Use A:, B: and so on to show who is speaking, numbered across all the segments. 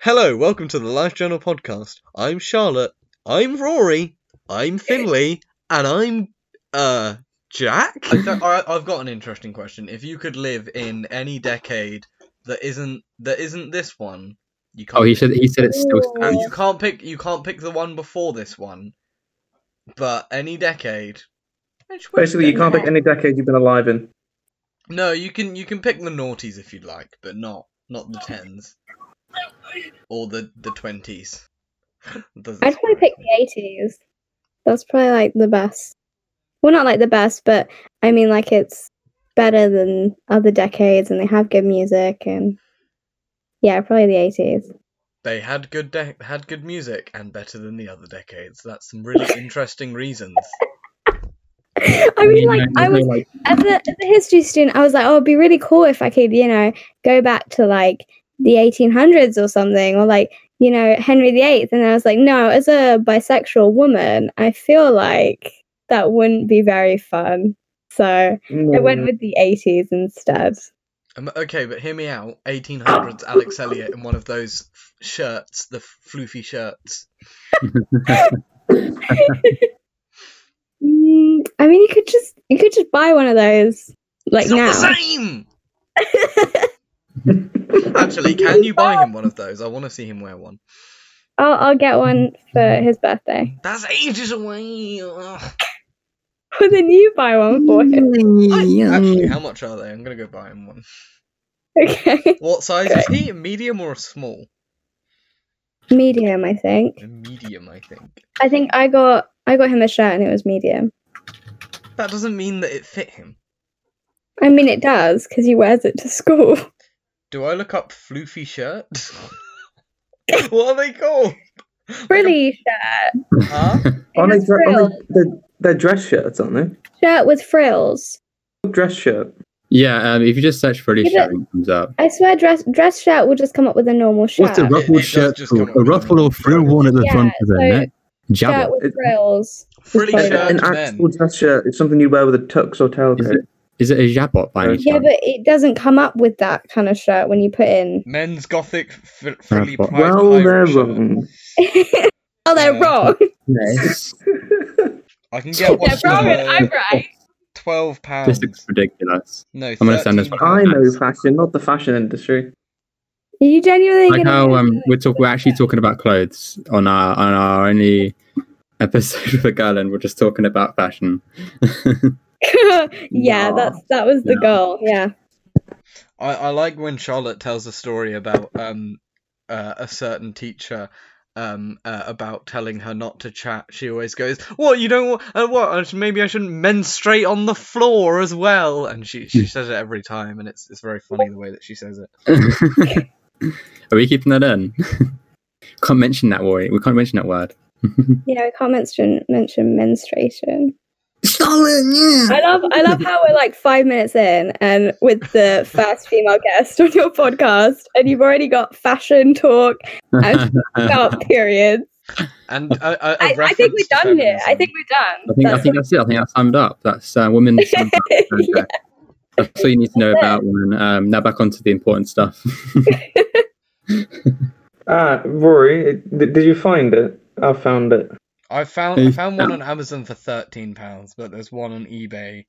A: Hello, welcome to the Life Journal podcast. I'm Charlotte. I'm Rory. I'm Finley, and I'm uh Jack.
B: I don't- all right, I've got an interesting question. If you could live in any decade that isn't that isn't this one, you can't.
C: Oh, he said he said it's still
B: pick-
C: stands.
B: You can't pick. You can't pick the one before this one. But any decade. which- which
D: Basically, you can't pick
B: decade?
D: any decade you've been alive in.
B: No, you can. You can pick the noughties if you'd like, but not not the tens or the the twenties.
E: I'd probably pick the eighties. That's probably like the best. Well, not like the best, but I mean, like it's better than other decades, and they have good music, and yeah, probably the eighties.
B: They had good de- had good music and better than the other decades. That's some really interesting reasons.
E: I mean, like I was as a, as a history student, I was like, oh, it'd be really cool if I could, you know, go back to like the 1800s or something, or like, you know, Henry VIII. And I was like, no, as a bisexual woman, I feel like that wouldn't be very fun. So I went with the 80s instead.
B: Um, okay, but hear me out. 1800s Alex Elliot in one of those f- shirts, the f- floofy shirts.
E: Mm, I mean, you could just you could just buy one of those like
B: it's not
E: now.
B: the same. Actually, can you buy him one of those? I want to see him wear one.
E: I'll I'll get one for his birthday.
B: That's ages away. Ugh.
E: Well, then you buy one for him.
B: Actually, how much are they? I'm gonna go buy him one.
E: Okay,
B: What size is he? A medium or a small?
E: medium, I think.
B: A medium, I think.
E: I think I got I got him a shirt and it was medium.
B: That doesn't mean that it fit him.
E: I mean, it does because he wears it to school.
B: Do I look up floofy shirts? what are they called?
E: Frilly shirt.
B: Huh?
E: It
D: Aren't they
E: has
D: dre- aren't
E: frills.
D: they- they're, they're dress shirts, aren't they?
E: Shirt with frills.
D: Dress shirt.
C: Yeah, um, if you just search British
E: Yeah,
C: shirt, it comes up.
E: I swear, dress dress shirt will just come up with a normal shirt.
C: What's a
B: ruffled
C: ruffled
B: does shirt
C: shirt
B: just called? come up
C: A
B: with A ruffled
C: ruffled
B: the-
C: or
B: or frill
C: frill one at the
E: Yeah,
C: front of
E: so-
C: their neck?
E: shirt with
D: It-
E: frills.
B: Frilly
E: Like
D: An,
B: shirt
D: an
B: men.
D: actual dress shirt is something you wear with a tux or
C: Is
D: tailcoat.
C: it, is it a jabot by any
D: Yeah,
E: Yeah,
C: chance?
E: but it doesn't come up with that kind of shirt when you put in.
B: Men's gothic fr- frilly
C: but-
B: pri-
D: Well, they're
B: pirate shirt.
D: wrong.
E: oh, they're
B: Yeah.
E: wrong.
C: Yes.
B: I can get
E: they're
B: what's
E: wrong,
B: the-
E: and I'm right.
B: twelve pounds.
C: this looks ridiculous.
B: No,
C: I'm gonna send this
B: 13
C: back.
D: I know fashion, not the fashion industry.
E: Are you genuinely
C: Like
E: gonna
C: how
E: do
C: um,
E: it?
C: we're talk- we're actually talking about clothes on our on our only episode for Garland. We're just talking about fashion.
E: yeah,
D: Nah.
E: that's that was the
C: Yeah.
E: goal. Yeah.
B: I, I like when Charlotte tells a story about um uh, a certain teacher um uh, about telling her not to chat. She always goes, "What you don't want? Uh, what? I sh- Maybe I shouldn't menstruate on the floor as well." And she she says it every time, and it's it's very funny the way that she says it.
C: Are we keeping that in? can't mention that word. We can't mention that word.
E: Yeah, I can't mention mention menstruation.
C: Stalin,
E: I love I love how we're like five minutes in and with the first female guest on your podcast and you've already got fashion talk
C: yeah.
E: about periods.
B: And a- a- a
E: I, I think
B: reference
E: we're
B: to
E: done here. I
B: feminism.
E: think we're done.
C: I think, I
E: That's
C: think that's it. I think that summed up. That's uh, women's. summed up.
E: Yeah.
C: That's all you need to know
E: That's it.
C: about women. Um, now back onto the important stuff.
D: Ah, Rory, it- did, did you find it? I found it.
B: I found I
C: Hey,
B: found one
C: um,
B: on Amazon for thirteen pounds, but there's one on eBay.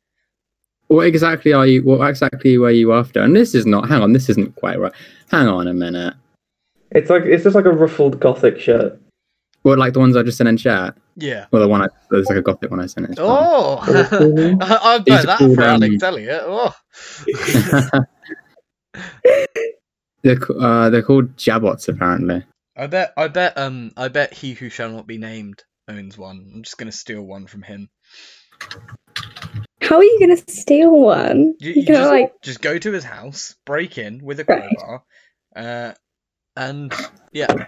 C: what exactly are you? What exactly were you after? And this is not. Hang on. This isn't quite right. Hang on a minute.
D: It's like it's just like a ruffled gothic shirt.
C: Well, like the ones I just sent in chat.
B: Yeah.
C: Well, the one I there's like a gothic one I sent in. chat.
B: Oh, I- I'd buy
C: These are
B: that
C: called,
B: for
C: um,
B: Alex Elliot. Oh.
C: they're c- uh, they're called jabots apparently.
B: I bet, I bet, um, I bet he who shall not be named owns one. I'm just gonna steal one from him.
E: How are you gonna steal one?
B: You,
E: You,
B: you
E: are gonna
B: just,
E: like
B: just go to his house, break in with a
E: Right.
B: crowbar, uh, and yeah,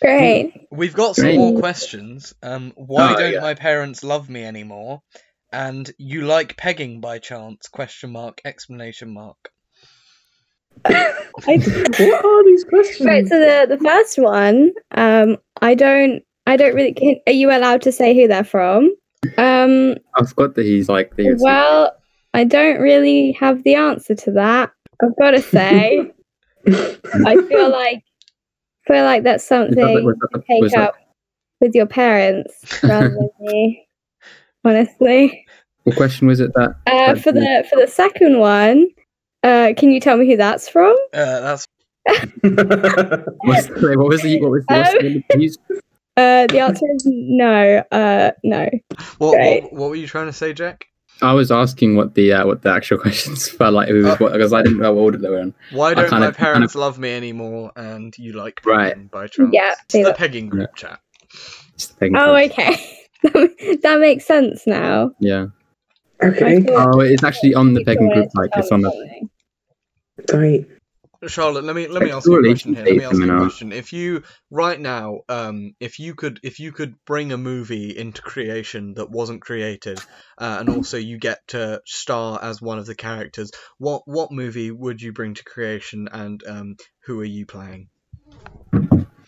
E: great.
B: we've got some
C: Great.
B: more questions. Um, why
C: Oh,
B: don't
C: yeah.
B: my parents love me anymore? And you like pegging by chance? Question mark! Explanation mark!
E: I-
D: What are these questions?
E: right, so the, the first one, um, I don't I don't really can, are you allowed to say who they're from? Um
C: I forgot that he's like the.
E: Well, I don't really have the answer to that. I've got to say, I feel like feel like that's
C: Was that-
E: something
C: was that-
E: to take
C: was that-
E: up with your parents rather than me. Honestly,
C: What question was it that?
E: uh,
C: That's
E: for the for the second one, uh, can you tell me who that's from?
B: Uh, that's
C: Was, wait, what was the? What was the?
E: Oh.
C: what's the- use-
E: Uh, the answer is no. Uh, no.
B: what,
E: Right.
B: what. What were you trying to say, Jack?
C: I was asking what the uh, what the actual questions felt like. It was what because I didn't know what order they were on.
B: Why don't
C: kind
B: my
C: of- kind of-
B: parents love me anymore? And you like
C: Right.
B: Brian by chance?
E: Yeah,
B: It's
E: they
B: the
E: lo-
B: pegging group chat.
C: It's the thing.
E: Oh, okay. that makes sense now.
C: Yeah.
E: I
D: okay.
E: thought
C: Oh, it's actually on the
E: people
C: Pegging group.
E: wanted to
C: Like
E: tell
C: it's
E: me
C: on the.
E: something.
D: Sorry.
B: Charlotte, let me let me
C: It's
B: ask you a
C: really
B: question here. Let me
C: deep,
B: ask you a
C: you know.
B: question. If you right now, um, if you could if you could bring a movie into creation that wasn't created, uh, and also you get to star as one of the characters, what what movie would you bring to creation, and um, who are you playing?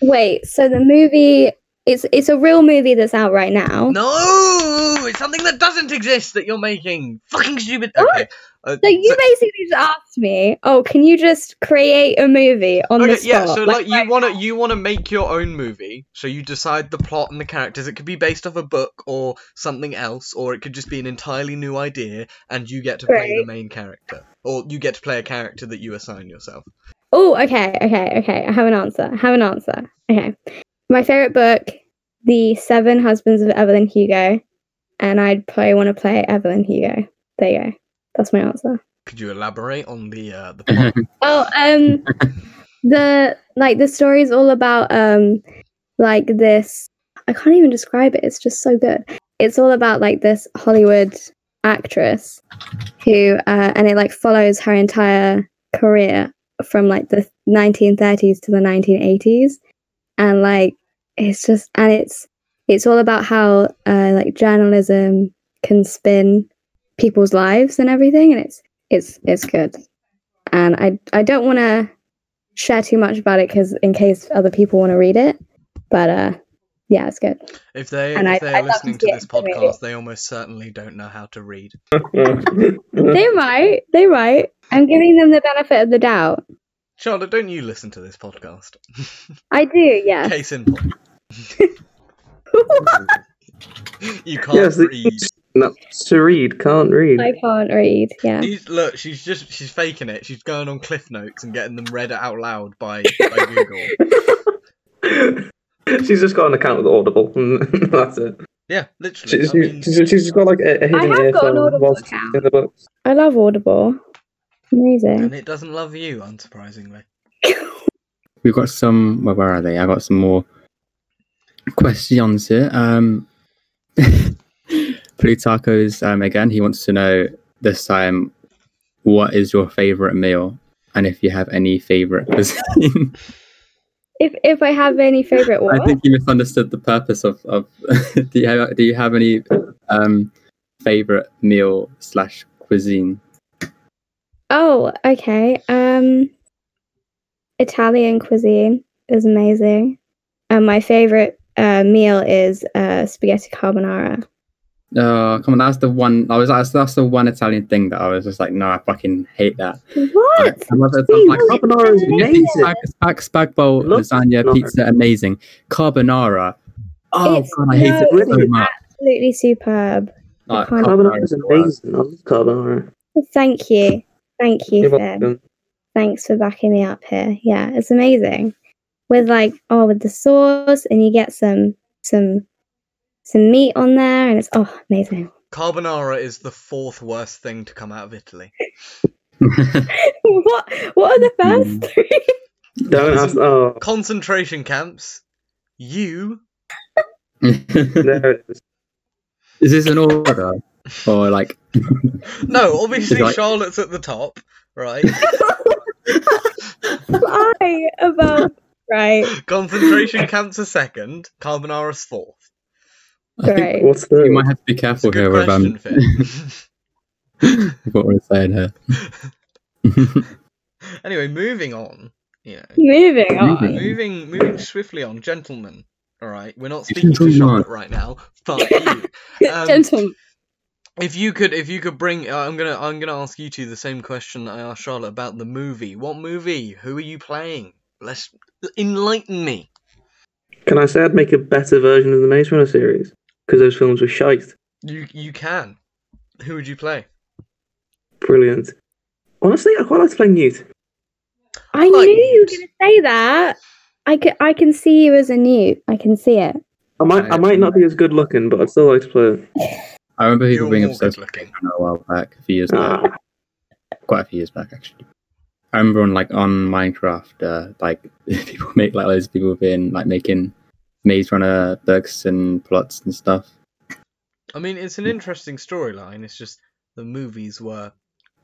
E: Wait, so the movie it's it's a real movie that's out right now.
B: No, it's something that doesn't exist that you're making. Fucking stupid. Okay. Uh,
E: So you
B: so-
E: basically just asked me, oh, can you just create a movie on the
B: Okay,
E: spot?
B: yeah, so like,
E: right
B: you wanna
E: now?
B: you wanna make your own movie, so you decide the plot and the characters. It could be based off a book or something else, or it could just be an entirely new idea and you get to play the
E: Right.
B: main character. Or you get to play a character that you assign yourself.
E: Oh, okay, okay, okay. I have an answer. I have an answer. Okay. My favorite book, The Seven Husbands of Evelyn Hugo, and I'd probably want to play Evelyn Hugo. There you go. That's my answer.
B: Could you elaborate on the uh, the plot?
E: Oh, um, the like the story is all about um, like this. I can't even describe it. It's just so good. It's all about like this Hollywood actress who, uh, and it like follows her entire career from like the 1930s to the 1980s, and like it's just and it's it's all about how uh, like journalism can spin people's lives and everything, and it's it's it's good and I I don't want to share too much about it because in case other people want to read it, but uh, yeah, it's good.
B: If they
E: And
B: if
E: I'd-
B: they're
E: I'd love to
B: listening to
E: see it
B: this
E: animated.
B: podcast, they almost certainly don't know how to read.
E: They might, they might. I'm giving them the benefit of the doubt.
B: Charlotte, don't you listen to this podcast?
E: I do, yeah.
B: Case in point. you can't
D: Yes, the-
B: read.
D: no, to read can't read.
E: I can't read. Yeah,
B: She's, look, she's just she's faking it. She's going on Cliff Notes and getting them read out loud by, by Google.
D: she's just got an account with Audible. and That's it.
B: Yeah, literally.
D: She,
B: I
D: she,
B: mean,
D: she's, she's just got like a, a hidden
E: have got an
D: earphone
E: Audible
D: whilst
E: account.
D: in the books.
E: I love Audible. Amazing.
B: and it doesn't love you, unsurprisingly.
C: We've got some. Well, where are they? I've got some more questions here. Um, Plutarchos um, again. He wants to know this time, what is your favorite meal, and if you have any favorite cuisine.
E: If if I have any favorite
C: I
E: one,
C: think you misunderstood the purpose of. of do you have, do you have any um, favorite meal slash cuisine?
E: oh okay. Um, Italian cuisine is amazing, and my favorite uh, meal is uh, spaghetti carbonara.
C: Oh, come on! That's the one. I was. That's, that's the one Italian thing that I was just like, no, I fucking hate that. I,
E: What?
C: I love it.
E: Wait,
C: I'm like,
E: what?
C: carbonara is amazing.
D: Amazing.
C: Spag, spag, spag bowl,
D: Love
C: lasagna,
D: carbonara.
C: pizza, amazing. Carbonara. Oh
E: It's-
C: god, I hate
E: no,
C: it
D: it's
C: so much.
E: absolutely superb.
C: Like,
E: can't-
D: Carbonara is
C: is the worst.
D: amazing. I love carbonara.
E: Thank you. Thank you,
D: You're
E: Finn.
D: welcome.
E: Thanks for backing me up here. Yeah, it's amazing. With like oh with the sauce and you get some some some meat on there and it's oh amazing.
B: Carbonara is the fourth worst thing to come out of Italy.
E: what what are the
C: Mm.
E: first three?
D: Don't ask. Oh,
B: Concentration camps. You.
D: there it is.
C: is this an order or like?
B: No, obviously
C: It's like-
B: Charlotte's at the top, right?
E: Why about right.
B: Concentration camps are second. Carbonara's fourth.
C: I think
E: Right.
D: What's
C: we
D: the?
C: might have to be
B: It's a
C: careful
B: good
C: here with
B: question,
C: um,
B: Finn.
C: what we're saying here.
B: anyway, moving on. You know.
E: Moving on.
C: Moving.
B: Moving, moving swiftly on, gentlemen. All right, we're not speaking to
C: Gentlemen.
B: Charlotte right now. Fuck you. Um,
E: Gentlemen.
B: if you could, if you could bring, uh, I'm gonna, I'm gonna ask you two the same question that I asked Charlotte about the movie. What movie? Who are you playing? Let's Enlighten me.
D: Can I say I'd make a better version of the Maze Runner series? Because those films were shite.
B: You you can. Who would you play?
D: Brilliant. Honestly, I quite like to play Newt.
E: I
B: Like-
E: knew you were going to say that. I can, I can see you as a newt. I can see it.
D: I might, I might not be as good looking, but I'd still like to play it.
C: I remember people
B: You're
C: being
B: more
C: obsessed with
B: good-looking.
C: Blade Runner a while back, a few years back,
D: Ah,
C: quite a few years back actually. I remember on like on Minecraft, uh, like people make like loads of people have been like making Maze Runner books and plots and stuff.
B: I mean, it's an interesting storyline. It's just the movies were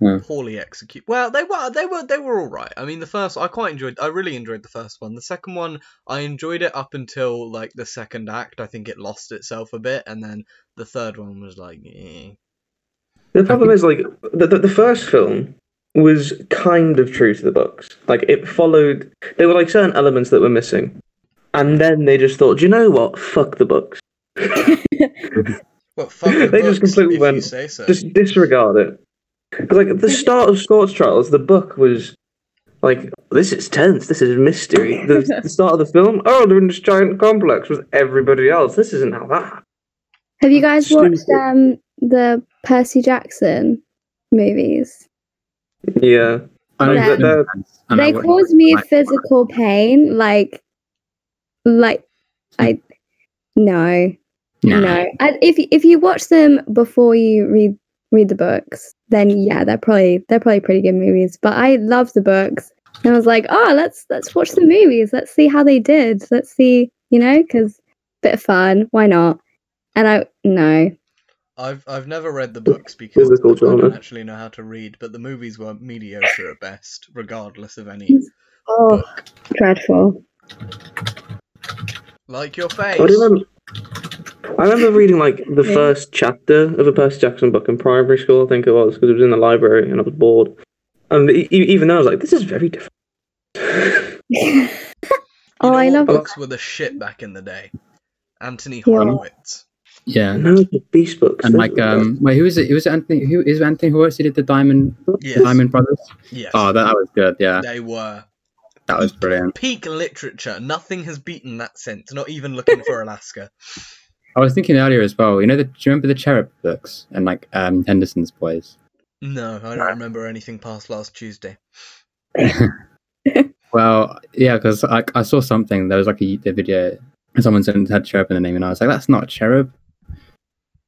C: Yeah.
B: poorly executed. Well, they were they were they were all right. I mean, the first I quite enjoyed. I really enjoyed the first one. The second one, I enjoyed it up until like the second act. I think it lost itself a bit, and then the third one was like, eh.
D: the problem is, like, the, the, the first film was kind of true to the books. Like, it followed. There were like certain elements that were missing, and then they just thought, "Do you know what? Fuck the books.
B: well, fuck the
D: They just
B: books,
D: completely
B: if You
D: went-
B: say so.
D: Just disregard it." 'Cause, like at the start of Scorch Trials, the book was like, "This is tense. This is mystery." The, the start of the film, oh, they're in this giant complex with everybody else. This isn't how that. happened."
E: Have you guys
D: Stupid.
E: watched um, the Percy Jackson movies?
D: Yeah.
C: I
E: Yeah.
C: don't
D: They're-
C: and I
E: they
C: watched-
E: caused me
C: like-
E: physical pain. Like, like, I no,
C: Nah.
E: no. I, if if you watch them before you read read the books, then yeah, they're probably they're probably pretty good movies. But I love the books, and I was like, oh, let's let's watch the movies. Let's see how they did. Let's see, you know, because bit of fun. Why not? And I no,
B: I've I've never read the books because
D: Physical
B: I don't
D: drama.
B: actually know how to read, but the movies were mediocre at best, regardless of any
E: Yes. oh,
B: book.
E: dreadful.
B: Like your face.
D: I remember, I remember reading like the
E: Yeah.
D: first chapter of a Percy Jackson book in primary school. I think it was because it was in the library and I was bored. And e- e- even then, I was like, "This is very different."
B: You
E: Oh,
B: know
E: I
B: what
E: love it.
B: books were the shit back in the day. Anthony
E: Yeah.
B: Horowitz.
C: Yeah.
D: And now it's the Beast books.
C: And
D: they're
C: like
D: the best.
C: um wait, who is it? Who is it Anthony who is it Anthony Horowitz who did the Diamond
B: Yes.
C: the Diamond Brothers?
B: Yes.
C: Oh that, that was good, yeah.
B: they were
C: That was brilliant.
B: peak literature. Nothing has beaten that since. Not even looking for Alaska.
C: I was thinking earlier as well, you know the, do you remember the cherub books and like um Henderson's boys?
B: No, I don't remember anything past last Tuesday.
C: Well, yeah, because I, I saw something. There was like a, YouTube video, and someone said it had cherub in the name, and I was like, "That's not cherub,"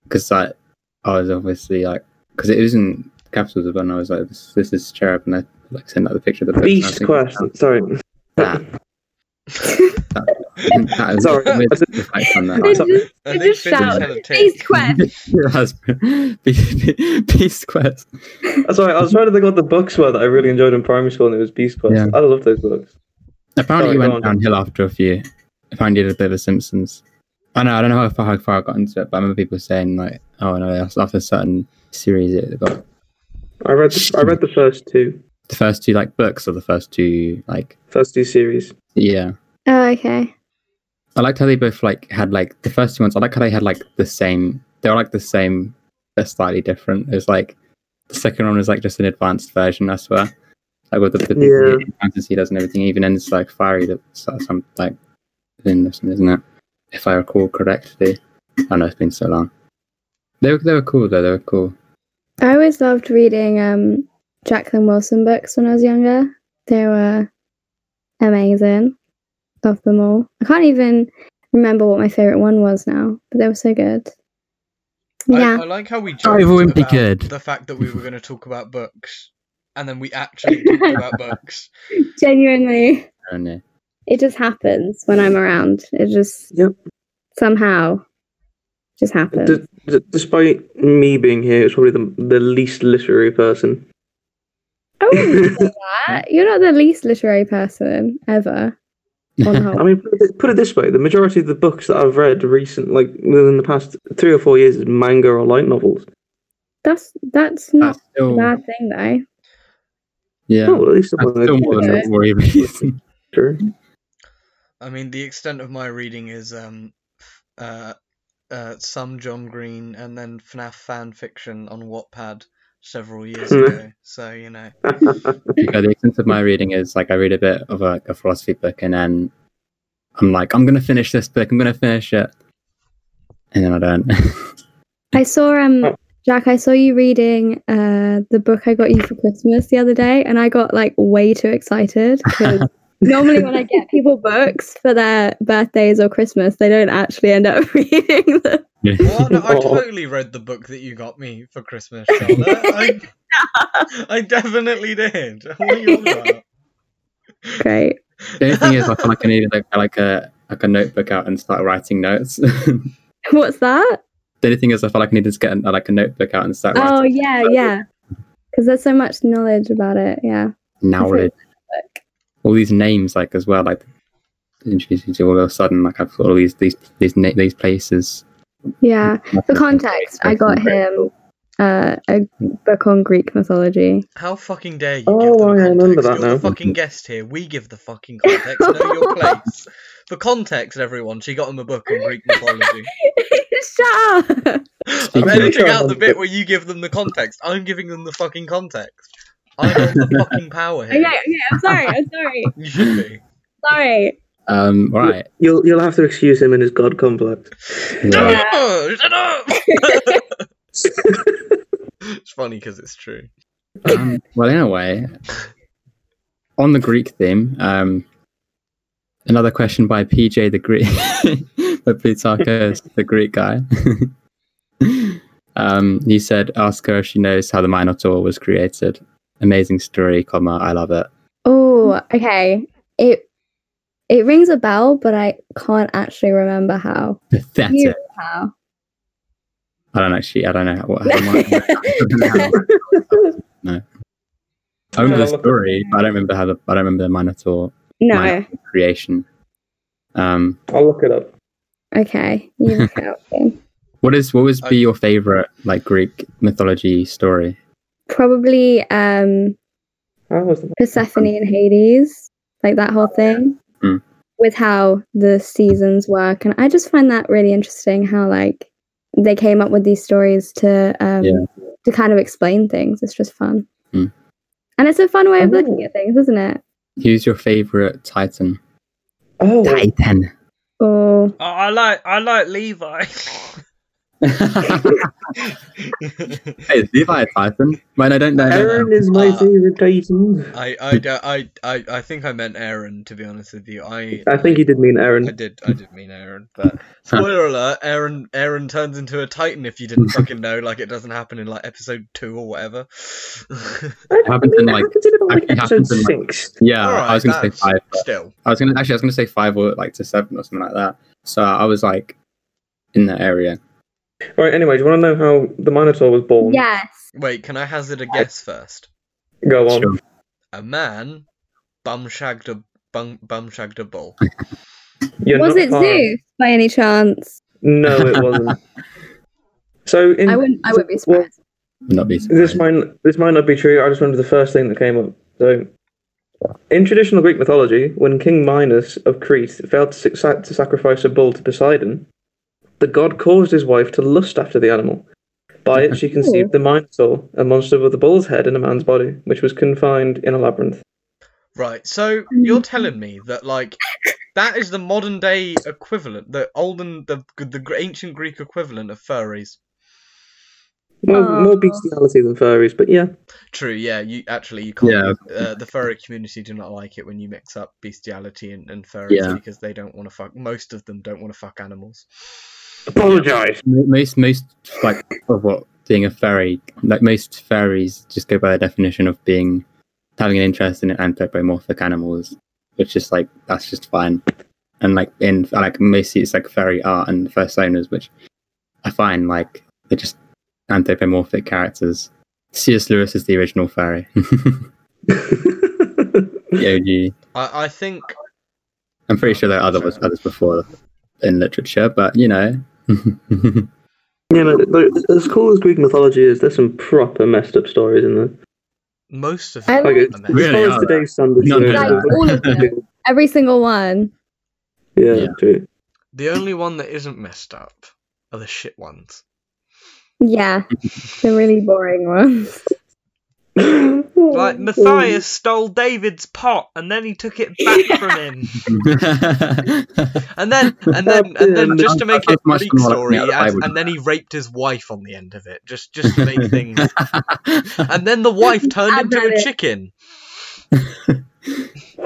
C: because like I was obviously like, because it isn't capitals, but I was like, "This, this is cherub," and I like sent out the picture of the book, and I was
D: Beast
C: thinking,
D: Quest. Sorry,
C: That, that is
D: Sorry.
C: with the fact on that.
E: It
D: so-
E: just,
B: I
E: it
B: think
E: just
B: Finn was
E: shout,
B: kinda ticked.
E: Beast Quest.
C: It has been- Beast Quest.
D: that's right. I was trying to think what the books were that I really enjoyed in primary school, and it was Beast Quest.
C: Yeah.
D: I love those books.
C: Apparently,
D: Sorry,
C: you
D: go
C: went
D: on.
C: downhill after a few. Apparently, you did a bit of The Simpsons. I know, I don't know how far, how far I got into it, but I remember people saying, like, oh no, that's after a certain series, it got
D: I read, the, I read the first two,
C: the first two, like, books or the first two, like,
D: first two series.
C: yeah.
E: Oh, okay.
C: I liked how they both, like, had, like, the first two ones, I like how they had, like, the same, they were, like, the same, but slightly different. It was, like, the second one was, like, just an advanced version, I swear. Like, with the, the,
D: Yeah.
C: the fantasy does and everything, even then it's, like, fiery, that's that's some, like, in this, isn't it? If I recall correctly. I know it's been so long. They were, they were cool though. They were cool.
E: I always loved reading um, Jacqueline Wilson books when I was younger. They were amazing. Love them all. I can't even remember what my favorite one was now, but they were so good.
B: I-
E: Yeah.
B: I, like how we
C: Oh, it wouldn't
B: joked
C: be
B: about
C: good.
B: the fact that we were going to talk about books, and then we actually talked about books.
E: Genuinely.
C: And uh,
E: It just happens when I'm around. It just
D: Yep.
E: somehow just happens.
D: D- d- despite me being here, it's probably the, the least literary person.
E: Oh, I wouldn't say that. You're not the least literary person ever. On the whole.
D: I mean, put it, put it this way: the majority of the books that I've read recent, like within the past three or four years, is manga or light novels.
E: That's that's not
C: that's still,
E: a bad thing though.
C: yeah,
D: Oh, well, at least
C: that's
D: someone
C: still more than
E: Yeah.
C: what we're even using.
B: I mean, the extent of my reading is um, f- uh, uh, some John Green and then FNAF fan fiction on Wattpad, several years ago. So you know,
C: Yeah, the extent of my reading is like I read a bit of a, a philosophy book and then I'm like, I'm gonna finish this book, I'm gonna finish it. And then I don't.
E: I saw um Jack, I saw you reading uh the book I got you for Christmas the other day, and I got like way too excited because normally when I get people books for their birthdays or Christmas, they don't actually end up reading them.
B: well, no, I
D: Oh.
B: totally read the book that you got me for Christmas, Charlotte. I, I definitely did. What are you on about?
E: Great.
C: the only thing is I feel like I needed like, like a like a notebook out and start writing notes. the
E: What's that?
C: only thing is I feel like I needed to get an, like a notebook out and start
E: Oh
C: writing
E: yeah, yeah. Because there's so much knowledge about it. Yeah.
C: knowledge.
E: Book.
C: all these names like as well like introduced you to all of a sudden like I've got all these these these na- these places.
E: Yeah. For context, I got him uh, a book on Greek mythology.
B: How fucking dare you?
D: Oh,
B: give them
D: I
B: context?
D: remember that
B: You're
D: now.
B: the fucking guest here. We give the fucking context. know your place. For context, everyone, she got him a book on Greek mythology.
E: Shut up.
B: I'm
C: Speaking of-
B: editing out the bit where you give them the context. I'm giving them the fucking context. I have the fucking power
E: Okay,
B: here.
E: okay, I'm sorry, I'm sorry,
B: You should be.
E: sorry.
C: Um all right.
D: You'll you'll have to excuse him and his god complex.
C: Yeah.
B: No, shut up! it's funny because it's true.
C: um, well, in a way, on the Greek theme, um, another question by PJ the Greek, by Plutarchus, the Greek guy. um, he said, "Ask her if she knows how the Minotaur was created." Amazing story, comma, I love it.
E: Oh,
C: Mm.
E: okay. It it rings a bell, but I can't actually remember how.
C: Pathetic.
E: You how?
C: I don't actually. I don't know what. How, I don't know how- I remember the story, but I don't remember how the. I don't remember the Minotaur
E: No.
C: Mine. creation. Um,
D: I'll look it up.
E: Okay. You look it up then.
C: What is what would
B: I-
C: be your favorite like Greek mythology story?
E: Probably um
D: How was that?
E: Persephone and Hades, like that whole thing.
C: Mm.
E: With how the seasons work. And I just find that really interesting how like they came up with these stories to um
C: Yeah.
E: to kind of explain things. It's just fun.
C: Mm.
E: And it's a fun way of
D: Oh.
E: looking at things, isn't it?
C: Who's your favorite Titan?
D: Oh,
C: Titan.
E: Or
B: Oh, I like I like Levi.
C: hey, is Levi a Titan? Mine, I don't know.
D: Aaron is my
C: Ah.
B: Uh,
D: favorite Titan.
B: I I, d- I I I think I meant Aaron. To be honest with you, I
D: I think you did mean
B: I
D: Aaron.
B: did I did mean Aaron, but spoiler alert: Aaron Aaron turns into a Titan if you didn't fucking know. Like it doesn't happen in like episode two or whatever.
D: That
C: happened in, like-
D: happened in about, like,
C: actually
D: episode
C: happened in, like-
D: six.
C: Yeah,
B: Alright,
C: I was gonna say
B: that's-
C: five. but-
B: Still,
C: I was gonna actually I was gonna say five or like to seven or something like that. So I was like in that area.
D: Right. Anyway, do you want to know how the Minotaur was born?
E: yes.
B: wait. Can I hazard a guess first?
D: Go on.
C: Sure.
B: A man bumshagged a bum bumshagged a bull.
D: You're
E: was
D: not
E: it
D: far.
E: Zeus by any chance?
D: No, it wasn't. so in
E: I wouldn't. I wouldn't be
D: well,
E: surprised.
C: Would Not be
D: this
C: surprised.
D: might this might not be true. I just remember the first thing that came up. So, in traditional Greek mythology, when King Minos of Crete failed to, sac- to sacrifice a bull to Poseidon, the god caused his wife to lust after the animal. By it, she conceived the Minotaur, a monster with a bull's head in a man's body, which was confined in a labyrinth.
B: Right, so you're telling me that like that is the modern day equivalent, the olden, the the gr- ancient Greek equivalent of furries.
D: More,
E: Aw.
D: more bestiality than furries, but yeah.
B: True, yeah. You actually you can't.
C: Yeah.
B: Uh, the furry community do not like it when you mix up bestiality and, and furries
C: Yeah.
B: because they don't want to fuck. Most of them don't want to fuck animals.
D: Apologise.
C: Mo- Most most like of what being a fairy like most fairies just go by the definition of being having an interest in anthropomorphic animals, which is like that's just fine. And like in like mostly it's like fairy art and personas, which I find like they're just anthropomorphic characters. C.S. Lewis is the original fairy. the OG.
B: I, I think
C: I'm pretty sure there are other was others before in literature, but you know.
D: yeah, but like, as cool as Greek mythology is, there's some proper messed up stories in there.
B: most of
E: I
B: them.
D: Like,
B: are
D: it's-
B: men.
D: as
C: Really are
D: far as today's standards
C: None
D: go,
C: of
D: it's
E: them. Like, all of them. Every single one.
D: Yeah,
C: Yeah.
D: true.
B: The only one that isn't messed up are the shit ones.
E: Yeah, the really boring ones.
B: Like Matthias stole David's pot and then he took it back from him. And then and then and then
D: And
B: just to make it
C: that's
B: a
C: much
B: bleak
C: more like
B: story,
C: me,
B: he
C: I
B: adds,
C: would-
B: and then he raped his wife on the end of it. Just just to make things and then the wife turned
E: Add
B: into
E: that
B: a
E: in.
B: chicken.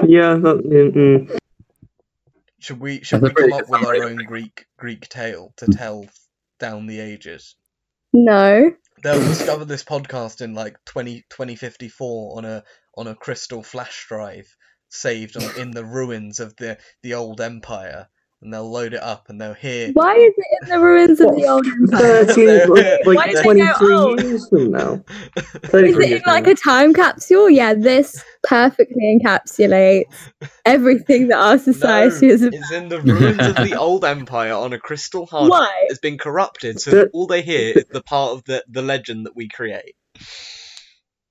D: Yeah, that, mm, mm.
B: Should we should
C: That's a
B: we come
C: pretty
B: up
C: good
B: with our
C: summary.
B: own Greek Greek tale to tell down the ages?
E: No.
B: They'll discover this podcast in like 20, 2054 on a on a crystal flash drive saved on, in the ruins of the the old empire, and they'll load it up and they'll hear.
E: Why is it in the ruins of the old?
D: Thirteen,
E: Why
D: like
E: did they go
D: twenty-three
E: old?
D: years from now.
E: Is it in like a time capsule? Yeah, this perfectly encapsulates everything that our society
B: no,
E: is. about.
B: it's in the ruins of the old empire on a crystal hard. drive.
E: Why?
B: It's been corrupted, so
D: That-
B: all they hear is the part of the, the legend that we create.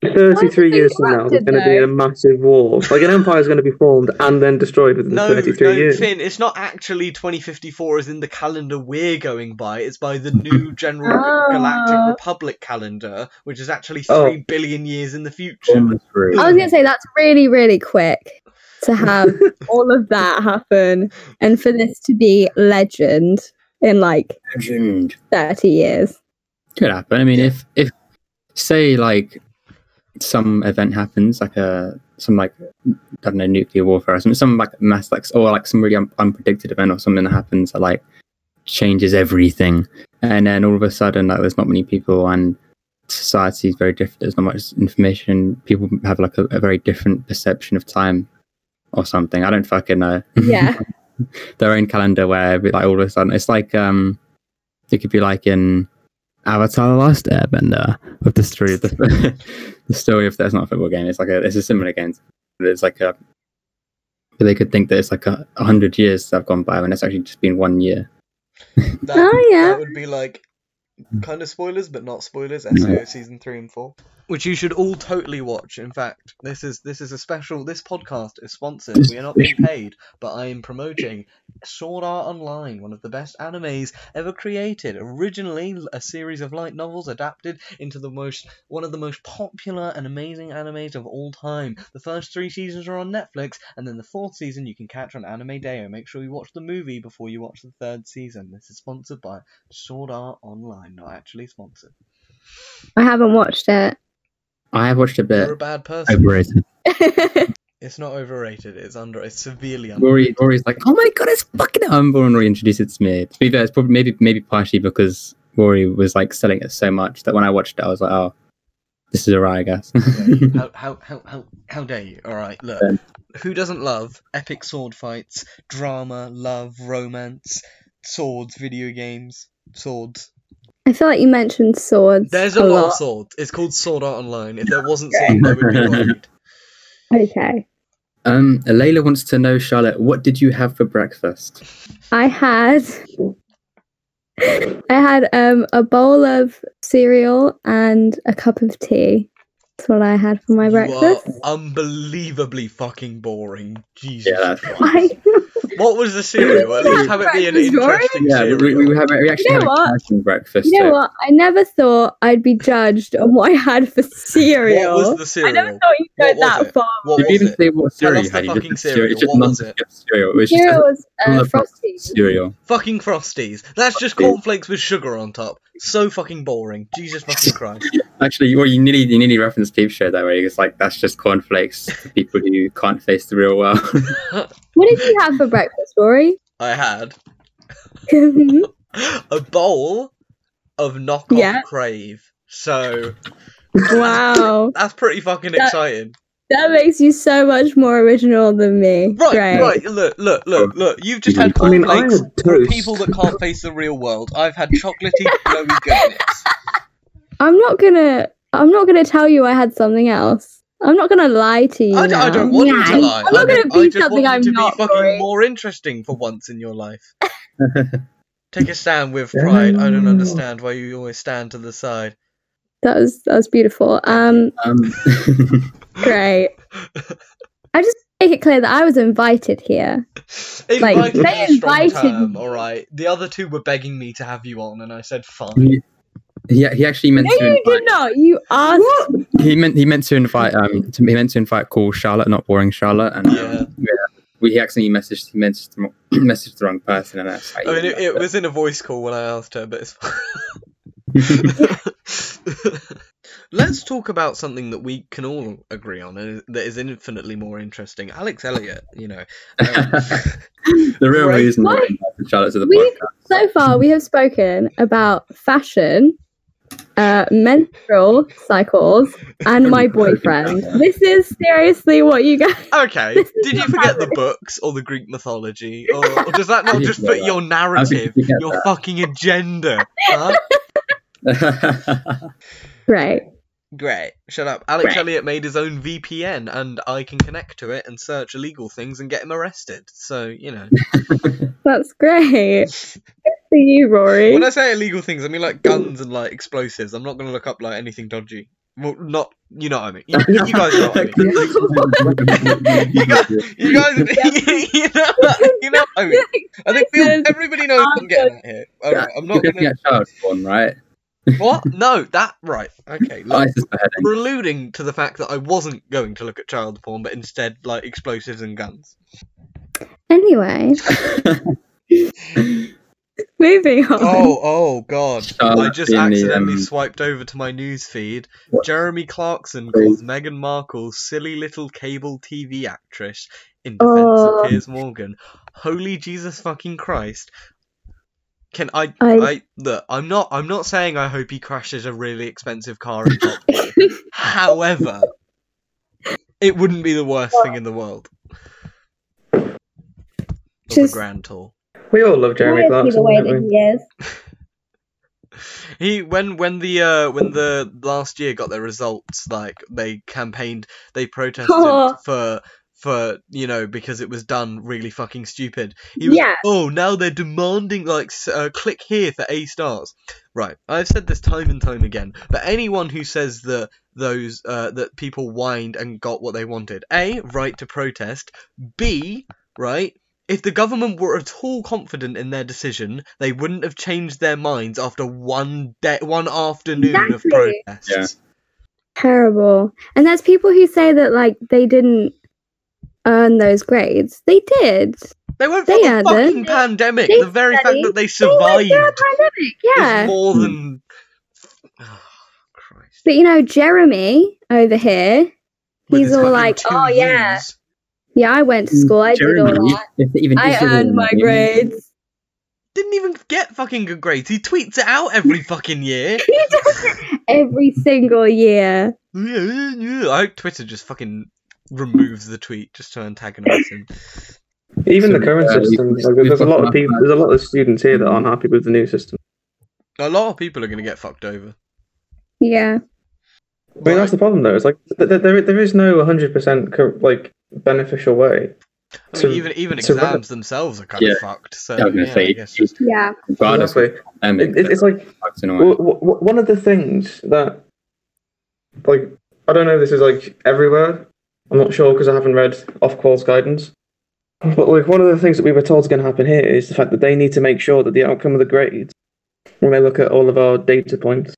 D: Thirty-three
E: Why
D: years from now, there's going to be a massive war. Like an empire is going to be formed and then destroyed within
B: No,
D: thirty-three
B: no,
D: years.
B: Finn, it's not actually 2054 as in the calendar we're going by. It's by the new General
E: Oh.
B: Galactic Republic calendar, which is actually
D: Oh.
B: three billion years in the future.
C: Almost through.
E: I was gonna say that's really, really quick to have all of that happen and for this to be legend in like
C: Legend.
E: thirty years.
C: Could happen. I mean, if if say like some event happens, like a some like I don't know nuclear warfare or something, some like mass like or like some really un- unpredicted event or something that happens that like changes everything, and then all of a sudden like there's not many people and society is very different. There's not much information. People have like a, a very different perception of time or something. I don't fucking know.
E: Yeah.
C: their own calendar where it'd be, like all of a sudden it's like um it could be like in Avatar: The Last Airbender with the story of the, the story of that's not a football game. It's like a it's a similar game. but It's like a but they could think that it's like a a hundred years that have gone by when it's actually just been one year.
B: That,
E: Oh, yeah.
B: that would be like kind of spoilers, but not spoilers. SEO season three and four, which you should all totally watch. In fact, this is this is a special. This podcast is sponsored. We are not being paid, but I am promoting Sword Art Online, one of the best animes ever created. Originally a series of light novels adapted into the most one of the most popular and amazing animes of all time. The first three seasons are on Netflix, and then the fourth season you can catch on Anime Deo. Make sure you watch the movie before you watch the third season. This is sponsored by Sword Art Online, not actually sponsored.
E: I haven't watched it.
C: I have watched a
B: You're a
C: bit.
B: bad person.
C: Overrated.
B: It's not overrated. It's under. It's severely under.
C: Rory, Rory's like, oh my god, it's fucking humble, and Rory introduced it to me. To be fair, it's probably maybe maybe partially because Rory was like selling it so much that when I watched it, I was like, oh, this is alright, I guess.
B: how, how, how, how, how dare you? All right, look. Who doesn't love epic sword fights, drama, love, romance, swords, video games, swords?
E: I feel like you mentioned swords.
B: There's a,
E: a,
B: lot.
E: lot.
B: of swords. It's called Sword Art Online. If there wasn't sword, I would be worried.
E: Okay.
C: Um, Layla wants to know, Charlotte, what did you have for breakfast?
E: I had I had um a bowl of cereal and a cup of tea. That's what I had for my breakfast.
B: You are unbelievably fucking boring. Jesus.
C: Yeah, that's
B: Christ.
E: I
B: What was the cereal? At least have it be an
E: Breakfast, Rory?
B: interesting
C: Yeah, we,
B: cereal.
C: we, we have we actually
E: know
C: had a
E: what?
C: crashing breakfast.
E: You know
C: so-
E: what? I never thought I'd be judged on what I had for cereal.
B: What was the
E: I never
B: cereal?
E: thought you'd go
B: What was
E: that
B: it?
E: far.
B: What
C: Did you
B: was
C: even
B: it?
C: say what cereal
B: us
C: you
B: the
C: had? You
B: fucking
C: just, cereal. It's just
B: cereal. What was
C: nonsense cereal. It was just
E: Cereal was uh,
C: another
E: Frosties.
C: cereal.
B: Fucking Frosties. That's just
C: Frosties.
B: cornflakes with sugar on top. So fucking boring. Jesus fucking Christ.
C: Actually, well, you nearly you nearly referenced Peep Show that way. It's like that's just cornflakes for people who can't face the real world.
E: What did you have for breakfast, Rory?
B: I had
E: Mhm.
B: a bowl of knockoff
E: Yeah.
B: crave. So
E: wow,
B: that's pretty fucking
E: That-
B: exciting.
E: that makes you so much more original than me.
B: Right,
E: Great.
B: right. Look, look, look, look. You've just
C: I
B: had
D: mean, I
B: cornflakes
D: had
B: for
D: toast.
B: people that can't face the real world. I've had chocolatey glowy goodness.
E: I'm not gonna. I'm not gonna tell you I had something else. I'm not gonna lie to you.
B: I, d- I
E: now.
B: don't want you to
E: Yeah.
B: lie.
E: I'm
B: I,
E: not gonna
B: ju-
E: be
B: I just
E: something
B: want
E: I'm
B: you to
E: not.
B: be fucking
E: Rory.
B: more interesting for once in your life. Take a stand with pride. I don't understand why you always stand to the side.
E: That was that was beautiful. Um,
C: um,
E: great. I just make it clear that I was invited here. Like,
B: Invited
E: they
B: is a strong
E: invited
B: term,
E: me.
B: all right. The other two were begging me to have you on, and I said fine.
C: you, He, he actually meant
E: No,
C: to
E: you
C: invite,
E: did not. You asked.
C: he meant he meant to invite um to, he meant to invite call Charlotte, not boring Charlotte, and
B: Yeah.
C: um, yeah, we he accidentally messaged he messaged the wrong- messaged the wrong person, and that's how
B: I mean, it, it was in a voice call when I asked her, but it's fine. Let's talk about something that we can all agree on and that is infinitely more interesting. Alex Elliott, you know. um,
C: the real
B: Right.
C: reason that
E: Why-
C: we invited Charlotte to the
E: We-
C: podcast.
E: So far, we have spoken about fashion, uh, menstrual cycles, and my boyfriend. This is seriously what you guys.
B: okay,
E: This is
B: did you
E: not
B: forget the books or the Greek mythology? Or, or does that
C: I
B: not
C: didn't
B: just
C: know
B: fit
C: that.
B: your narrative,
C: forget
B: your
C: that.
B: fucking agenda? Huh?
E: Right.
B: Great. Shut up. Alex
E: Great.
B: Elliott made his own VPN, and I can connect to it and search illegal things and get him arrested. So you know,
E: That's great. Good for you, Rory.
B: when I say illegal things, I mean like guns and like explosives. I'm not gonna look up like anything dodgy. Well, not you know what I mean. You, you guys know what I mean. You guys, you guys, you know, you know what I mean. I think we all, everybody knows what I'm getting at here. All right, I'm
C: You're
B: not
C: gonna
B: gonna.
C: get child porn, right?
B: What? No, that right. Okay, look.
C: ISIS beheading.
B: We're alluding to the fact that I wasn't going to look at child porn, but instead like explosives and guns.
E: Anyway, moving on.
B: Oh, oh God!
C: Charlotte
B: I just
C: in the,
B: accidentally
C: um,
B: swiped over to my news feed.
C: What?
B: Jeremy Clarkson
C: Oh.
B: calls Meghan Markle silly little cable TV actress in defense
E: Oh.
B: of Piers Morgan. Holy Jesus fucking Christ! Can I?
E: I-
B: I, look. I'm not. I'm not saying I hope he crashes a really expensive car. In Top Gear. However, it wouldn't be the worst thing in the world. Of
E: Just-
B: a grand tour.
D: We all love Jeremy
E: Why is he
D: Clarkson,
E: the way
D: don't
E: that
D: we?
E: he is?
B: He when when the uh, when the last year got their results, like they campaigned, they protested
E: Oh.
B: for for you know because it was done really fucking stupid. He was,
E: Yeah.
B: Oh, now they're demanding like s- uh, click here for A stars. Right. I've said this time and time again, but anyone who says that those uh, that people whined and got what they wanted, a right to protest, b right if the government were at all confident in their decision, they wouldn't have changed their minds after one day, one afternoon of
E: Exactly.
B: protests.
C: Yeah.
E: Terrible. And there's people who say that like they didn't earn those grades. They did.
B: They went
E: They
B: for the
E: had
B: fucking
E: it.
B: pandemic.
E: They
B: the very fact
E: studied.
B: that they
E: They went
B: survived
E: through a pandemic. Yeah.
B: is more than. Oh, Christ.
E: But you know, Jeremy over here,
B: With
E: he's
B: his
E: all
B: fucking
E: like,
B: two
E: "Oh yeah,
B: U's.
E: yeah, I went to school. I did all that.
C: if they even
E: I
C: if they
E: earned
C: were
E: my
C: mean,
E: grades."
B: Didn't even get fucking good grades. He tweets it out every fucking year.
E: He does it every single year.
B: I hope Twitter just fucking removes the tweet just to antagonize him.
D: Even the
C: So,
D: current
C: uh,
D: system.
C: we've-
D: Like,
C: we've
D: there's a
C: got
D: lot
C: enough
D: of people. There's a lot of students here that aren't happy with the new system.
B: A lot of people are going to get fucked over.
E: Yeah.
D: I mean, that's the problem, though. It's like th- th- there, there is no 100% co- like beneficial way.
B: I
D: to-
B: mean, even even
D: so-
B: exams themselves are kind
C: Yeah.
B: of fucked. So
C: I was gonna
B: yeah,
C: say,
B: I guess just
E: Yeah.
C: Regardless
D: Exactly.
C: of pandemic,
D: It, it, it's like
C: that's annoying.
D: w- w- one of the things that, like, I don't know. if This is like everywhere. I'm not sure because I haven't read Ofqual's guidance. But like one of the things that we were told is going to happen here is the fact that they need to make sure that the outcome of the grades, when they look at all of our data points,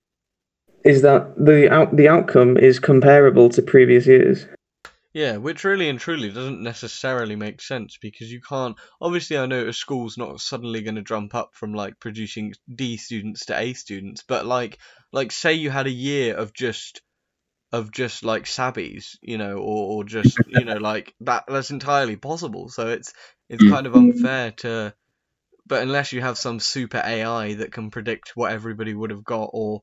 D: is that the out- the outcome is comparable to previous years.
B: yeah, which really and truly doesn't necessarily make sense because you can't. Obviously, I know a school's not suddenly going to jump up from like producing D students to A students, but like like say you had a year of just of just like sabbies, you know, or, or just you know like that. That's entirely possible. So it's it's
C: Mm.
B: kind of unfair to. But unless you have some super AI that can predict what everybody would have got, or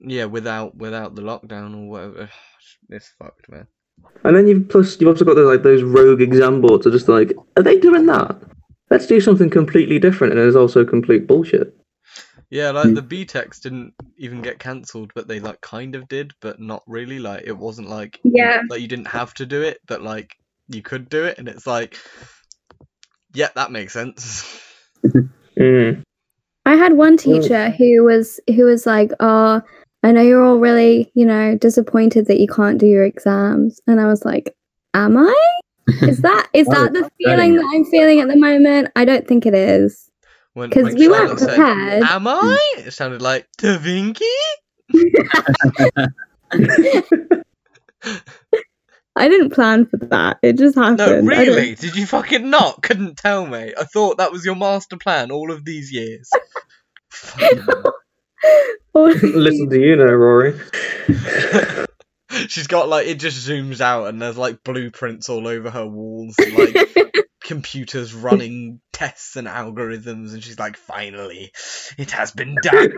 B: yeah, without without the lockdown or whatever, it's fucked, man.
D: And then you've plus you've also got those like those rogue exam boards are just like, are they doing that? Let's do something completely different, and it's also complete bullshit.
B: Yeah, like
E: Hmm.
C: Mm.
B: the B Techs didn't even get cancelled, but they like kind of did, but not really. Like it wasn't like you-
E: Yeah.
B: like you didn't have to do it, but like you could do it, and it's like, yeah, that makes sense.
D: Mm.
E: I had one teacher who was who was like, "Oh, I know you're all really, you know, disappointed that you can't do your exams," and I was like, "Am I? Is that is
C: Why
E: that the
C: upsetting.
E: feeling that I'm feeling at the moment? I don't think it is
B: When
E: because
B: when
E: we
B: Charlotte
E: weren't
B: said,
E: prepared."
B: "Am I?" It sounded like Da Vinci.
E: I didn't plan for that. It just happened.
B: No,
E: I don't-
B: really? Did you fucking not? Couldn't tell me. I thought that was your master plan all of these years. Fucking hell.
E: All-
D: Listen to you now, Rory.
B: She's got like it just zooms out and there's like blueprints all over her walls, and, like computers running tests and algorithms, and she's like, finally, it has been done.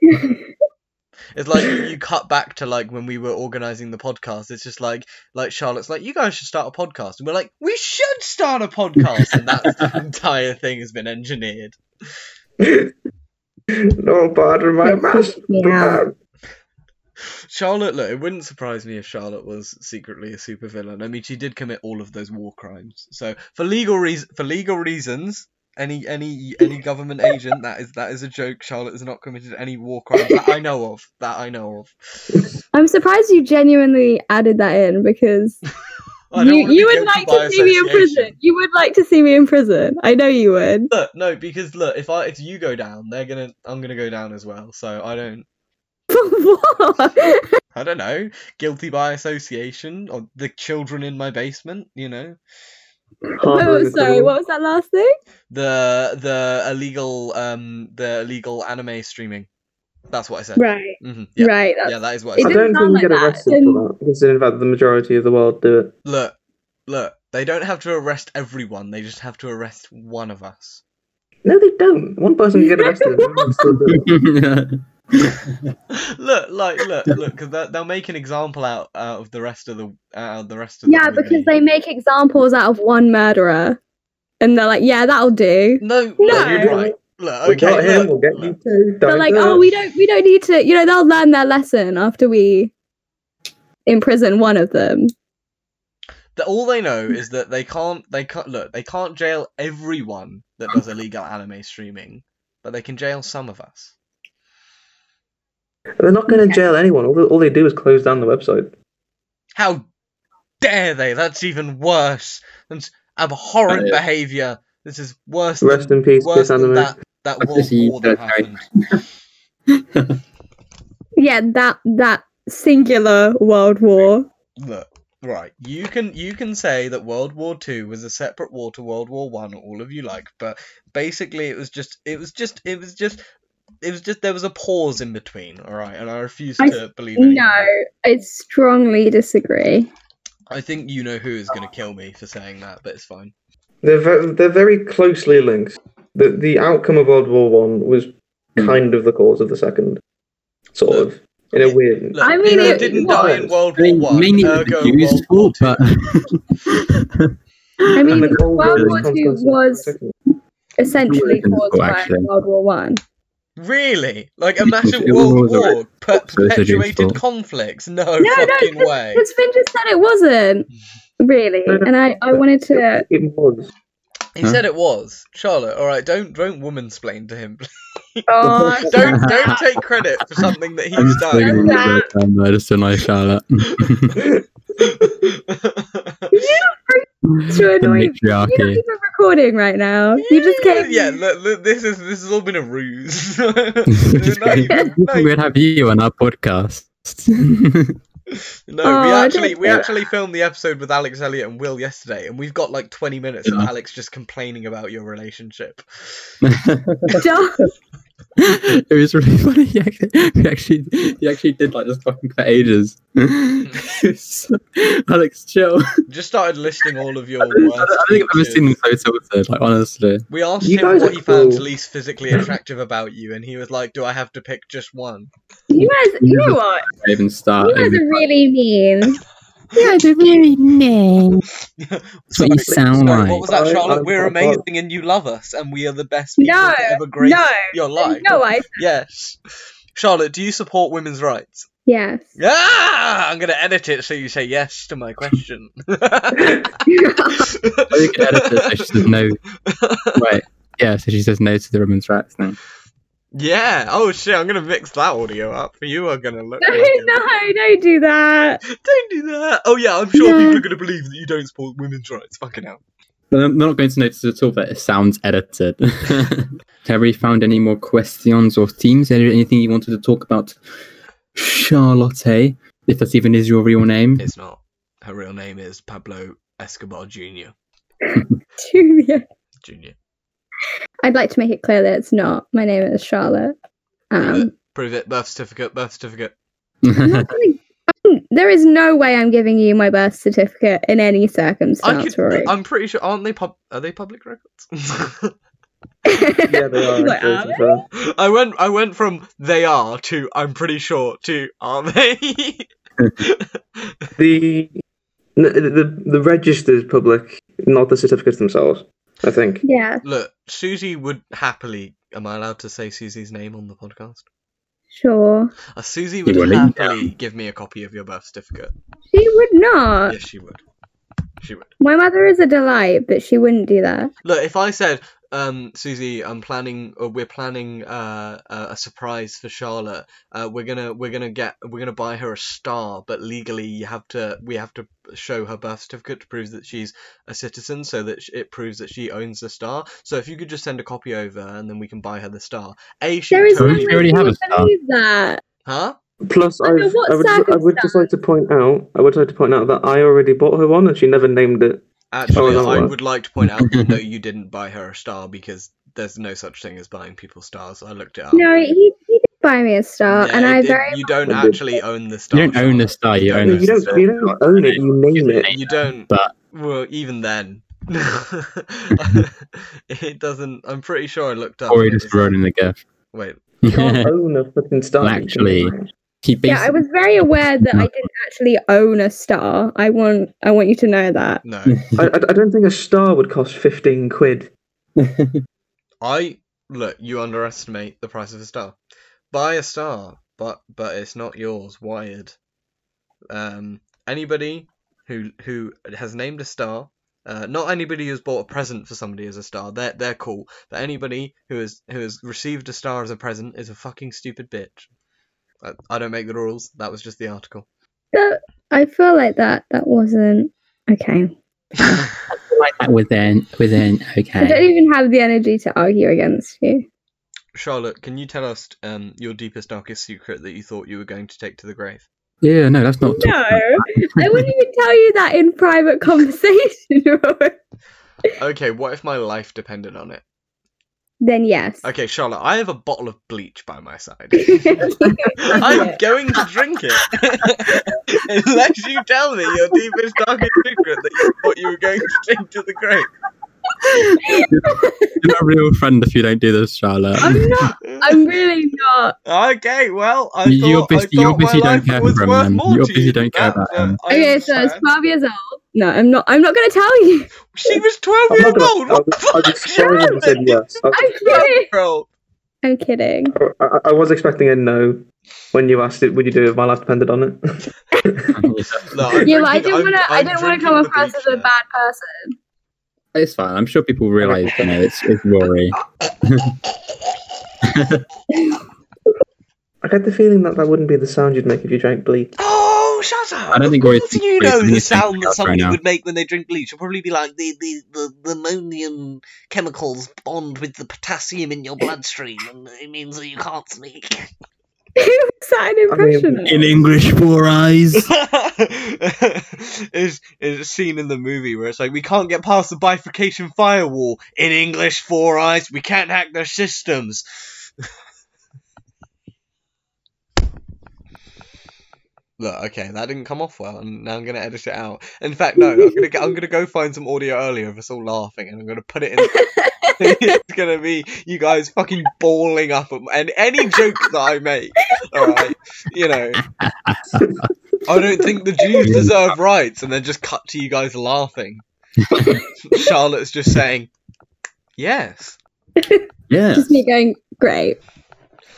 B: It's like you, you cut back to like when we were organizing the podcast. It's just like like Charlotte's like you guys should start a podcast, and we're like we should start a podcast, and that entire thing has been engineered.
D: no part of my
E: It
D: master
E: freaked me out.
D: plan.
B: Charlotte, look, it wouldn't surprise me if Charlotte was secretly a supervillain. I mean, she did commit all of those war crimes. So for legal reason, for legal reasons, any any any government agent that is that is a joke. Charlotte has not committed any war crimes that I know of. That I know of.
E: I'm surprised you genuinely added that in because
B: I don't
E: you,
B: wanna be
E: you would
B: guilty
E: like
B: by
E: to see me in
B: association.
E: prison. You would like to see me in prison. I know you would.
B: Look, no, because look, if I if you go down, they're gonna I'm gonna go down as well. So I don't
E: For what?
B: I don't know. Guilty by association or the children in my basement, you know.
E: oh, sorry, what was that last thing?
B: The the illegal um the illegal anime streaming. That's what I said.
E: Right,
B: hmm Yeah.
E: right. That's
B: Yeah, that is what I
E: It
D: I
B: said.
E: didn't
D: don't think
E: sound
D: you
E: like
D: get
E: that.
D: arrested for that, considering the fact that the majority of the world do it.
B: Look, look, they don't have to arrest everyone, they just have to arrest one of us.
D: No, they don't. One person can get arrested and everyone still do it.
B: look, like look, look, because they'll make an example out, out of the rest of the out of the rest of the
E: Yeah, because
B: movie.
E: they make examples out of one murderer, and they're like, "Yeah, that'll do."
B: No, no,
E: No.
B: right. Look, okay,
D: We got him,
B: look,
D: we'll get
B: look.
D: you too.
E: They're like, "Oh, we don't, we don't need to." You know, they'll learn their lesson after we imprison one of them.
B: The- all they know is that they can't they can't look they can't jail everyone that does illegal anime streaming but they can jail some of us
D: They're not going to jail anyone. All they, all they do is close down the website.
B: how dare they that's even worse that's abhorrent
C: Uh, yeah.
B: behavior this is worse than,
D: Rest in peace,
B: worse
D: Kiss
B: than
D: Anime.
B: that that
C: I've
B: world
C: just used
B: war that
C: that, sorry.
B: happened
E: Yeah, that that singular world war.
B: look right you can you can say that world war two was a separate war to world war one all of you like but basically it was just it was just it was just it was just there was a pause in between all right and i refuse
E: I-
B: to believe anything
E: No, I strongly disagree.
B: i think you know who is going to kill me for saying that but it's fine
D: They're, ve- they're very closely linked. The, the outcome of World War One was kind of the cause of the second, sort
B: Look,
D: of, in a
B: it-
D: weird.
B: Look,
E: I mean,
B: Hitler
E: it
B: didn't
E: was-
B: die in world
C: I mean,
B: war one
C: mainly it was
B: ergo
C: the Jews'
B: World War
C: fault, but
B: Two.
E: I mean,
D: and the Cold
E: World War
D: War was
E: Two
D: constant-
E: was essentially
C: It's all
E: caused
C: difficult,
E: by
C: actually.
E: World War One.
B: really like
C: It
B: a
C: was-
B: massive
C: it
B: world
C: was a-
B: war per-
C: so it's a Jews'
B: perpetuated
C: fault.
B: conflicts no,
E: No, no,
B: fucking way
E: Because Finn just said it wasn't really,
D: No, no,
E: and I I
D: but-
E: wanted to.
D: It was.
B: he
C: Huh?
B: said it was charlotte all right don't don't woman splain to him
E: Oh,
B: don't don't take credit for something that
C: I'm
B: he's
C: just looking
B: done.
C: at that. Um, I just don't know Charlotte.
E: to
C: the
E: annoy me. You're not
C: matriarchy.
E: even recording right now. You just came.
B: yeah, look, look, this is this has all been a ruse. no, no,
C: We'd have you on our podcast.
B: no,
E: Oh,
B: we
E: I
B: actually
E: don't
B: we
E: know.
B: actually filmed the episode with Alex Elliott and Will yesterday, and we've got like twenty minutes of
C: Yeah.
B: Alex just complaining about your relationship.
E: Just-
C: it was really funny. He actually, he actually, he actually did like this fucking for ages. Alex, chill.
B: Just started listing all of your
C: I don't, I
B: worst.
C: don't think I've ever
B: features.
C: seen him so tilted. Like honestly,
B: We asked
D: You
B: him
D: guys
B: what
D: are
B: he found
D: cool.
B: least physically attractive about you, and he was like, "Do I have to pick just one?"
E: you guys, you know what?
C: I even
E: You
C: start.
E: guys are really mean.
C: Yeah, they're really mean. That's what
B: Sorry,
C: you sound
B: sorry,
C: like.
B: What was that,
D: I-
B: Charlotte?
D: I'm-
B: We're
D: I'm-
B: amazing, and you love us, and we are the best people
E: No,
B: to ever grace
E: no,
B: your life.
E: no. I
B: Yes. Charlotte, do you support women's rights?
E: yes.
B: Ah, I'm going to edit it so you say yes to my question.
C: Or you can edit it so she says no. Right. Yeah, so she says no to the women's rights thing.
B: yeah. Oh shit, I'm going to mix that audio up. You are going to look.
E: No,
B: like a-
E: no, don't do that.
B: Don't do that. Oh yeah, I'm sure
E: No.
B: people are going to believe that you don't support women's rights. Fucking hell.
C: But I'm not going to notice at all that it sounds edited. Have we found any more questions or themes? Any- Anything you wanted to talk about Charlotte, if that even is your real name.
B: It's not. Her real name is Pablo Escobar Jr.
E: Julia.
B: Jr.
E: I'd like to make it clear that it's not. My name is Charlotte. Um,
B: Prove it. Birth certificate. Birth certificate.
E: I'm not gonna- I'm- there is no way I'm giving you my birth certificate in any circumstance,
B: I could,
E: Rory.
B: I'm pretty sure. Aren't they pub? Are they public records?
D: Yeah, they are.
E: Like, ah,
D: actually,
E: are
D: to be fair.
B: I went. I went from they are to I'm pretty sure to are they?
D: The, the the the register's public, not the certificates themselves. I think.
E: yeah,
B: Look, Susie would happily. Am I allowed to say Susie's name on the podcast?
E: sure.
B: Uh, Susie would
C: will, yeah.
B: happily give me a copy of your birth certificate.
E: She would not.
B: Yes, she would. She would.
E: My mother is a delight, but she wouldn't do that.
B: Look, if I said, um, Susie, I'm planning, uh, we're planning uh, a a surprise for Charlotte. Uh, we're gonna, we're gonna get, we're gonna buy her a star, but legally you have to, we have to show her birth certificate to prove that she's a citizen, so that sh- it proves that she owns the star. So if you could just send a copy over, and then we can buy her the star. A, she
E: There is no
C: Don't
E: way
B: totally,
C: you already
E: she
C: have a
E: would
C: star?
E: believe that.
B: huh?
D: Plus, I,
E: Under what
D: I would I would just like to point out I would like to point out that I already bought her one and she never named it.
B: Actually,
D: no,
B: I
D: what?
B: would like to point out that no, you didn't buy her a star because there's no such thing as buying people stars. I looked it up.
E: No, he, he did buy me a star,
B: Oh. Yeah,
E: Uh, and
B: it-
E: I
B: it-
E: very
B: you don't
D: I did.
B: actually own the star.
C: You don't own the
B: Charlotte.
C: star, you
B: No,
C: own
D: No,
C: the
D: you don't
C: star.
D: you don't own it. You name it.
B: You don't.
C: But-
B: well, even then, it doesn't. I'm pretty sure I looked up.
C: Or you
B: that
C: just
B: it-
C: wrote in the gift.
B: Wait,
D: You can't own a fucking star.
C: Actually, he
E: yeah. I
C: basically
E: was very aware that I didn't actually own a star. I want I want you to know that.
B: no.
D: I, I I don't think a star would cost fifteen quid.
B: I look. You underestimate the price of a star. Buy a star, but but it's not yours. Wired. Um, anybody who who has named a star. Uh, not anybody who's bought a present for somebody as a star. They're they're cool. But anybody who has who has received a star as a present is a fucking stupid bitch. I, I don't make the rules. That was just the article.
E: That I feel like that that wasn't okay.
C: like that with an with an
E: I don't
C: okay.
E: even have the energy to argue against you.
B: Charlotte, can you tell us um, your deepest, darkest secret that you thought you were going to take to the grave?
C: Yeah, no, that's not.
E: No, I wouldn't even tell you that in private conversation. Rory.
B: Okay, what if my life depended on it?
E: then yes.
B: Okay, Charlotte, I have a bottle of bleach by my side.
E: Yeah.
B: I'm going to drink it. Unless you tell me your deepest, darkest secret that you thought you were going to take to the grave.
C: You're not a real friend if you don't do this, Charlotte.
E: I'm not. I'm really not.
B: Okay, well, I
C: You
B: thought, I
C: obviously- you
B: thought
C: obviously
B: my
C: don't
B: life
C: care
B: was
C: for him,
B: worth
C: then.
B: more
C: You
B: to
C: obviously
B: than
C: don't care
B: that,
C: about
B: but
C: him.
B: I
E: Okay, so I was
B: understand.
E: 12 years old. No, I'm not. I'm not going to tell you.
B: She was 12
D: I'm
B: years
D: not gonna.
B: old!
D: I
B: What
D: was, I
B: the
D: was
B: fuck?
D: sorry when you said
B: Charlotte,
D: yes. I,
E: I'm kidding.
B: girl.
E: I'm kidding.
D: I, I was expecting a no when you asked it. Would you do it if my life depended on it?
B: No, I'm
E: Yeah,
B: drinking- I'm-
E: but I didn't want to. I
B: I'm
E: didn't want to
B: drinking
E: come
B: the
E: across
B: bleach
E: as a
B: now.
E: bad person.
C: it's fine. I'm sure people realise you know it's, it's Rory.
D: I get the feeling that that wouldn't be the sound you'd make if you drank bleach.
B: Oh, shut up!
C: I don't think
B: Of
C: we're-
B: course you
C: we're
B: know
C: doing
B: the
C: this thing
B: sound that
C: right
B: somebody
C: now.
B: would make when they drink bleach. It'll probably be like the the the, the ammonium chemicals bond with the potassium in your bloodstream, and it means that you can't sneak.
E: Who was that an impression? of?
C: In English, four eyes.
B: is is a scene in the movie where it's like we can't get past the bifurcation firewall in English four eyes. We can't hack their systems. Look, okay, that didn't come off well, and now I'm gonna edit it out. In fact, no, I'm gonna get, I'm gonna go find some audio earlier of us all laughing, and I'm gonna put it in. it's gonna be you guys fucking bawling up, at, and any joke that I make, all right, you know, I don't think the Jews deserve rights, and then just cut to you guys laughing. Charlotte's just saying, yes.
C: Yeah.
E: Just me going great.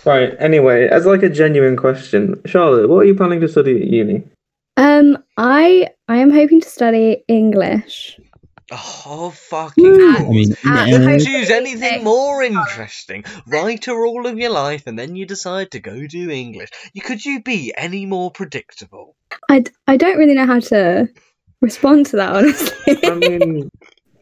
D: Right. Anyway, as like a genuine question, Charlotte, what are you planning to study at uni?
E: Um, I I am hoping to study English.
B: Oh fucking!
C: I mean,
E: Ah,
C: yeah.
E: okay.
B: Couldn't choose anything
E: Thanks.
B: more interesting. Writer all of your life, and then you decide to go do English. You could you be any more predictable?
E: I d- I don't really know how to respond to that honestly.
D: I mean,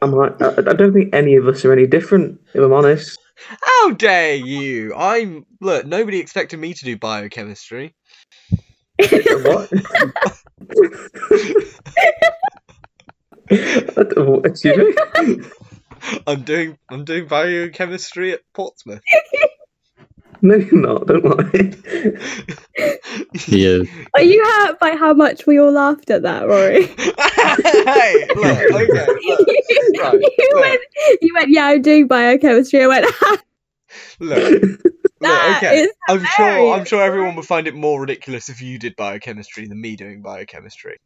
D: I'm like, I, I don't think any of us are any different, if I'm honest.
B: How dare you! I'm look. Nobody expected me to do biochemistry.
D: what? Excuse me?
B: I'm doing I'm doing biochemistry at Portsmouth.
D: No, you're not. Don't lie.
C: He is.
E: Are you hurt by how much we all laughed at that, Rory?
B: hey, look, okay, look,
E: you,
B: Right,
E: went, you went, yeah, I'm doing biochemistry. I went, ah,
B: look, look
E: that
B: okay.
E: is
B: I'm sure I'm
E: hilarious.
B: sure everyone would find it more ridiculous if you did biochemistry than me doing biochemistry.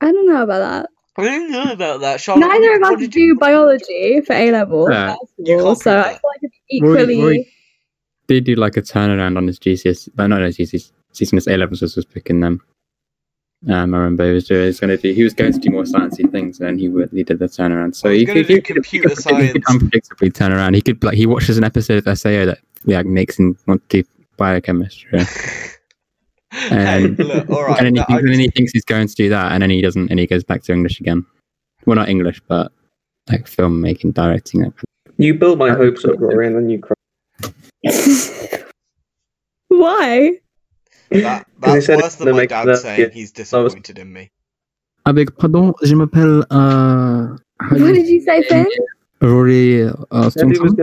E: I don't know about that.
B: I didn't know about that, Charlotte.
E: Neither
B: what,
E: of
B: what
E: us
B: did
E: do biology for A level,
C: Yeah.
E: first
B: You
E: of all,
B: can't
E: so
B: prove
E: I
B: that.
E: feel like it's
C: Rory-
E: equally.
C: Rory- Did do like a turnaround on his GCS, but not his GCS, his A levels was picking them. Um, I remember he was doing. He was going to do. He was going to do more sciencey things, and he would, he did the turnaround. So
B: I was
C: he,
B: gonna
C: could-
B: do
C: he could-
B: computer
C: he could, He could
B: science.
C: unpredictably turn around. He could like he watches an episode of SAO that yeah makes him want to do biochemistry,
B: hey,
C: Um,
B: look, all right.
C: and, then he
B: that-
C: thinks, and then
B: I,
C: he thinks he's going to do that, and then he doesn't, and he goes back to English again. Well, not English, but like filmmaking, directing. Like,
D: You build my hopes up, Rory, and then you cry.
E: Why?
B: that,
D: Because he
B: that's
D: said it
B: worse
D: to
B: than my
D: make
B: dad
D: that-
B: saying he's disappointed in me.
C: I beg pardon, je m'appelle. Uh, how do
E: What
C: you-
E: did you say, Finn?
C: Rory uh,
D: Said he was
C: Stonson?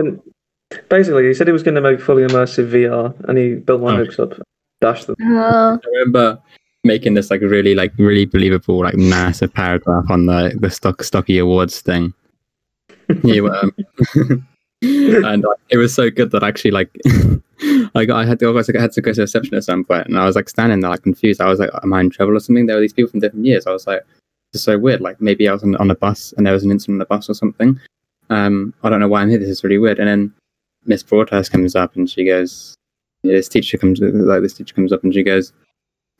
D: gonna, basically, he said he was going to make fully immersive VR, and he built my
C: Oh.
D: hopes up. Dash them.
E: Oh,
C: I remember making this like really like really believable like massive paragraph on the the stock stocky awards thing. You, um, and like, it was so good that actually like like I had to I was, like, I had to go to reception at some point and I was like standing there like confused. I was like, am I in trouble or something? There were these people from different years. I was like, this is so weird. Like maybe I was on, on a bus and there was an incident on the bus or something. Um, I don't know why I'm here. This is really weird. And then Miss Broadhurst comes up and she goes, yeah, this teacher comes like this teacher comes up and she goes,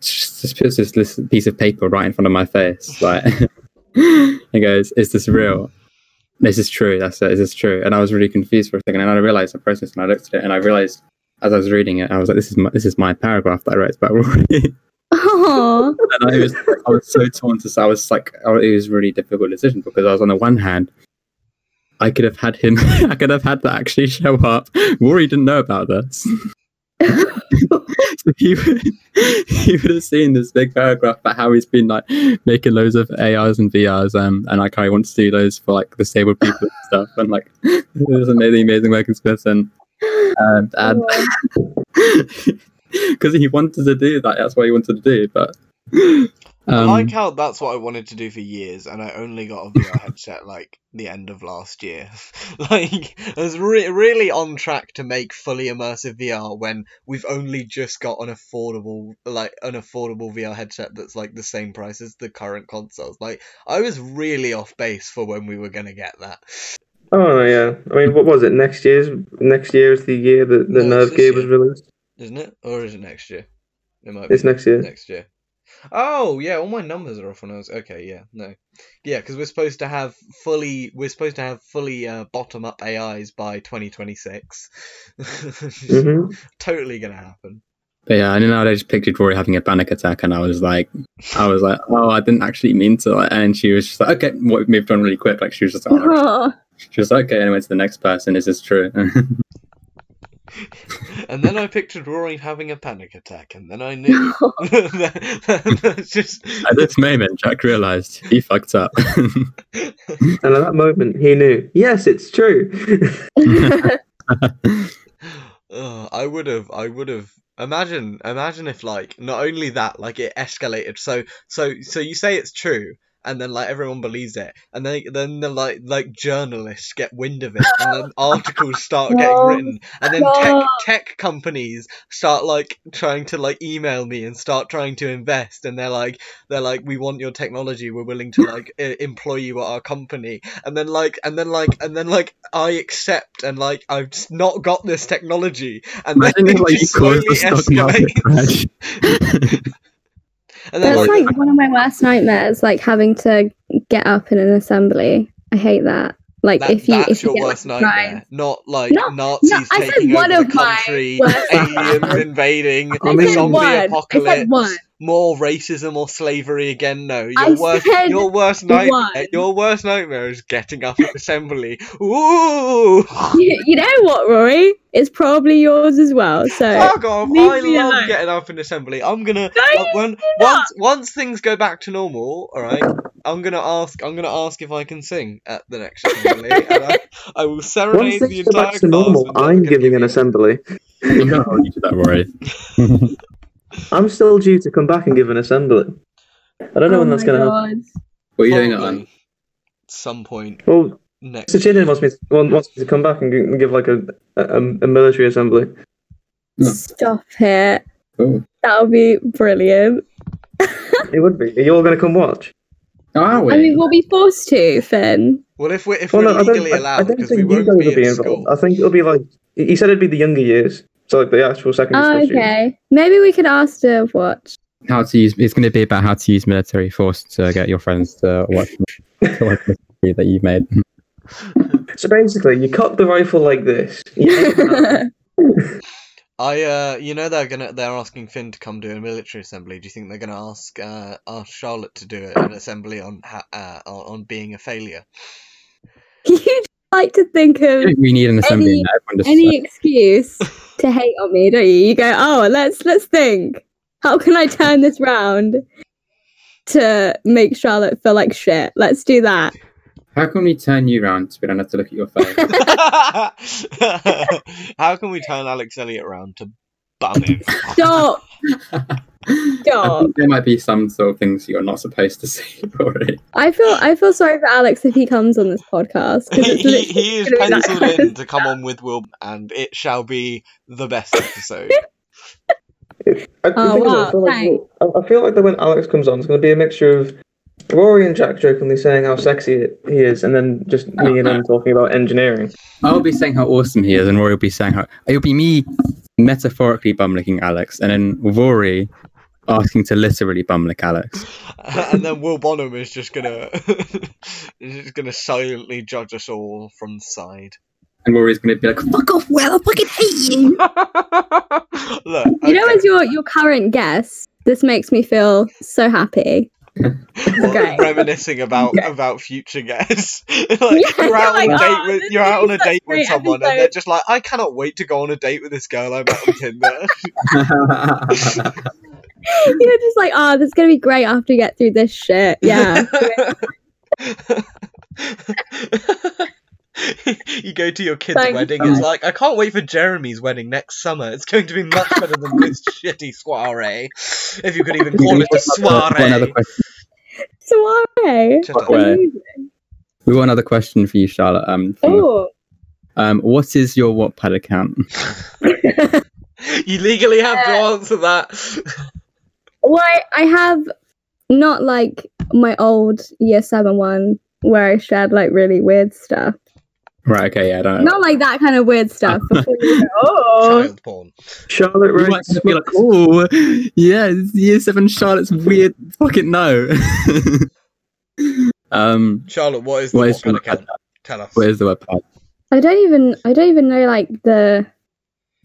C: just just puts this, this piece of paper right in front of my face. Like, and goes, "Is this real? This is true. That's it. Is this true?" And I was really confused for a second, and I realized the process, and I looked at it, and I realized as I was reading it, I was like, "This is my, this is my paragraph that I wrote about Rory." and
E: oh,
C: I was I was so torn to I was like, I, it was a really difficult decision because I was on the one hand. I could have had him. I could have had that actually show up. Rory didn't know about this. So he would, he would have seen this big paragraph about how he's been like making loads of ARs and VRs, um, and like how he wants to do those for like disabled people and stuff, and like it was amazing, amazing work experience, and um, and
E: oh.
C: because he wanted to do that, that's what he wanted to do, but
B: I
C: um,
B: like how that's what I wanted to do for years, and I only got a VR headset like the end of last year. like, I was re- really on track to make fully immersive VR when we've only just got an affordable, like, an affordable VR headset that's like the same price as the current consoles. Like, I was really off base for when we were gonna get that.
D: Oh yeah. I mean, what was it? Next year's next year is the year that
B: No,
D: the
B: it's
D: Nerve
B: this
D: gear
B: year.
D: was released.
B: Isn't it? Or is it next year? It might be
D: It's next year.
B: next year. Oh yeah, all my numbers are off when I was okay. Yeah, no, yeah, because we're supposed to have fully we're supposed to have fully uh, bottom up AIs by 2026.
D: hmm
B: Totally gonna happen.
C: but yeah, and then I just pictured Rory having a panic attack, and I was like, I was like, oh, I didn't actually mean to, like, and she was just like, okay, what moved on really quick, like she was just like,
E: Uh-huh.
C: "Oh, She was like, okay, anyway, to the next person. Is this true?
B: And then I pictured Rory having a panic attack, and then I knew. That's just
C: At this moment, Jack realized he fucked up.
D: And at that moment, he knew. Yes, it's true.
B: Ugh, I would have, I would have. Imagine, imagine if like not only that, like it escalated. So, so, so you say it's true, and then like everyone believes it, and then then the like like journalists get wind of it, and then articles start getting
E: Oh,
B: written, and then
E: God.
B: tech tech companies start like trying to like email me and start trying to invest, and they're like they're like we want your technology, we're willing to like e- employ you at our company, and then like and then like and then like I accept and like I've just not got this technology and then
C: Imagine
B: it
C: if like you
B: just
C: caused the
B: slowly
C: stock market
B: escalates
C: crash.
B: and then
E: That's
B: like,
E: like one of my worst nightmares, like having to get up in an assembly. I hate that. Like
B: that,
E: if you
B: that's
E: if you
B: your
E: get like,
B: worst nightmare
E: drive-
B: not like
E: No,
B: Nazis
E: no, I said
B: taking
E: one
B: over the
E: of my
B: country
E: worst
B: aliens
E: nightmares.
B: invading
D: I mean-
B: zombie
E: one. I said
B: apocalypse
E: one.
B: more racism or slavery again. No, your
E: I
B: worst,
E: said
B: your worst nightmare,
E: one.
B: your worst nightmare is getting up at assembly. Ooh, fuck
E: you, you know what, Rory? It's probably yours as well. So
B: off!
E: leave
B: I
E: me
B: love
E: alone.
B: getting up in assembly. I'm gonna
E: Don't
B: uh, when, once once things go back to normal. All right, I'm gonna ask. I'm gonna ask if I can sing at the next assembly. and I, I will
D: Once
B: serenade the
D: things go
B: entire
D: back to
B: class
D: normal,
B: with Duncan
D: I'm giving an
B: Gibby.
D: assembly.
C: I'm gonna hold you to that, Rory.
D: I'm still due to come back and give an assembly. I
E: Oh
D: don't know when that's going to happen.
C: what are you doing it
B: Probably
C: on?
B: Some point
D: Well,
B: next.
D: Mr. Chidin wants me to, wants me to come back and g- and give like a, a, a military assembly.
C: No.
E: Stop it.
C: Cool.
E: That would be brilliant.
D: It would be. Are you all going to come watch?
C: Oh, are we?
E: I mean, we'll be forced to, Finn.
B: Well, if we're if
D: Well,
B: we're
D: no, I don't,
B: legally
D: I, I
B: allowed,
D: don't
B: because we
D: think you
B: won't
D: guys
B: be
D: will
B: in
D: be uh,
B: school.
D: involved. I think it'll be like he he said it'd be the younger years, so like the actual secondary
E: Oh,
D: school students.
E: okay. Maybe we could ask to watch.
C: how to use it's going to be about how to use military force to get your friends to watch, to watch the movie that you've made.
D: So basically, you cock the rifle like this. You aim at
E: I
B: I uh, you know they're gonna they're asking Finn to come do a military assembly. Do you think they're gonna ask uh ask Charlotte to do it, an assembly on ha- uh on on being a failure?
E: You'd like to think of
C: We need an assembly.
E: Any-
C: now, everyone just,
E: any excuse to hate on me, don't you? You go, oh, let's let's think. How can I turn this round to make Charlotte feel like shit? Let's do that.
C: how can we turn you round so we don't have to look at your face?
B: How can we turn Alex Elliot around to bum him?
E: Stop.
C: I
E: Stop.
C: think there might be some sort of things you're not supposed to see, Rory.
E: I feel I feel sorry for Alex if he comes on this podcast because
B: he,
E: it's
B: he,
E: literally
B: he is
E: gonna be that
B: penciled
E: kind
B: in
E: of
B: to come on with Will, and it shall be the best episode.
D: I, the
E: Oh,
D: thing is, I
E: wow,
D: feel like-
E: thanks.
D: I- I feel like that when Alex comes on, it's going to be a mixture of Rory and Jack jokingly saying how sexy he is, and then just me and him talking about engineering.
C: I'll be saying how awesome he is, and Rory will be saying how it'll be me metaphorically bum licking Alex, and then Rory asking to literally bum lick Alex.
B: and then Will Bonham is just gonna is just gonna silently judge us all from the side.
C: And Rory's going to be like, fuck off, well, I fucking hate you.
B: Look,
E: You know,
B: okay.
E: as your your current guest, this makes me feel so happy. Okay.
B: reminiscing about about future guests. like, you're out
E: like,
B: on a date
E: "Oh,
B: with
E: this
B: you're
E: is
B: out on a
E: such a
B: date with
E: great
B: someone, and they're
E: episode."
B: just like, I cannot wait to go on a date with this girl I met on Tinder.
E: You're just like, oh, this is gonna be great after you get through this shit. Yeah.
B: you go to your kid's
E: Thanks,
B: wedding.
C: guys.
B: It's like I can't wait for Jeremy's wedding next summer. It's going to be much better than this shitty soiree, if you could even call it a
C: One other
B: soiree.
C: question.
E: Soiree.
B: Shut up.
C: Where? We've got another question for you, Charlotte. Um, from the
E: Oh.
C: Um, what is your Wattpad account?
B: You legally have to answer that.
E: Well, I, I have not like my old year seven one where I shared like really weird stuff.
C: Right, okay, yeah, I don't know.
E: Not like that kind of weird stuff. Before you go, oh,
B: Child porn.
D: Charlotte
C: You might
D: writes,
C: kind of be like, oh, yeah, it's year seven Charlotte's weird. Fucking no. um,
B: Charlotte, what is the
C: what is your
B: Wattpad
C: Wattpad?
B: account? Tell us.
C: What is the Wattpad?
E: I don't even I don't even know like the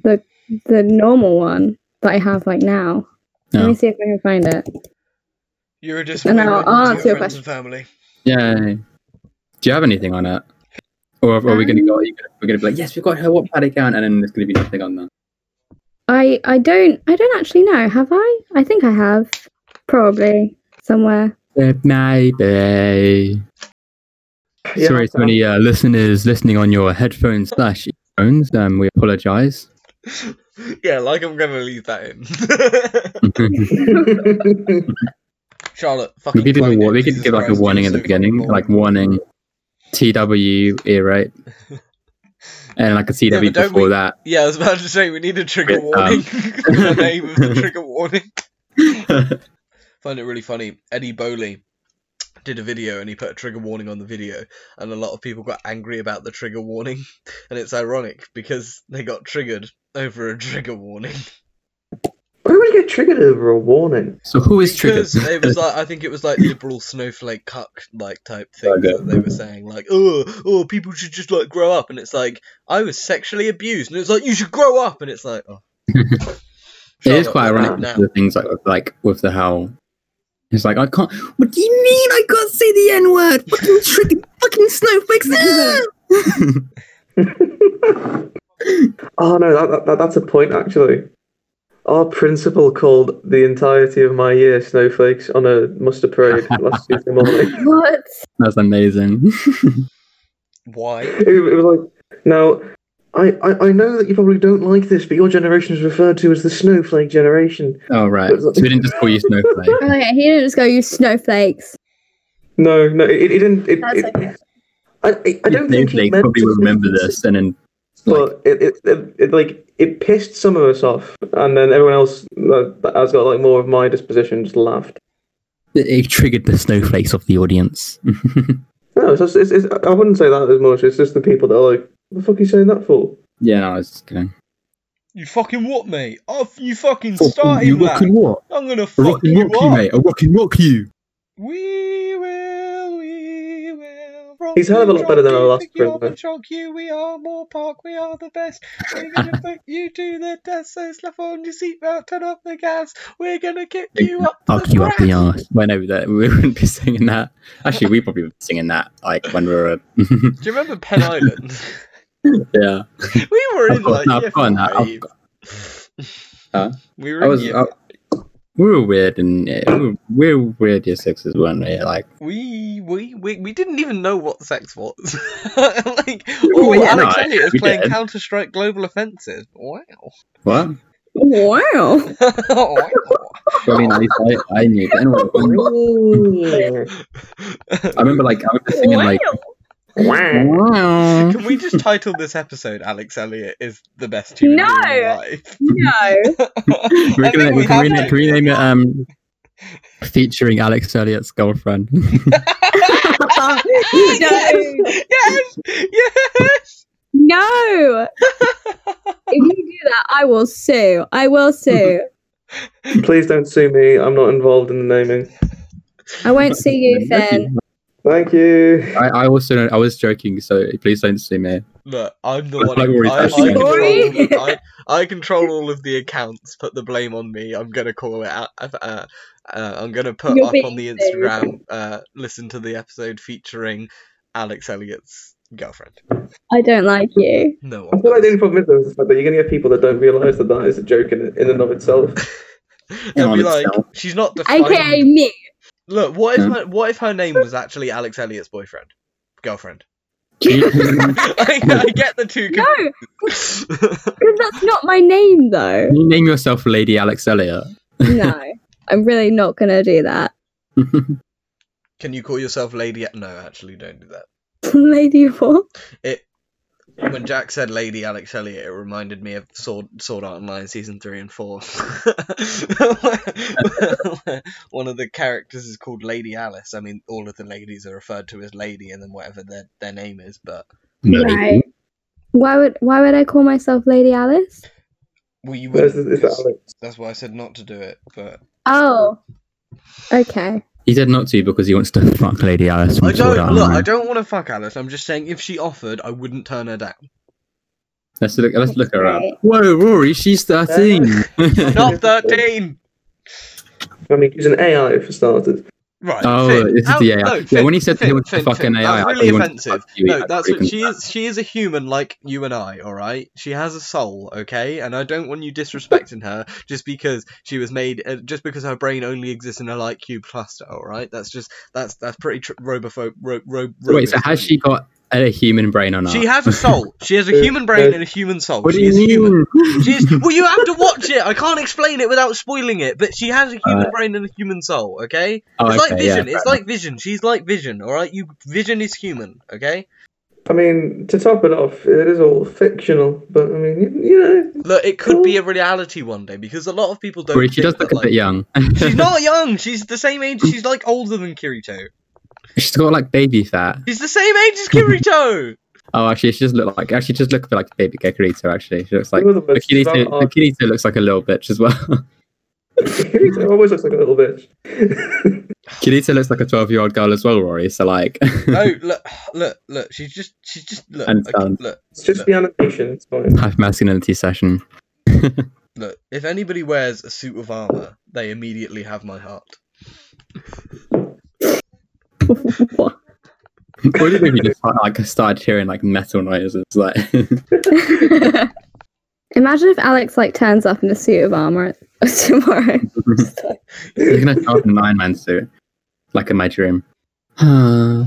E: the the normal one that I have like now. Let
C: No.
E: me see if I can find it.
B: You're a disappointment
E: And I'll
B: to
E: answer
B: your
E: your
B: friends and family.
C: Yay. Do you have anything on it? Or are, are we going to go, are you gonna, we're going to be like, yes, we've got her Wattpad account, and then there's going to be nothing on there.
E: I I don't I don't actually know. Have I? I think I have. Probably somewhere.
C: It may be.
D: Yeah,
C: Sorry to
D: I'm-
C: any uh, listeners listening on your headphones slash earphones. Um, we apologise.
B: yeah, like I'm gonna leave that in. Charlotte, fucking.
C: We could, give a,
B: clone
C: wa-
B: it,
C: we could
B: Jesus
C: give like a
B: Christ,
C: warning
B: you're
C: at the
B: so
C: beginning,
B: fucking
C: like
B: boring.
C: warning, TW ear rape, and like a TW
B: but don't
C: before
B: we-
C: that.
B: Yeah, I was about to say we need a trigger
C: Um,
B: warning. the name of the trigger warning. Find it really funny. Eddie Bowley did a video and he put a trigger warning on the video, and a lot of people got angry about the trigger warning, and it's ironic because they got triggered over a trigger warning.
D: Why would you get triggered over a warning?
C: so who is triggered?
B: because it was like I think it was like liberal snowflake cuck like type thing
C: Okay.
B: that they were saying like oh oh people should just like grow up and it's like I was sexually abused and it's like you should grow up and it's like oh
C: it is quite ironic with
F: now.
C: the things like with, like with the how it's like I can't. What do you mean I can't say the N word? Fucking tricky, fucking snowflakes. ah!
D: Oh no, that, that, that that's a point actually. Our principal called the entirety of my year snowflakes on a muster parade last Tuesday morning.
E: What?
C: That's amazing.
B: Why?
D: It, it was like, now, I, I, I know that you probably don't like this, but your generation is referred to as the snowflake generation.
C: oh right, so we didn't just call you snowflake.
E: Oh, yeah, he didn't just go, you snowflakes.
D: No, no, it, it didn't. It,
E: That's
D: it,
E: okay.
D: I, I, I don't think he
C: snowflake
D: meant
C: probably
D: to
C: will
D: be
C: remember this, and then like
D: But it, it, it, it like it pissed some of us off, and then everyone else uh, that that has got like more of my disposition just laughed.
C: it, it triggered the snowflakes off the audience.
D: No, it's, just, it's, it's I wouldn't say that as much. It's just the people that are like, "What the fuck are you saying that for?"
C: yeah, no, I was just kidding.
F: You fucking what, mate? Oh, f- you fucking starting
C: you
F: that?
C: rockin' what?
F: I'm gonna
C: I
F: fuck
C: rockin'
F: you
C: rock you,
F: up.
C: mate. I rockin' rock you.
F: We will, we will. rock
D: He's a hell of a
F: you,
D: lot better than
F: jock
D: our
F: you,
D: last
F: pick you up
D: prisoner.
F: and choke you. We are more park. We are the best. We're gonna put you to the test. So slap on your seatbelt, turn off the gas. We're gonna kick you up
C: Fuck
F: the
C: you up the
F: grass.
C: arse. Well, no, that, we wouldn't be singing that. Actually, we probably would be singing that, like, when we were.
B: Do you remember Penn Island?
C: yeah.
B: we were
C: I've
B: in
C: got-
B: like
C: I've
B: year
C: got that, I've
B: five.
C: Huh?
B: We
C: I
B: were in
C: was.
B: year
C: I, we were weird and we were, we were weird year sixes, weren't we? Like,
B: we we we we didn't even know what sex was. like,
C: Well,
B: oh,
C: yeah, no,
B: Alex Elliott is
C: we
B: playing
C: did.
B: Counter Strike Global Offensive. Wow.
C: what?
E: Wow.
B: wow.
C: I mean, at least I, I knew. But anyway, I remember, like, I remember singing, like,
D: Wow.
C: wow.
B: Can we just title this episode "Alex Elliott is the best human
E: No!
B: being alive"?
E: No.
C: We
B: I
C: can,
B: think we
C: we can,
B: have
C: rename,
B: it.
C: can we name it um, featuring Alex Elliott's girlfriend?
E: Oh, no.
B: Yes, yes.
E: No. if you do that, I will sue. I will sue.
D: Please don't sue me. I'm not involved in the naming.
E: I won't sue you, Finn.
D: Thank you.
C: I, I also I was joking, so please don't sue me.
B: Look, I'm the
C: That's
B: one.
C: like already
B: I, I,
C: touched on.
B: control, all
E: Sorry?
B: the- I, I control all of the accounts. Put the blame on me. I'm gonna call it out. Uh, uh, I'm gonna put
E: You're
B: up on the
E: being sued.
B: Instagram. Uh, listen to the episode featuring Alex Elliott's girlfriend.
E: I don't like you.
B: No
D: I
B: one.
D: feel like the
B: does.
D: only problem is though, is the fact that you're going to get people that don't realise that that is a joke in, in and of itself.
C: on
B: They'll be like,
C: itself.
B: she's not defined.
E: AKA me.
B: Look, what if
C: Hmm.
B: her, what if her name was actually Alex Elliott's boyfriend, girlfriend?
C: Can
B: I, I get the two.
E: No,
B: confused.
E: because that's not my name, though.
C: you name yourself Lady Alex Elliot?
E: No, I'm really not going to do that.
B: Can you call yourself Lady? No, actually, don't do that.
E: Lady what?
B: When Jack said Lady Alex Elliot, it reminded me of Sword, Sword Art Online season three and four. One of the characters is called Lady Alice. I mean, all of the ladies are referred to as Lady, and then whatever their their name is. But
E: No. Why would why would I call myself Lady Alice?
B: well, you
D: Is,
B: wouldn't.
D: is that
B: because
D: Alex?
B: That's why I said not to do it. But
E: Oh, okay.
C: He said not to because he wants to fuck Lady Alice from
B: I
C: Sword
B: don't
C: Art
B: look. I
C: Online.
B: don't want to fuck Alice. I'm just saying, if she offered, I wouldn't turn her down.
C: Let's look. Let's look her up.
E: Right.
C: Whoa, Rory, she's thirteen.
B: Not thirteen.
D: I mean, he's an AI for starters.
B: Right.
C: Oh,
B: Finn,
C: this is
B: how-
C: the AI.
B: No,
C: Yeah,
B: Finn,
C: when he said that he
B: Finn,
C: wanted to
B: Finn,
C: fuck
B: Finn,
C: an AI, I
B: that's
C: thought
B: really
C: he wanted to
B: offensive.
C: fuck you,
B: no,
C: I
B: that's
C: reckon.
B: what she is. She is a human like you and I. All right, she has a soul. Okay, and I don't want you disrespecting her just because she was made, uh, just because her brain only exists in a light cube cluster. All right, that's just that's that's pretty tr- robophobe. Ro- ro-
C: Wait, so
B: robist
C: has
B: of
C: she
B: you.
C: got a human brain or not?
B: She has a soul. She has a
D: Uh,
B: human brain
D: uh,
B: and a human soul.
C: What do
B: she
C: you
B: is human.
C: mean?
B: She is, well, you have to watch it. I can't explain it without spoiling it. But she has a human brain and a human soul. Okay,
C: Oh,
B: it's like
C: okay, yeah,
B: Vision.
C: fair
B: it's like Vision. She's like Vision. All right, you Vision is human. Okay,
D: I mean, to top it off, it is all fictional, but I mean, you, you know,
B: look, it could be a reality one day because a lot of people don't.
C: Rory,
B: think
C: she does
B: that,
C: look a
B: like-
C: bit young.
B: She's not young. She's the same age. She's like older than Kirito.
C: She's got like baby fat.
B: She's the same age as Kirito.
C: Oh, actually, she does look like actually she does look a bit like baby Kirito. Actually, she looks like
D: You're the
C: the
D: most
C: Kirito,
D: smart-
C: the Kirito looks like a little bitch as well.
D: Kirito always looks like a little bitch.
C: Kirito looks like a twelve-year-old girl as well, Rory. So like,
B: no, look, look, look. She's just, she's just look,
C: And
B: okay,
C: sound.
B: look.
D: it's just the animation. It's fine.
C: half masculinity session.
B: Look, if anybody wears a suit of armor, they immediately have my heart.
E: What?
C: What do you think you just like started hearing like metal noises? Like,
E: Imagine if Alex like turns up in a suit of armor tomorrow. Just like-
C: you're gonna start in an Iron Man suit, like in my dream. for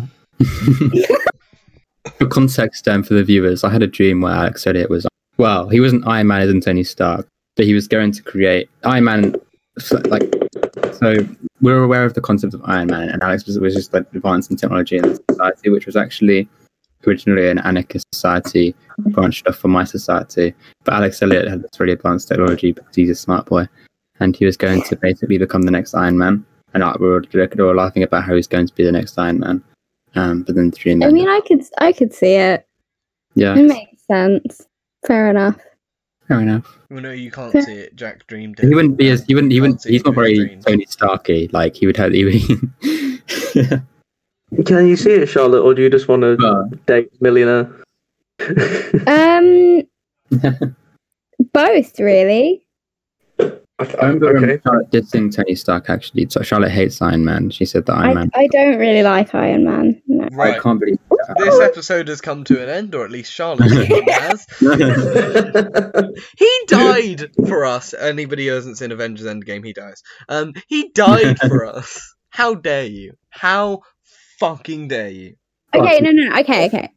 C: context, um, for the viewers, I had a dream where Alex Elliott was. Well, he wasn't Iron Man, isn't Tony Stark, but he was going to create Iron Man. so- Like, so we were aware of the concept of Iron Man, and Alex was, was just like advancing technology in society, which was actually originally an anarchist society branched off from my society. But Alex Elliott had this really advanced technology because he's a smart boy, and he was going to basically become the next Iron Man. And like, we were, we were laughing about how he's going to be the next Iron Man. Um, but then the dream
E: I
C: ended.
E: mean, I could I could see it.
C: yeah,
E: It makes sense. Fair enough.
C: fair enough.
B: Well, no, you can't see it. Jack dreamed it.
C: He wouldn't be as he wouldn't he wouldn't
B: Can't see
C: he's not
B: through his
C: very
B: dreams.
C: Tony Starky. Like he would have he would,
D: Can you see it, Charlotte, or do you just want to
C: No.
D: date millionaire?
E: Um, both really.
C: I remember um,
D: okay.
C: Charlotte dissing Tony Stark actually. So Charlotte hates Iron Man. She said that Iron
E: I,
C: Man.
E: I don't really like Iron Man. No.
C: I
B: Right.
C: can't believe.
B: This episode has come to an end, or at least Charlotte has. He died for us. Anybody who hasn't seen Avengers Endgame, he dies. Um, he died for us. How dare you? How fucking dare you?
E: Okay, no, no, no. Okay, okay,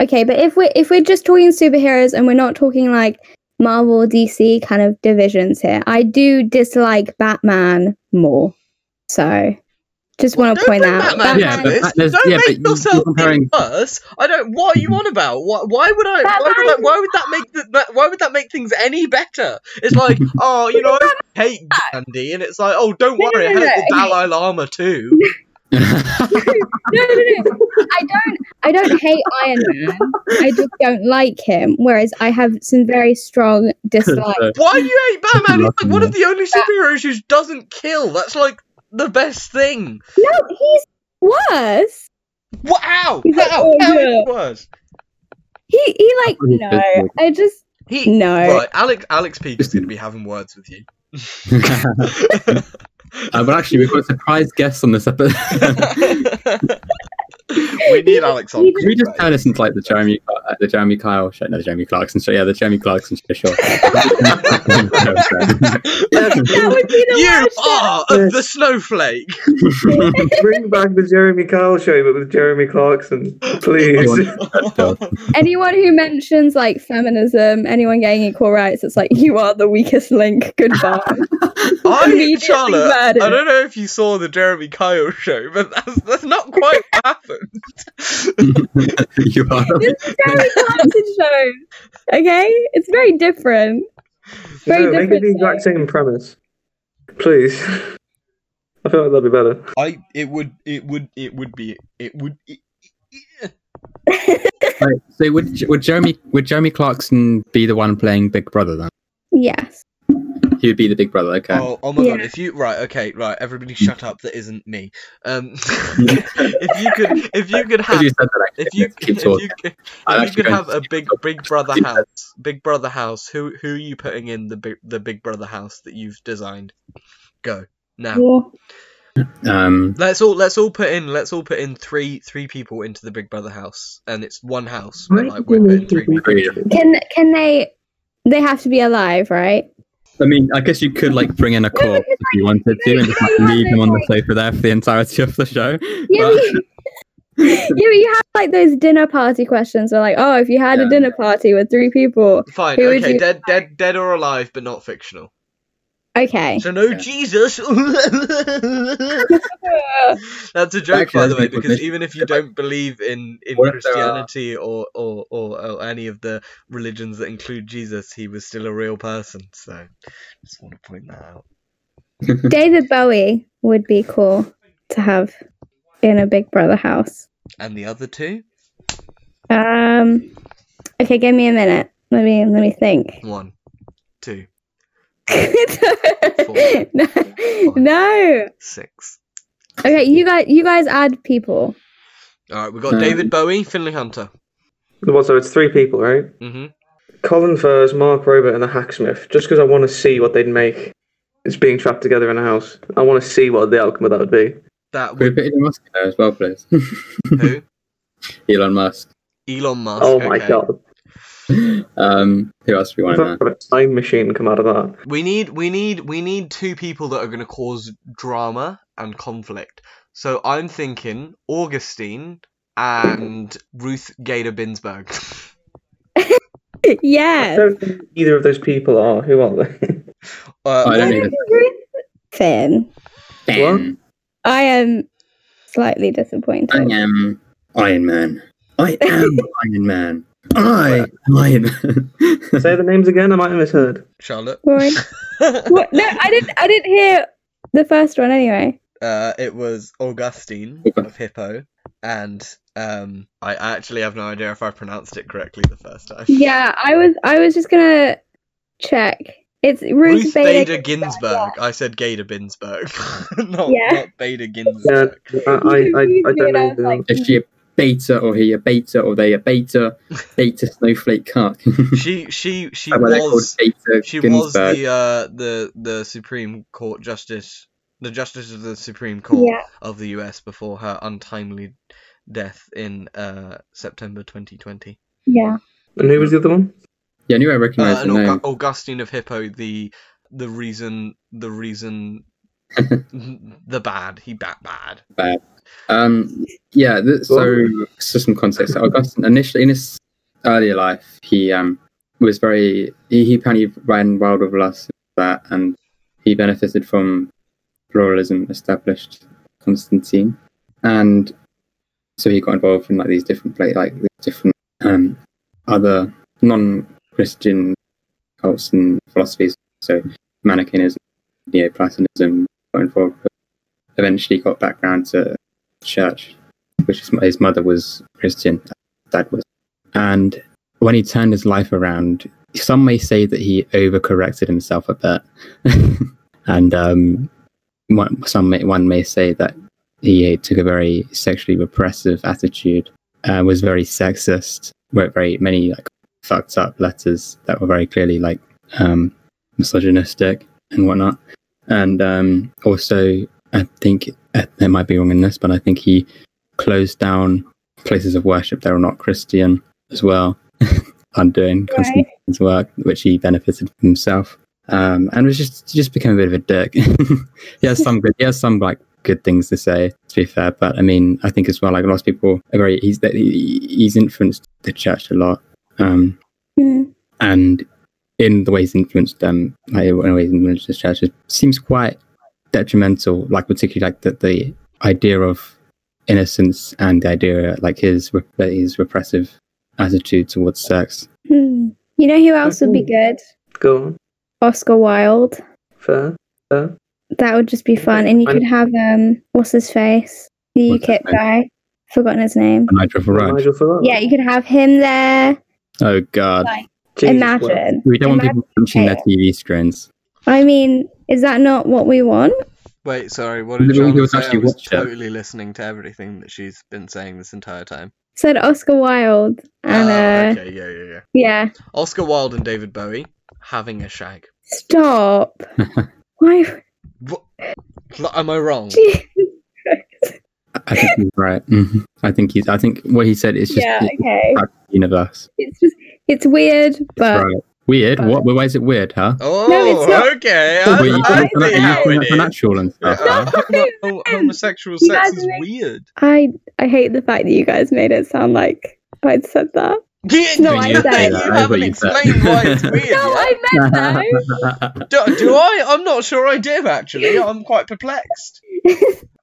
E: okay. But if we are if we're just talking superheroes and we're not talking like Marvel, DC kind of divisions here, I do dislike Batman more. So, just want
B: Don't
E: to point
B: bring
E: that out.
B: Batman
C: Yeah,
B: into
C: but
B: this.
C: Bat- there's-
B: Don't
C: yeah,
B: make
C: but you-
B: yourself
C: you're comparing-
B: worse. I don't. What are you on about? Why, why would I? Why would, I, why would that make the, that, Why would that make things any better? It's like, oh, you know, I hate Gandhi, and it's like, oh, don't
E: No, no,
B: worry,
E: no,
B: I hate the
E: no, okay.
B: Dalai Lama too.
E: no, no, no. I don't. I don't hate Iron Man. I just don't like him. Whereas I have some very strong dislike.
B: Why do you hate Batman? He's like one of the only
E: Bat-
B: superheroes who doesn't kill. That's like the best thing.
E: No, he's worse.
B: Wow!
E: He's like,
B: Ow!
E: oh,
B: Ow,
E: yeah.
B: it was.
E: He he like no. I just
B: He
E: no.
B: right, Alex Alex Peak is
C: Listen.
B: gonna be having words with you.
C: Uh, but actually, we've got a surprise guest on this episode.
B: we need Alex on.
E: Even-
C: Can we just turn this into like the Jeremy, uh, the Jeremy Kyle show? No, the Jeremy Clarkson show. Yeah, the Jeremy Clarkson show. Sure.
E: That would be the
B: You
E: worst.
B: are
D: Yes.
B: the snowflake.
D: Bring back the Jeremy Kyle show, but with Jeremy Clarkson, please.
E: Anyone who mentions like feminism, anyone getting equal rights, it's like you are the weakest link. Goodbye.
B: I,
E: Immediately
B: Charlotte, I
E: murdered.
B: don't know if you saw the Jeremy Kyle show, but that's, that's not quite what happened.
C: you are.
E: this is very Clarkson show. Okay, it's very different. Very
D: no, make it the
E: different,
D: exact same premise, please. I feel like that'd be better.
B: I it would it would it would be it would e, it,
C: Right, so would would Jeremy would Jeremy Clarkson be the one playing Big Brother then?
E: Yes.
C: He would be the Big Brother. Okay.
B: Oh, oh my god!
E: Yeah.
B: If you right, okay, right, everybody, shut up. That isn't me. Um, if you could, if you could
C: As
B: have,
C: you said that, actually,
B: if you,
C: let's
B: if
C: keep
B: you,
C: talking.
B: could-
C: I'm
B: if you
C: actually
B: could
C: going
B: have
C: to
B: a
C: keep
B: big,
C: talking.
B: big brother
C: keep
B: house, big brother house. Who, who are you putting in the big, the big brother house that you've designed? Go now.
E: Well,
C: Um,
B: Let's all, let's all put in, let's all put in three, three people into the big brother house, and it's one house. But like we're putting three. people.
C: three.
E: Can can they? They have to be alive, right?
C: I mean, I guess you could like bring in a
E: because,
C: corpse if you wanted to, and just like
E: you have
C: leave
E: those,
C: him on the
E: like-
C: sofa there for the entirety of the show.
E: Yeah,
C: But-
E: but you, yeah, but you have like those dinner party questions. Where like, oh, if you had
C: Yeah.
E: a dinner party with three people,
B: Fine,
E: Who would
B: okay,
E: you-
B: dead, dead, dead or alive, but not fictional.
E: okay.
B: So no
C: Yeah.
B: Jesus. That's a joke, by
C: Actually, that's
B: the way,
C: a good
B: because
C: question.
B: even if you don't believe in, in
C: What if there are-
B: Christianity or, or, or, or any of the religions that include Jesus, he was still a real person. So just want to point that out.
E: David Bowie would be cool to have in a Big Brother house.
B: And the other two?
E: Um, okay, give me a minute. Let me let me think.
B: One, two,
E: no, no.
B: six.
E: Okay, you guys you guys add people.
B: All right, we've got
C: Um,
B: David Bowie, Finley Hunter.
D: Well, so it's three people, right?
B: hmm
D: Colin Furs, Mark Robert, and the Hacksmith, just because I want to see what they'd make. It's being trapped together in a house. I want to see what the outcome of that would be.
B: That
C: Could we
B: would
C: put Elon Musk in there as well, please?
A: Who?
C: Elon Musk.
A: Elon Musk.
D: oh my
A: okay.
D: god!
C: Um, who else do we
D: If
C: want in
D: I
C: there?
D: had a time machine come out of that,
A: We need we need we need two people that are going to cause drama and conflict. So I'm thinking Augustine and Ruth Gator Binsberg.
D: I
E: yeah.
D: don't think either of those people are. Who are they?
B: uh,
C: I
E: Why
C: don't even-
E: don't you agree with Finn.
C: Ben.
E: I am slightly
C: I
E: disappointed.
C: am Iron Man. I am Iron Man. I am Iron Man.
D: Say the names again. I might have misheard.
B: Charlotte.
E: Roy? What? No, I didn't. I didn't hear the first one anyway.
B: uh, it was Augustine
C: Okay.
B: of Hippo, and um, I actually have no idea if I pronounced it correctly the first time.
E: Yeah, I was. I was just gonna check. It's Ruth,
B: Ruth Bader,
E: Bader.
B: Ginsburg. I said Gator Binsburg, not,
E: Yeah.
B: not Bader
D: Yeah,
B: Ginsburg.
D: I, I, I, I don't know.
E: Like, mm,
C: Is she a beta or he a beta or they a beta? Beta snowflake cunt.
B: She she she
C: Why they're called
B: was
C: beta
B: she was
C: Ginsburg.
B: the uh, the the Supreme Court justice, the justice of the Supreme Court
E: yeah,
B: of the U.S. before her untimely death in uh, September 2020.
E: yeah.
D: And who was the other one?
C: Yeah, I knew I recognised
B: Uh,
C: the
B: and
C: name.
B: Augu- Augustine of Hippo, the the reason, the reason, the bad. He bat bad.
C: Um, yeah. Th- so, so some context. Augustine initially in his earlier life, he um was very he, he apparently ran wild with lust and that, and he benefited from pluralism established Constantine, and so he got involved in like these different pla like these different um other non-Christian cults and philosophies. So Manichaeism, Neoplatonism, got involved. But eventually, got back round to church, which his, his mother was Christian, dad was. And when he turned his life around, some may say that he overcorrected himself a bit. and um, one, some may, one may say that he took a very sexually repressive attitude, uh, was very sexist, wrote very many like fucked up letters that were very clearly like um, misogynistic and whatnot. And um, also, I think I I might be wrong in this, but I think he closed down places of worship that were not Christian as well, undoing
E: Right.
C: Constantine's work, which he benefited from himself, um, and was just he just became a bit of a dick. he has some good, he has some like good things to say, to be fair, but I mean, I think as well, like a lot of people are very he's that he, he's influenced the church a lot, um,
E: Mm.
C: and in the way he's influenced them, like in the way he's influenced the church, it seems quite detrimental, like particularly like the, the idea of innocence and the idea like his rep- his repressive attitude towards sex.
E: Mm. You know who else would be good?
D: Go on.
E: Oscar Wilde.
D: Fair. Fair.
E: That would just be fun, and you
D: I-
E: could have um, what's his face, the
C: What's his
E: UKIP
C: name?
E: guy. Forgotten his name.
C: Nigel Farage.
D: Nigel Farage.
E: Yeah, you could have him there.
C: Oh God,
E: Like,
D: Jesus, well,
E: imagine.
C: we don't want
E: Imagine-
C: people punching their TV screens.
E: I mean, is that not what we want?
B: Wait, sorry. What
C: Well,
B: did
C: the
B: Charlotte
C: video was
B: say? I
C: actually
B: was
C: watched it.
B: totally listening to everything that she's been saying this entire time.
E: Said Oscar Wilde, and
B: Oh,
E: uh,
B: okay, yeah, yeah, yeah.
E: yeah,
B: Oscar Wilde and David Bowie having a shag.
E: stop. Why?
B: What? Am I wrong?
C: I- I think he's right. Mhm. I think he's. I think what he said is just
E: yeah,
C: the
E: okay.
C: universe.
E: It's just it's weird,
C: It's
E: but
C: right. Weird.
E: but-
C: What? Why is it weird? Huh?
B: Oh,
E: it's not-
B: okay.
C: Well,
B: I,
C: you
B: I
C: think it's
B: see
C: you
B: how
C: think
B: it
C: it's
B: is.
C: natural and stuff.
B: Uh,
C: huh?
B: homo- homo- homosexual
E: You guys
B: sex is
E: make-
B: weird.
E: I I hate the fact that you guys made it sound like I'd said that. No, I
B: you
E: said-
B: haven't-
E: That's
B: you
C: what
B: haven't
C: you said.
B: explained why it's weird.
E: No,
B: yet.
E: I meant though.
B: Do, do I? I'm not sure I do, actually. I'm quite perplexed.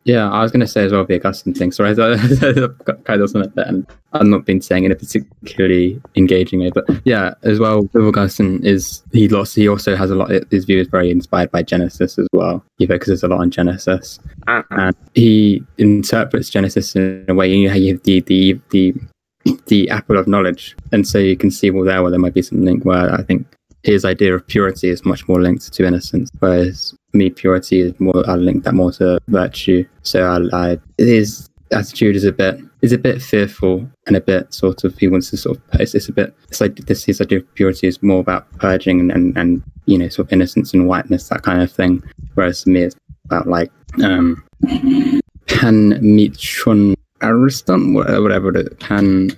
C: Yeah, I was going to say as well the Augustine thing. Sorry, I got carried on a bit, and I've not been saying in a particularly engaging way. But yeah, as well, with Augustine is he lost. He also has a lot. His view is very inspired by Genesis as well. He focuses a lot on Genesis,
D: Ah.
C: and he interprets Genesis in a way. You know how you have the the the the apple of knowledge, and so you can see well there where there might be something where I think his idea of purity is much more linked to innocence, whereas me purity is more I link that more to virtue. So I, I his attitude is a bit is a bit fearful and a bit sort of he wants to sort of it's, it's a bit it's like this his idea of purity is more about purging and, and and you know sort of innocence and whiteness that kind of thing whereas for me it's about like um pan mitron ariston wha- whatever it is, pan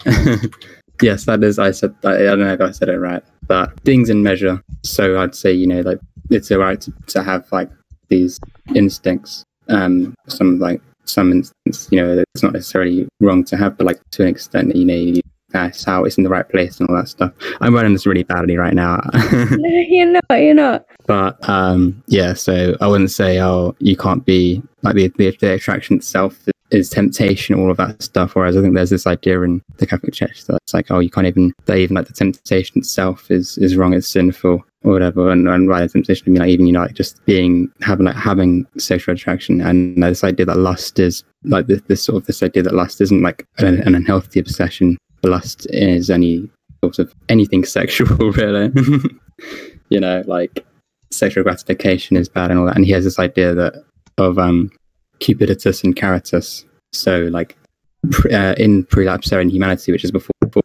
C: yes that is i said i don't know if i said it right but things in measure so i'd say you know like it's all right to, to have like these instincts um some like some instance, you know, it's not necessarily wrong to have, but like to an extent, you know, you, that's how it's in the right place and all that stuff. I'm running this really badly right now,
E: No, you're not. You're not.
C: but um, yeah. So I wouldn't say oh you can't be like the the, the attraction itself is temptation, all of that stuff. Whereas I think there's this idea in the Catholic Church that's like oh you can't even that even like the temptation itself is is wrong, it's sinful. Or whatever, and, and by the temptation, I mean like even you know like just being having like having sexual attraction, and this idea that lust is like this, this sort of this idea that lust isn't like an, an unhealthy obsession. Lust is any sort of anything sexual, really. you know, like sexual gratification is bad and all that. And he has this idea that of um, cupiditas and caritas. So, like pre, uh, in prelapsarian humanity, which is before, before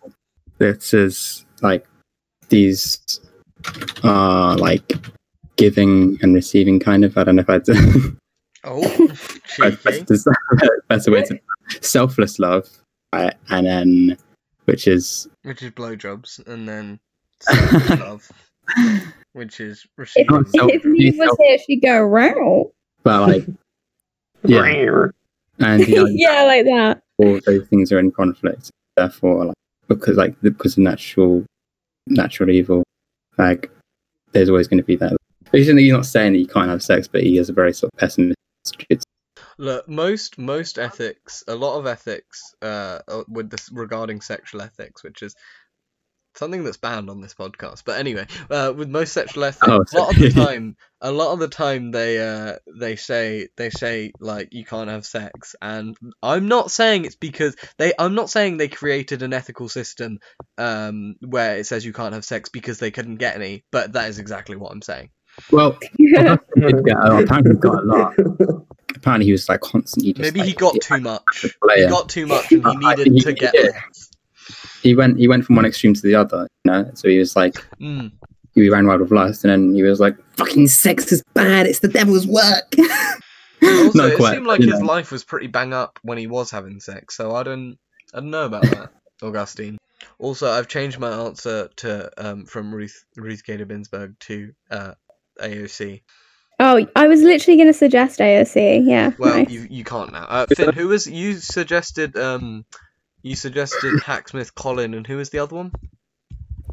C: this is like these are like giving and receiving kind of. I don't know if I'd
B: Oh, cheeky.
C: that's better way to selfless love, right? and then which is
B: Which is blowjobs, and then self love, which is
E: If,
B: receiving.
C: so-
E: if you was here, she'd go round.
C: but like yeah, and the idea
E: yeah, like that.
C: all those things are in conflict. Therefore, like because like the- because of natural natural evil, like there's always going to be that. He's he's not saying that you can't have sex, but he is a very sort of pessimistic.
B: Look, most most ethics, a lot of ethics, uh, uh, with this regarding sexual ethics, which is something that's banned on this podcast. But anyway, uh, with most sexual ethics, a
C: Oh,
B: lot of the
C: sorry.
B: time, a lot of the time they uh they say they say like you can't have sex, and I'm not saying it's because they I'm not saying they created an ethical system um where it says you can't have sex because they couldn't get any, but that is exactly what I'm saying.
C: Well, yeah, oh, apparently he got a lot. Apparently he was like constantly. Just,
B: Maybe
C: like,
B: he got
C: yeah,
B: too much. He
C: player.
B: got too much, and he
C: I- I
B: needed
C: think he
B: to
C: did,
B: get
C: yeah.
B: less.
C: He went he went from one extreme to the other. You know, so he was like
B: Mm.
C: he ran wild with lust, and then he was like, "Fucking sex is bad. It's the devil's work."
B: Also,
C: Not
B: it
C: quite,
B: seemed like
C: you
B: his
C: know.
B: life was pretty bang up when he was having sex, so I don't, I don't know about that, Augustine. Also, I've changed my answer to um, from Ruth Ruth Gator Binsberg to uh, AOC.
E: Oh, I was literally going to suggest AOC. Yeah.
B: Well,
E: nice.
B: you you can't now. Uh, Finn, who was you suggested? Um, you suggested Hacksmith Colin, and who was the other one?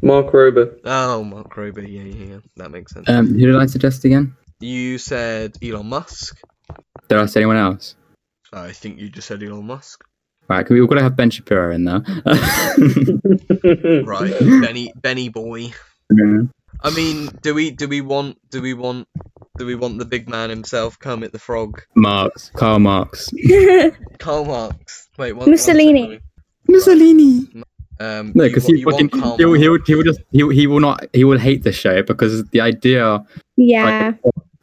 D: Mark Rober.
B: Oh, Mark Groby. Yeah, yeah, yeah. That makes sense.
C: um, who did I suggest again?
B: You said Elon Musk.
C: Did I say anyone else?
B: I think you just said Elon Musk.
C: Right, 'cause we've got to have Ben Shapiro in there.
B: Right, Benny Benny boy. I mean, do we do we want do we want do we want the big man himself, Kermit the Frog,
C: Marx, Karl Marx,
B: Karl Marx? Wait, one, one
E: Mussolini.
B: second,
C: Mussolini.
B: um,
C: No,
B: you
C: because
B: want-
C: he,
B: you want
C: fucking-
B: Karl
C: he, will, he, will,
B: Marx.
C: he will just he, will- he will not he will hate the show because the idea
E: yeah.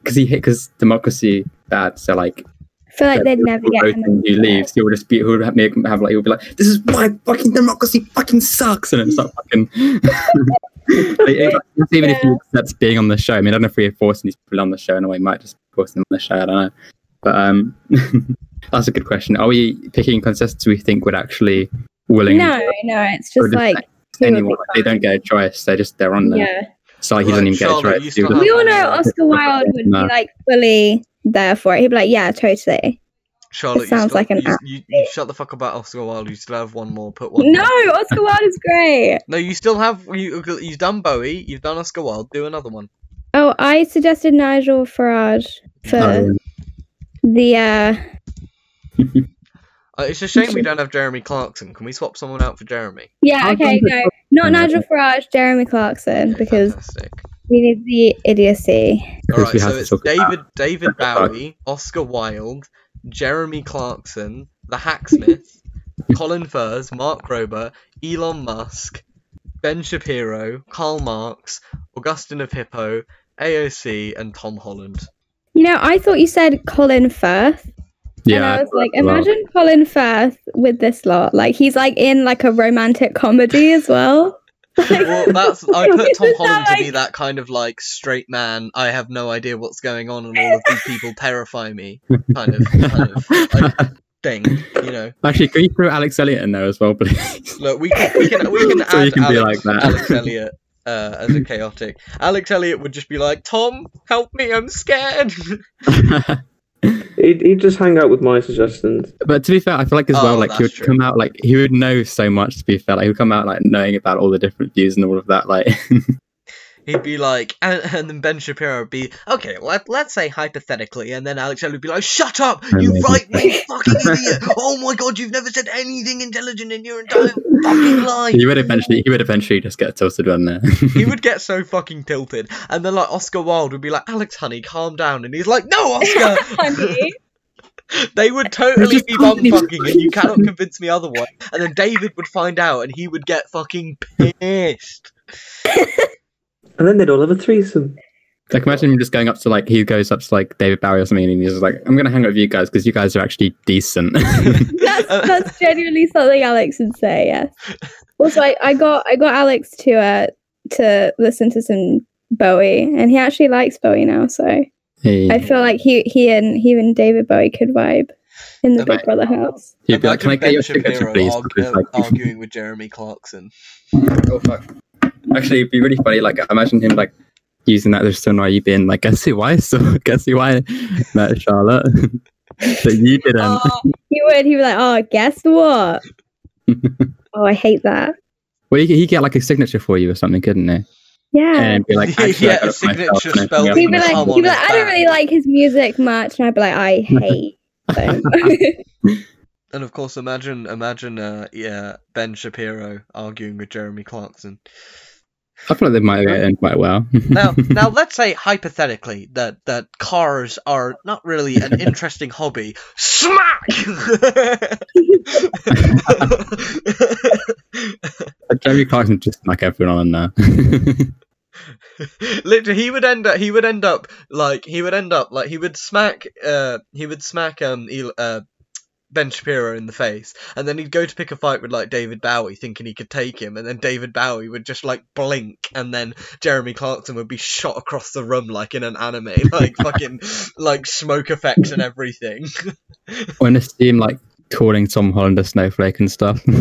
C: because he because democracy bad so like
E: I feel like they'd never get
C: voting
E: another
C: who
E: one.
C: leaves he will just be he will have, make him have like he'll be like this is why fucking democracy fucking sucks and it's not fucking Like, it- it's even if he
E: Yeah.
C: accepts being on the show I mean I don't know if we're forcing these people on the show in a way might just force them on the show I don't know but um that's a good question are we picking contestants we think would actually willing
E: No, no, it's
C: or
E: just like who would
C: anyone
E: be
C: they
E: fine.
C: don't get a choice they just they're on there
E: yeah.
C: so like, he doesn't
B: Right,
C: even
B: Charlotte,
C: get a
B: you
C: choice
B: still
C: He was-
E: We all know Oscar Wilde would
C: No.
E: be like fully there for it. He'd be like, yeah, totally.
B: Charlotte,
E: It sounds
B: you still,
E: like an
B: you, you, you shut the fuck up about Oscar Wilde. You still have one more. Put one.
E: No,
B: more.
E: Oscar Wilde is great.
B: no, you still have you. You've done Bowie. You've done Oscar Wilde. Do another one.
E: Oh, I suggested Nigel Farage for
C: Oh,
E: the uh
B: Uh, it's a shame we don't have Jeremy Clarkson. Can we swap someone out for Jeremy?
E: yeah,
C: I'll
E: okay,
C: go with-
E: no. Not
C: No.
E: Nigel Farage, Jeremy Clarkson,
B: Okay,
E: because
B: fantastic.
E: we need the idiocy.
B: All
C: because
B: right,
C: we have
B: so
C: to
B: it's
C: talk about-
B: David David
C: Clark.
B: Bowie, Oscar Wilde, Jeremy Clarkson, the Hacksmith, Colin Furs, Mark Rober, Elon Musk, Ben Shapiro, Karl Marx, Augustine of Hippo, AOC, and Tom Holland.
E: You know, I thought you said Colin Firth. and
C: Yeah,
E: I was like,
C: as well.
E: imagine Colin Firth with this lot. Like he's like in like a romantic comedy as well.
B: Well, that's I
E: It
B: put Tom
E: was
B: Holland to be
E: like-
B: that kind of like straight man. I have no idea what's going on, and all of these people terrify me. Kind of, kind of thing, you know.
C: Actually, can you throw Alex Elliott in there as well, please?
B: Look, we can we can we can
C: So
B: add
C: you can be
B: Alex,
C: like that.
B: Alex Elliot uh, as a chaotic. Alex Elliot would just be like, Tom, help me, I'm scared.
D: He'd, he'd just hang out with my suggestions.
C: but to be fair, I feel like as well,
B: Oh,
C: like he would
B: that's
C: come out like he would know so much. To be fair, like he would come out like knowing about all the different views and all of that. Like,
B: He'd be like, and, and then Ben Shapiro would be, okay, let, let's say hypothetically, and then Alex Elliot would be like, shut up, you
C: Amazing.
B: right wing fucking idiot! Oh my god, you've never said anything intelligent in your entire fucking life!
C: he would eventually, he would eventually just get tilted one there.
B: He would get so fucking tilted, and then like Oscar Wilde would be like, Alex, honey, calm down, and he's like, no, Oscar!
E: Honey.
B: They would totally
C: just
B: be
C: can't
B: bum
C: believe-
B: fucking, and you cannot convince me otherwise. And then David would find out, and he would get fucking pissed.
D: And then they'd all have a threesome.
C: like, imagine him just going up to like he goes up to like David Barry or something, and he's just like, "I'm gonna hang out with you guys because you guys are actually decent."
E: That's that's genuinely something Alex would say, yes. Also I, I got I got Alex to uh to listen to some Bowie and he actually likes Bowie now, so
C: he,
E: I feel like he he and he and David Bowie could vibe in the Big
B: Right.
E: Brother house.
C: he'd be
B: Imagine
C: like, "Can I get
B: Ben
C: your signature,
B: Shapiro
C: please?"
B: argu-
C: Because, like,
B: arguing with Jeremy Clarkson.
C: Oh fuck! Actually, it'd be really funny. Like, imagine him like using that. There's so you being like, guess who I saw? Guess who I met Charlotte? that you didn't.
B: Um,
E: He would he would be like, Oh, guess what? oh, I hate that.
C: Well, he he get like a signature for you or something, couldn't he?
E: Yeah.
C: And be like,
B: Yeah,
C: actually, I
B: yeah,
C: got
B: a
C: it for myself
B: signature
C: and everything
B: spelled
C: else
E: He'd
B: with
E: be
C: on
B: an
E: like,
C: it."
B: Come
E: he'd
B: on,
E: be like,
B: it's
E: I don't
B: bad.
E: really like his music much, and I'd be like, I hate them.
B: And of course, imagine, imagine, uh, yeah, Ben Shapiro arguing with Jeremy Clarkson.
C: I feel like they might have end quite well.
B: Now, now, let's say hypothetically that that cars are not really an interesting hobby. Smack!
C: Jeremy Clarkson just like everyone on there.
B: Literally, he would end up. He would end up like he would end up like he would smack. Uh, he would smack um El- uh, Ben Shapiro in the face, and then he'd go to pick a fight with like David Bowie, thinking he could take him, and then David Bowie would just like blink, and then Jeremy Clarkson would be shot across the room like in an anime, like fucking like smoke effects and everything.
C: when it's team like calling Tom Holland a snowflake and stuff.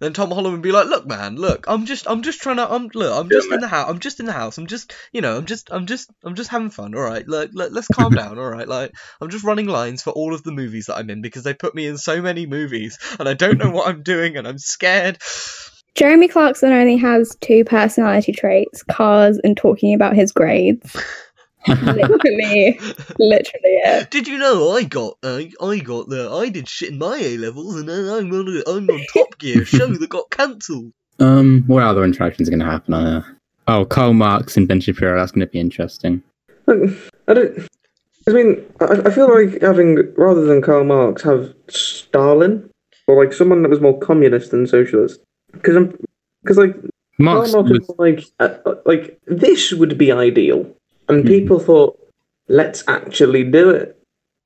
B: Then Tom Holland would be like, "Look, man, look, I'm just, I'm just trying to, I'm look, I'm just in the house, I'm just in the house, I'm just, you know, I'm just, I'm just, I'm just having fun. All right, look, let, let's calm down. All right, like, I'm just running lines for all of the movies that I'm in because they put me in so many movies, and I don't know what I'm doing, and I'm scared.
E: Jeremy Clarkson only has two personality traits cars and talking about his grades. Literally, literally it.
B: Did you know I got, I, I got the, I did shit in my A levels, and then I'm on, a- I'm on Top Gear a show that got cancelled.
C: Um, what other interactions are going to happen on there? Oh, Karl Marx and Ben Shapiro. That's going to be interesting.
D: Like, I don't. I mean, I, I feel like having rather than Karl Marx, have Stalin or like someone that was more communist than socialist. Because I'm because like
C: Marx
D: Karl
C: was,
D: Marx was like uh, like this would be ideal, and
C: Mhm.
D: people thought, let's actually do it.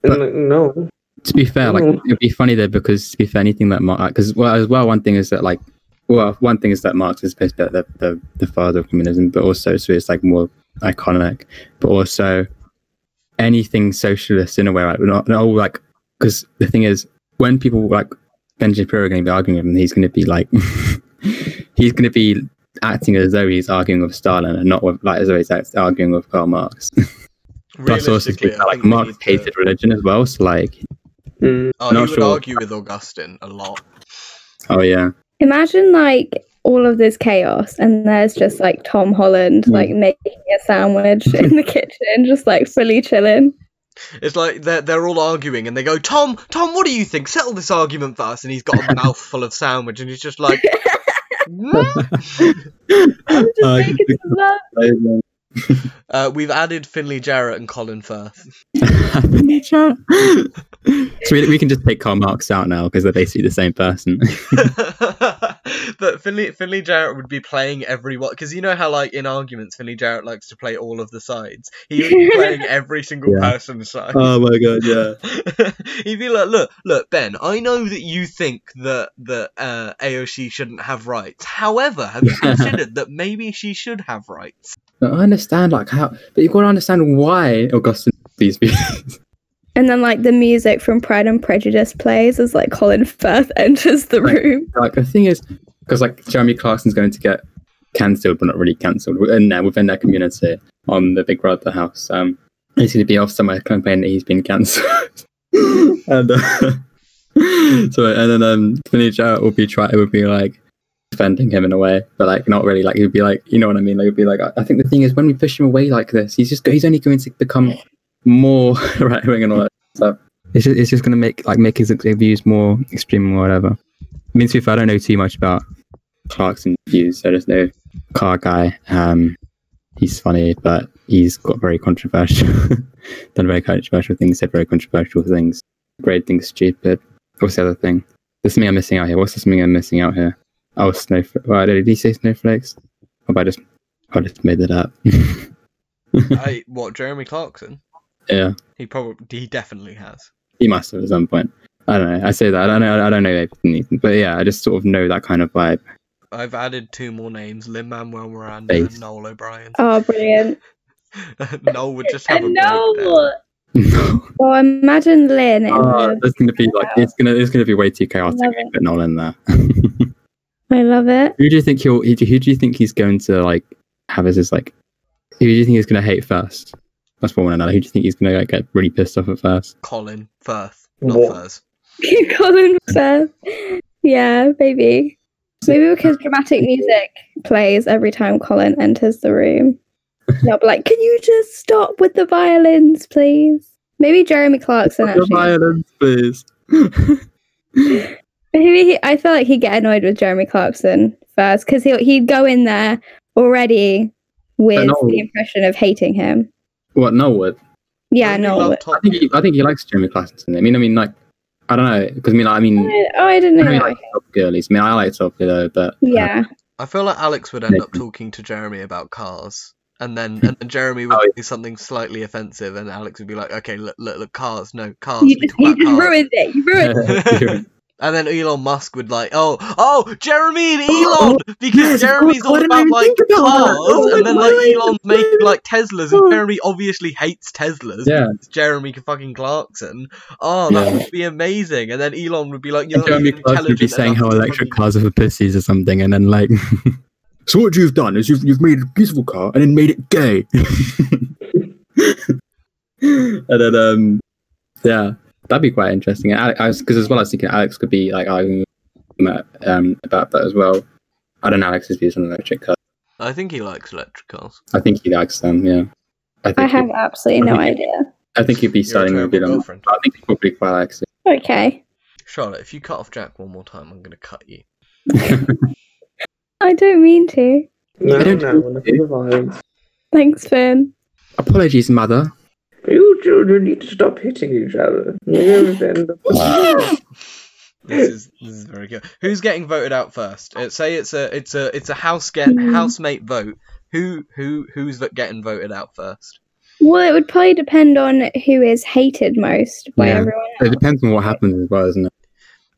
D: And
C: But-
D: like, no,
C: to be fair, like
D: Oh.
C: it'd be funny though because to be fair, anything that Marx, because well, as well, one thing is that like, well, one thing is that Marx is supposed to be the, the the father of communism, but also so it's like more iconic, but also anything socialist in a way, like not, not all like because the thing is when people like Ben Shapiro are going to be arguing with him, he's going to be like, he's going to be acting as though he's arguing with Stalin and not with like as though he's act- arguing with Karl Marx. Plus, also to be
B: Realistically, I
C: fair, like
B: think we
C: Marx
B: need to-
C: hated religion as well, so like,
D: Mm.
B: Oh,
C: Not
B: he would
C: sure.
B: argue with Augustine a lot.
C: oh yeah.
E: Imagine like all of this chaos, and there's just like Tom Holland
C: Mm.
E: like making a sandwich in the kitchen, just like fully chilling.
B: It's like they're, they're all arguing and they go, Tom, Tom, what do you think? Settle this argument for us. And he's got a mouthful of sandwich and he's just like, "Mm."
E: I'm just
C: Uh,
E: making some love.
B: uh, We've added Finley Jarrett and Colin Firth.
C: so we, we can just take Karl Marx out now because they're basically the same person.
B: I but Finley Finley Jarrett would be playing every what because you know how like in arguments Finley Jarrett likes to play all of the sides. He would be playing every single
C: Yeah.
B: person's side.
C: Oh my god, yeah.
B: He'd be like, look, look, Ben. I know that you think that that uh, Aoshi shouldn't have rights. However, have you considered that maybe she should have rights?
C: But I understand like how, but you've got to understand why Augustine does these views.
E: And then like the music from Pride and Prejudice plays as like Colin Firth enters the
C: Right.
E: room.
C: like the thing is, because like Jeremy Clarkson's going to get cancelled, but not really cancelled within their within their community on the Big Brother house. Um, he's going to be off somewhere complaining that he's been cancelled, and uh, so and then um, Vinny Jarrett will be try would be like defending him in a way, but like not really. Like he'd be like, you know what I mean? Like he'd be like, I, I think the thing is when we push him away like this, he's just he's only going to become more right wing and all that stuff. It's just, it's just going to make like make his views more extreme or whatever. I mean, to be fair, I don't know too much about Clarkson views. I just know car guy. Um, he's funny, but he's got very controversial, done very controversial things, said very controversial things, great things stupid. What's the other thing? There's something I'm missing out here. What's the something I'm missing out here? Oh, snowflake. Well, did he say snowflakes? Or have I just, I just made that up.
B: I, what Jeremy Clarkson?
C: yeah,
B: He probably, he definitely has.
C: he must have at some point. I don't know. I say that. I don't know. I don't know. everything, But yeah, I just sort of know that kind of vibe.
B: I've added two more names: Lin Manuel Miranda
C: Face.
B: and Noel O'Brien.
E: Oh, brilliant.
B: Noel would just have a
E: Oh.
B: no.
E: And no. Well, imagine Lynn in
C: Oh,
E: the
C: it's gonna be like it's gonna it's gonna be way too chaotic.
E: Love it.
C: But not in there.
E: I love it.
C: who do you think he'll? Who do, who do you think he's going to like have as his like? Who do you think he's gonna hate first? That's one another. Who do you think he's gonna like, get really pissed off at first?
B: Colin Firth, not
D: What?
B: Furs.
E: Colin Firth. Yeah, maybe. Maybe because dramatic music plays every time Colin enters the room. They'll be like, can you just stop with the violins, please? Maybe Jeremy Clarkson,
C: The
E: actually.
C: violence, please.
E: Maybe he, I feel like he'd get annoyed with Jeremy Clarkson first because he'd go in there already with
C: no.
E: the impression of hating him.
C: what? No, what?
E: Yeah,
B: Only
E: no.
B: love
E: but-
B: Top
C: I think he, I think he likes Jeremy Clarkson. I mean, I mean, like, I don't know, because I mean, like, I mean,
E: Oh, I didn't know.
C: I don't really
E: that.
C: like top girlies. I mean, I like top though, but uh,
E: yeah.
B: I feel like Alex would end up
C: Nathan.
B: talking to Jeremy about cars, and then and then Jeremy would
C: Oh,
B: do something slightly offensive, and Alex would be like, "Okay, look, look, look cars, no cars."
E: You
B: we
E: just,
B: talk
E: you
B: about
E: just
B: cars."
E: ruined it. You ruined it.
B: And then Elon Musk would like, "Oh, oh, Jeremy and Elon, because
C: Oh, yes, of
B: Jeremy's
C: course,
B: all
C: I didn't
B: about
C: even
B: like
C: think about
B: cars,
C: that. Oh,
B: and then
C: why
B: like
C: did I
B: Elon's
C: think
B: making
C: about
B: like Teslas, and Jeremy obviously hates Teslas.
C: Oh. yeah,
B: It's Jeremy fucking Clarkson. Oh, that
C: Yeah.
B: would be amazing. And then Elon would be like,
C: And
B: "You're
C: Jeremy
B: not even
C: Clarkson would be
B: intelligent
C: saying
B: enough
C: how
B: to
C: electric
B: fucking-
C: cars are for pussies or something, and then like. so what you've done is you've you've made a beautiful car and then made it gay. and then um, yeah, that'd be quite interesting. And Alex, because as well, I was thinking Alex could be like arguing with him, um about that as well. I don't know Alex's views on electric cars.
B: I think he likes electric cars.
C: I think he likes them. Yeah, I think
E: I
C: he-
E: have absolutely no idea.
C: I think he'd be
B: You're a
C: starting with
B: terrible
C: it on.
B: girlfriend.
C: I think he probably quite likes it.
E: Okay.
B: Charlotte, if you cut off Jack one more time, I'm going to cut you.
E: I don't mean to.
D: No,
C: I
D: no,
C: don't
D: no,
C: think
D: enough
C: so.
D: of the violence.
E: Thanks, Finn.
C: Apologies, mother.
D: You children need to stop hitting each other. You're going to end up.
B: This is this is very good. Who's getting voted out first? Uh, say it's a it's a it's a house get
C: Mm.
E: Hmm.
B: housemate vote. Who who who's vo- getting voted out first?
E: Well, it would probably depend on who is hated most by
C: Yeah.
E: everyone.
C: It depends on what happens as well, isn't it?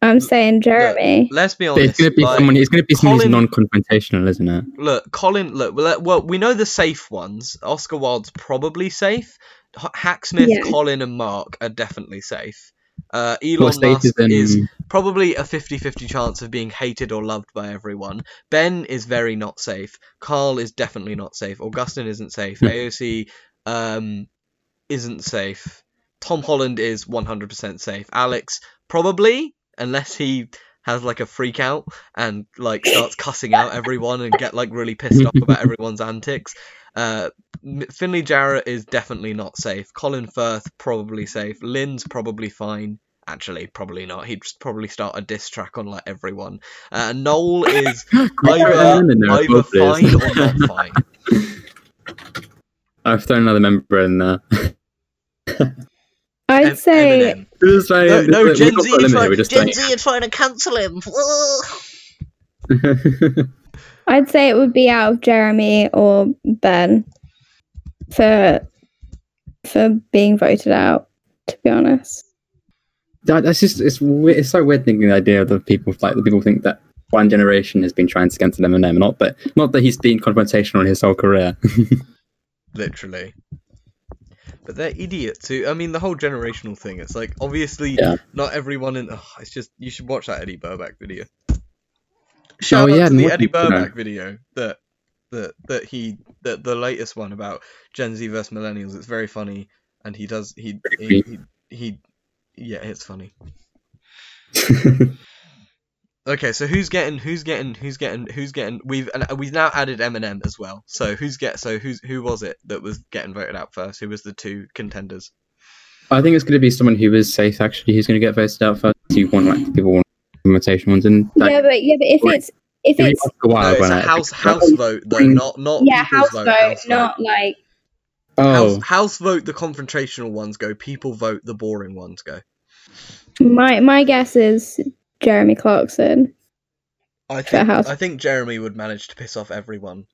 E: I'm saying Jeremy.
B: Let's be
C: But
B: honest.
C: it's gonna be
B: like,
C: someone. It's gonna be someone who's
B: Colin-
C: non-confrontational, isn't it?
B: Look, Colin. Look, well, let- well, we know the safe ones. Oscar Wilde's probably safe. H- Hacksmith,
E: Yeah.
B: Colin, and Mark are definitely safe. Uh,
C: What
B: Elon
C: state
B: Musk
C: is in?
B: is probably a 50-50 chance of being hated or loved by everyone. Ben is very not safe. Carl is definitely not safe. Augustine isn't safe.
C: Hmm.
B: AOC um, isn't safe. Tom Holland is 100% safe. Alex probably, unless he has like a freak out and like starts cussing out everyone and get like really pissed off about everyone's antics. Uh, M- Finley Jarrett is definitely not safe. Colin Firth probably safe. Lynn's probably fine. Actually, probably not. He'd just probably start a diss track on like everyone. Uh, Noel is either, either fine or not fine.
C: I've thrown another member in there.
E: I'd
B: Em-
E: say
B: Eminem.
C: Just like-
B: No, no,
C: we're
B: Gen
C: not
B: Z
C: gonna
B: are
C: eliminate,
B: trying,
C: we're just
B: Gen
C: saying-
B: Z are trying to cancel him.
E: I'd say it would be out of Jeremy or Ben for for being voted out. To be honest,
C: That- that's just it's weird, it's so weird thinking the idea of the people like the people think that one generation has been trying to cancel Eminem, not that not that he's been confrontational his whole career.
B: literally. But they're idiots who, I mean, the whole generational thing. It's like obviously
C: Yeah.
B: not everyone in. Oh, it's just you should watch that Eddie Burback video.
C: Oh,
B: Shout out
C: yeah,
B: to
C: and
B: the
C: what
B: Eddie
C: people know.
B: Burback video that that that he that the latest one about Gen Z versus millennials. It's very funny, and he does he he, he, he yeah, it's funny. Okay, so who's getting who's getting who's getting who's getting we've and uh, we've now added Eminem as well. So who's get so who's who was it that was getting voted out first? Who was the two contenders?
C: I think it's going to be someone who is safe actually who's going to get voted out first. You want like people want confrontational ones and like,
E: yeah, but yeah, but if
C: Wait.
E: it's if
C: give me
E: it's
C: Oscar Wilde
B: no, it's
C: when
B: a
C: I-
B: house house vote though, not not
E: yeah
B: people's
E: house
B: vote,
E: vote,
B: house vote.
E: not like
C: Oh,
B: House, house vote the confrontational ones go. People vote the boring ones go.
E: my my guess is Jeremy Clarkson.
B: I think
E: house.
B: I think Jeremy would manage to piss off everyone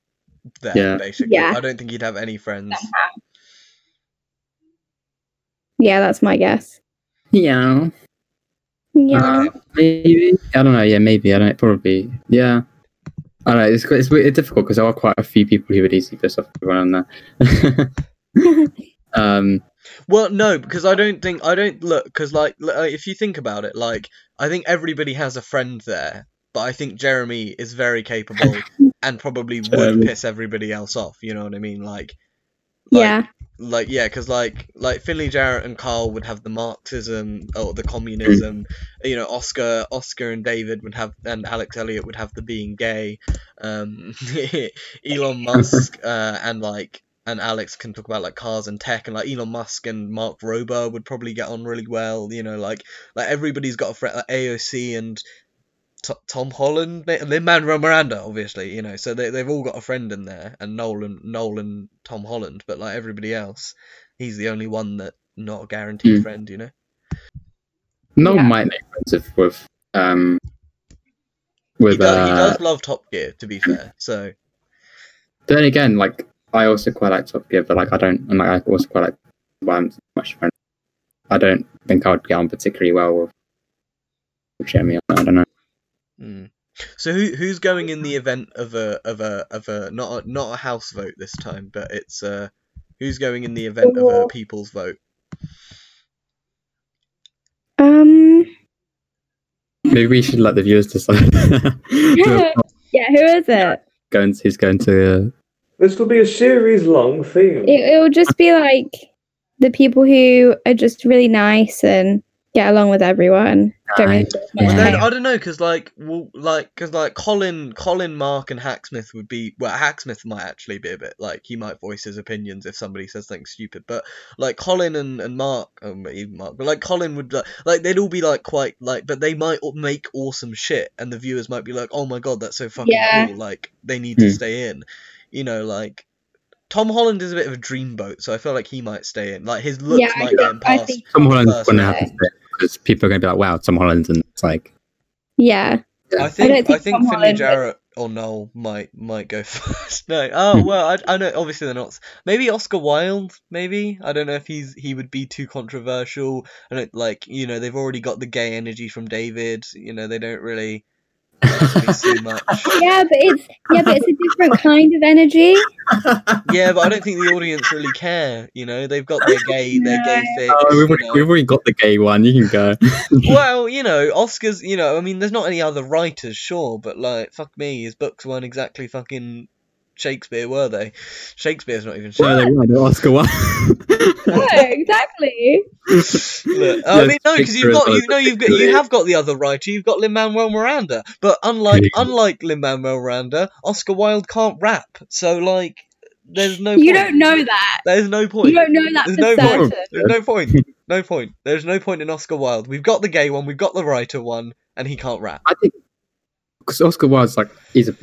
B: there
C: Yeah.
B: basically.
E: Yeah.
B: I don't think he'd have any friends.
E: Yeah, that's my guess.
C: yeah.
E: Yeah.
C: Uh, maybe I don't know. Yeah, maybe I don't. Probably yeah. I don't know. It's it's, it's difficult because there are quite a few people who would easily piss off everyone on there. um,
B: Well, no, because I don't think I don't look because like, li- like if you think about it, like I think everybody has a friend there, but I think Jeremy is very capable and probably would
C: Jeremy.
B: piss everybody else off. You know what I mean? Like, like
E: yeah.
B: like yeah, because like like Finley Jarrett and Carl would have the Marxism or the communism. You know, Oscar Oscar and David would have, and Alex Elliott would have the being gay. Um, Elon Musk uh, and like and Alex can talk about like cars and tech, and like Elon Musk and Mark Rober would probably get on really well. You know, like like everybody's got a friend like AOC and. T- Tom Holland, Lin Manuel Miranda, obviously, you know, so they they've all got a friend in there, and Nolan, Nolan, Tom Holland, but like everybody else, he's the only one that not a guaranteed
C: Hmm.
B: friend, you know.
C: no
E: Yeah.
C: one might make friends with, with um
B: He,
C: with
B: does,
C: uh.
B: he does love Top Gear, to be fair. So
C: Then again, like I also quite like Top Gear, but like I don't, and like I also quite like. Well, I'm much friends. I don't think I would get on particularly well with, with Jeremy. I don't know.
B: hmm. so who who's going in the event of a of a of a not a, not a house vote this time, but it's uh who's going in the event of a people's vote?
E: Um.
C: Maybe we should let the viewers decide.
E: Yeah. yeah. Who is it?
C: going who's going to uh,
D: This will be a series long theme.
E: it? It will just be like the people who are just really nice and get along with everyone. Don't really
C: Nice.
E: judge
B: But
E: much.
B: then
C: Yeah.
B: I don't know, cause like, well, like, cause like Colin, Colin, Mark, and Hacksmith would be. Well, Hacksmith might actually be a bit like he might voice his opinions if somebody says something stupid. But like Colin and and Mark, um, even Mark, but like Colin would like, like they'd all be like quite like, but they might all make awesome shit, and the viewers might be like, oh my god, that's so fucking
E: Yeah.
B: cool. Like they need to
C: Hmm.
B: stay in, you know, like. Tom Holland is a bit of a dreamboat, so I feel like he might stay in. Like his looks
E: Yeah, I
B: might
E: think-
B: get him
E: I
B: past.
E: think-
C: Tom Holland's
B: first
C: going to
B: round.
C: have to say because people are going to be like, "Wow, Tom Holland," and it's like,
E: Yeah.
B: I
C: I
B: think I
E: don't
B: think,
E: think Tom
B: Finley
E: Holland would-
B: Jarrett or Noel might might go first. No, oh
C: Hmm.
B: well, I, I know obviously they're not. Maybe Oscar Wilde. Maybe I don't know if he's he would be too controversial. I don't like you know they've already got the gay energy from David. You know they don't really really see much.
E: Yeah, but it's yeah, but it's a different kind of energy.
B: Yeah, but I don't think the audience really care. You know they've got their gay their gay fix.
C: "Oh,
B: you
C: we've already,
B: know.
C: we've already got the gay one. You can go."
B: well, you know, Oscars, you know, I mean, there's not any other writers, sure, but like, fuck me, his books weren't exactly fucking Shakespeare, were they? Shakespeare's not even
C: Well,
B: Shakespeare.
C: they were, they were Oscar one.
E: No, exactly.
B: Look, I
C: Yeah,
B: mean, no, because you've
C: Shakespeare as
B: got,
C: well
B: you
C: as
B: know,
C: a
B: you've got, you
C: Shakespeare.
B: have got the other writer, you've got Lin Manuel Miranda, but unlike,
C: Yeah.
B: unlike Lin Manuel Miranda, Oscar Wilde can't rap, so like, there's no
E: you
B: point.
E: don't know that.
B: There's no point.
E: You don't know that
B: There's
E: for
B: no
E: certain.
B: point. There's no point. No point. There's no point in Oscar Wilde. We've got the gay one, we've got the writer one, and he can't rap.
C: I think because Oscar Wilde's like he's a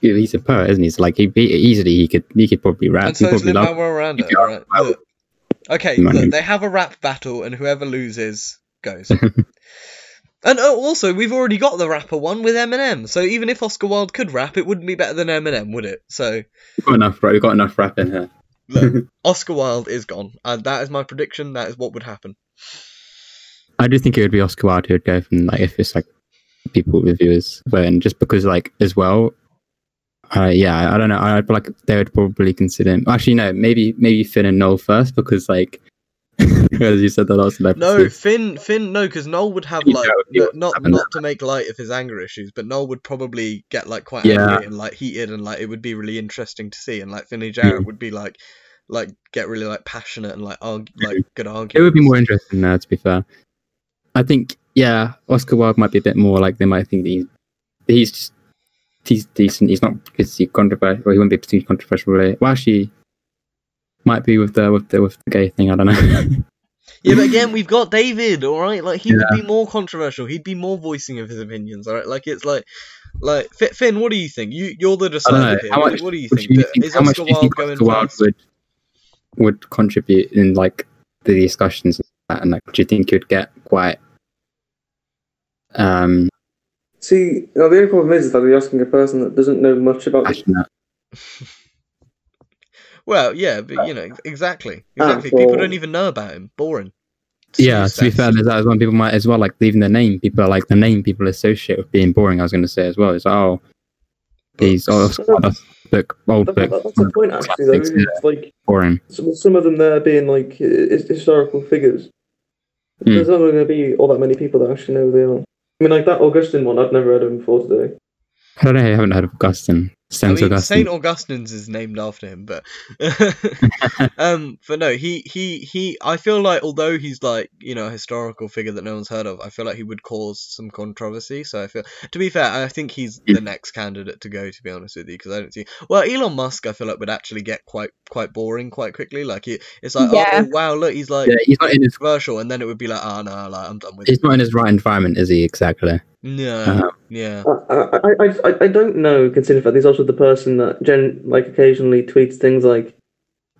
C: yeah, he's a poet, isn't he? So like he, he easily he could he could probably rap.
B: And so
C: he
B: is
C: probably
B: Lin
C: love.
B: Manuel Miranda.
C: Yeah,
B: Right.
C: I
B: Look. Okay,
C: Manu.
B: look, they have a rap battle, and whoever loses goes. And oh, also, we've already got the rapper one with Eminem. So even if Oscar Wilde could rap, it wouldn't be better than Eminem, would it? So
C: We've got enough, right? We've got enough rap in here.
B: look, Oscar Wilde is gone, and that is my prediction. That is what would happen.
C: I do think it would be Oscar Wilde who would go from like if it's like people reviewers when just because like as well. Uh, yeah, I don't know. I'd like they would probably consider him. Actually, no, maybe maybe Finn and Noel first because like as you said, the last
B: No, Finn, Finn, no, because Noel would have
C: Yeah,
B: like
C: he
B: look, not
C: having
B: not to make light of his anger issues, but Noel would probably get like quite
C: Yeah.
B: angry and like heated, and like it would be really interesting to see, and like
C: Hmm.
B: Finley Jarrett would be like like get really like passionate and like argue like good
C: Hmm. It
B: argument.
C: would be more interesting now, to be fair. I think, yeah, Oscar Wilde might be a bit more like they might think that he's he's just he's decent. He's not because he's controversial. Well, he wouldn't be particularly controversial. Really. Well, actually, might be with the with the with the gay thing. I don't know.
B: Yeah, but again, we've got David, all right. Like he would be more controversial. He'd be more voicing of his opinions, all right. Like it's like, like Fi- Finn, what do you think? You you're the
C: know.
B: decider here.
C: How
B: What,
C: much
B: what do you
C: Would
B: think?
C: you
B: Do-
C: think
B: Is
C: how much
B: Oscar
C: do you
B: Wilde
C: think
B: going
C: Oscar Wilde
B: first?
C: would would contribute in like the discussions and that? And like, do you think you'd get quite um
D: See, now the only problem is that you're asking a person that doesn't know much about the
C: passionate?
B: Well, yeah, but you know ex- exactly,
D: Ah,
B: exactly. People
D: well-
B: don't even know about him. Boring.
C: Oh, Yeah, to be
B: Snooze
C: fair,
B: fest.
C: there's that as well. People might as well like leaving the name. People are like the name people associate with being boring. I was going to say as well. It's like, oh, these oh, that's-
D: Books.
C: that's book, old
D: That- that-
C: book,
D: That's a point, actually, though.
C: classics,
D: isn't it?
C: yeah.
D: It's like
C: boring.
D: some, some of them there being like hi- his- historical figures.
C: Hmm.
D: There's not going to be all that many people that actually know who they are. I mean, like that Augustine one, I'd never heard of him before today.
C: I don't know. I haven't heard of Augustine.
B: I
C: Saint
B: mean,
C: Augustine.
B: Saint Augustine's is named after him, but um, but no, he he he. I feel like although he's like you know a historical figure that no one's heard of, I feel like he would cause some controversy. So I feel, to be fair, I think he's
C: Mm.
B: the next candidate to go. To be honest with you, because I don't see. Well, Elon Musk, I feel like would actually get quite quite boring quite quickly. Like he, it's like oh,
E: Yeah.
B: oh, wow, look, he's like
C: yeah, he's not in his
B: controversial, and then it would be like oh no, like I'm done with it.
C: he's not in his right environment, is he? Exactly.
B: No,
C: Uh-huh.
B: yeah.
D: I, I, I, I- I don't know, considering that he's also the person that gen like occasionally tweets things like,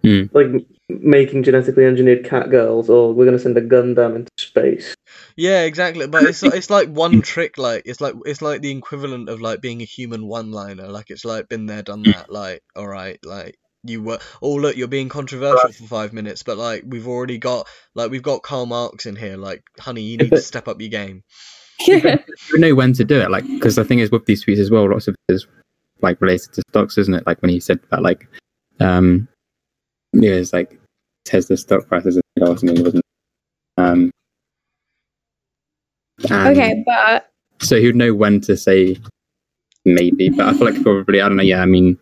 C: Hmm.
D: like m- making genetically engineered cat girls, or we're going to send a gun down into space.
B: Yeah, exactly. But it's it's like one trick. Like it's like it's like the equivalent of like being a human one-liner. Like it's like been there, done that. Like all right, like you were. Oh look, you're being controversial for five minutes, but like we've already got like we've got Karl Marx in here. Like honey, you need to step up your game.
C: You know when to do it, like because the thing is with these tweets as well. Lots of it is like related to stocks, isn't it? Like when he said about like um, yeah, it's like Tesla stock prices and or something, wasn't it? Um. and-
E: okay, but
C: so he'd know when to say maybe but i feel like probably i don't know yeah i mean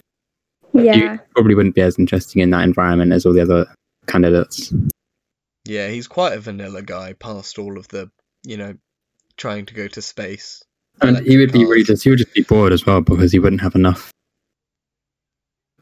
E: yeah,
C: probably wouldn't be as interesting in that environment as all the other candidates
B: Yeah, he's quite a vanilla guy. Past all of the, you know, trying to go to space.
C: and he would be
B: Electric
C: really
B: cars.
C: just he would just be bored as well because he wouldn't have enough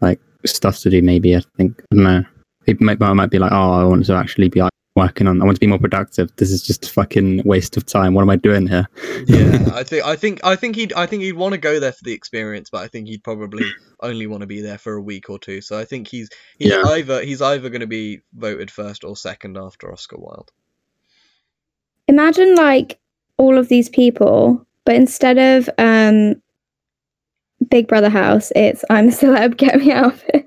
C: like stuff to do maybe i think i don't know he might, might might be like oh i want to actually be like working on i want to be more productive this is just a fucking waste of time what am i doing here
B: Yeah, I think I think I think he'd I think he'd want to go there for the experience, but I think he'd probably only want to be there for a week or two. So I think he's he's
C: Yeah.
B: either he's either going to be voted first or second after Oscar Wilde.
E: imagine like all of these people, but instead of um, Big Brother House, it's I'm a celeb, get me out. of it.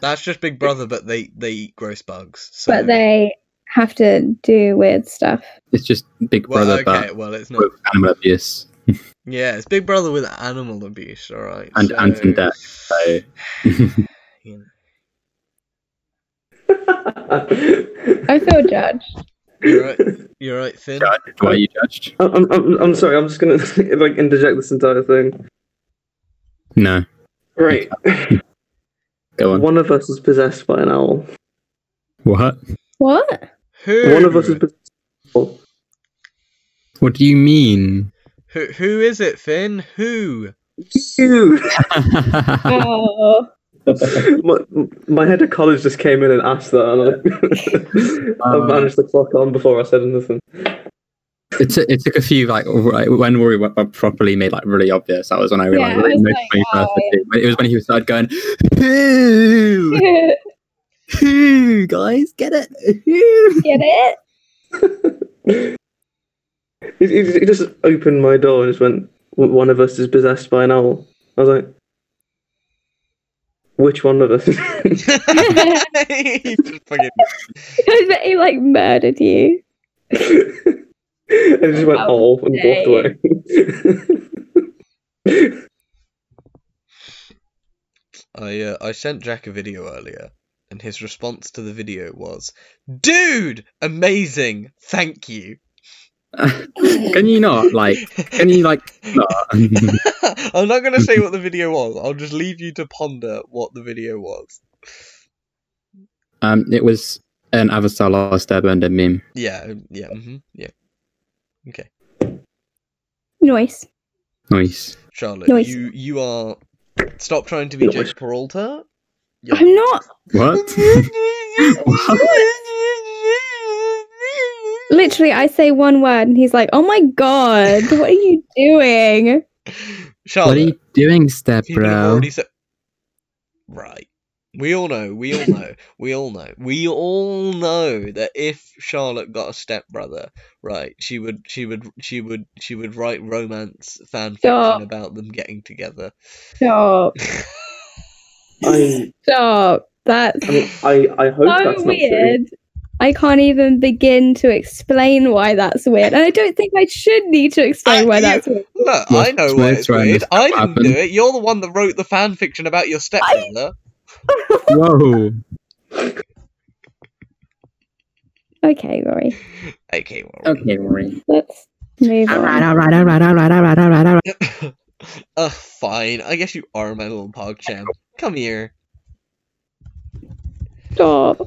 B: That's just Big Brother, but they they eat gross bugs. So
E: But they have to do weird stuff.
C: it's just big
B: well,
C: brother
B: okay, well it's
C: but
B: not.
C: with animal abuse
B: Yeah, it's Big Brother with animal abuse. All right,
C: and and
B: so-
C: some death so
B: you know.
D: I'm,
E: I feel judged.
B: You're right. You're right, Finn.
C: judged, why are you judged
D: I'm, I'm, I'm sorry, I'm just going to like interject this entire thing.
C: no
D: Right.
C: go on
D: One of us is possessed by an owl.
C: what
E: What?
C: Hmm.
B: Who?
D: One of us is possessed by an owl.
C: What do you mean?
B: Who, who is it, Finn? Who?
D: You!
E: Oh,
D: my, my head of college just came in and asked that, and I, I
C: Um,
D: managed the clock on before I said anything.
C: it, took it took a few like right, when Rory w- properly made like really obvious. That was when I realized
E: Yeah, I was like, "Oh,
C: it was when he started going, "Who,
E: get
C: who, guys, get it?" Who?"
E: it?
D: He, he- he just opened my door and just went, "W- one of us is possessed by an owl. I was like, which one of us?
B: He just fucking-
E: that he like murdered you.
D: and he just went,
E: How
D: owl, and walked away.
B: I uh, I sent Jack a video earlier, and his response to the video was, "Dude, amazing, thank you."
C: Can you not like? Can you like? Not?
B: I'm not gonna say what the video was. I'll just leave you to ponder what the video was.
C: um, it was an Avatar Last Airbender meme.
B: Yeah, yeah, hmm yeah.
E: Nice.
C: Nice.
B: Charlotte,
E: Nice.
B: you you are stop trying to be
D: Nice.
B: Jake Peralta. You're-
E: I'm not.
C: What?
E: Literally, I say one word and he's like, "Oh my god, what are you doing?"
C: what are
B: Charlotte,
C: you doing, step
B: people have
C: bro?
B: already said. Right. We all know. We all know. we all know. We all know that if Charlotte got a stepbrother, right, she would, she would, she would, she would write romance fan fiction
E: Stop.
B: about them getting together.
E: Stop.
D: I,
E: Stop. That's
D: I, I
E: so
D: hope that's not true.
E: weird. I can't even begin to explain why that's weird, and I don't think I should need to explain
B: Uh,
E: why
B: you-
E: that's weird.
B: Look,
C: Well,
B: I know
C: it's
B: why
C: worth
B: it's
C: trying
B: weird.
C: to
B: I didn't
C: happen.
B: do it. You're the one that wrote the fan fiction about your stepbrother.
C: Whoa.
E: Okay, Rory,
B: Okay, well.
C: Okay, Rory.
E: let's move
C: All
E: on.
C: right, all right, all right, all right, all right, all right, all right.
B: Ugh, Uh, fine. I guess you are my little pog champ. Come here.
E: Stop.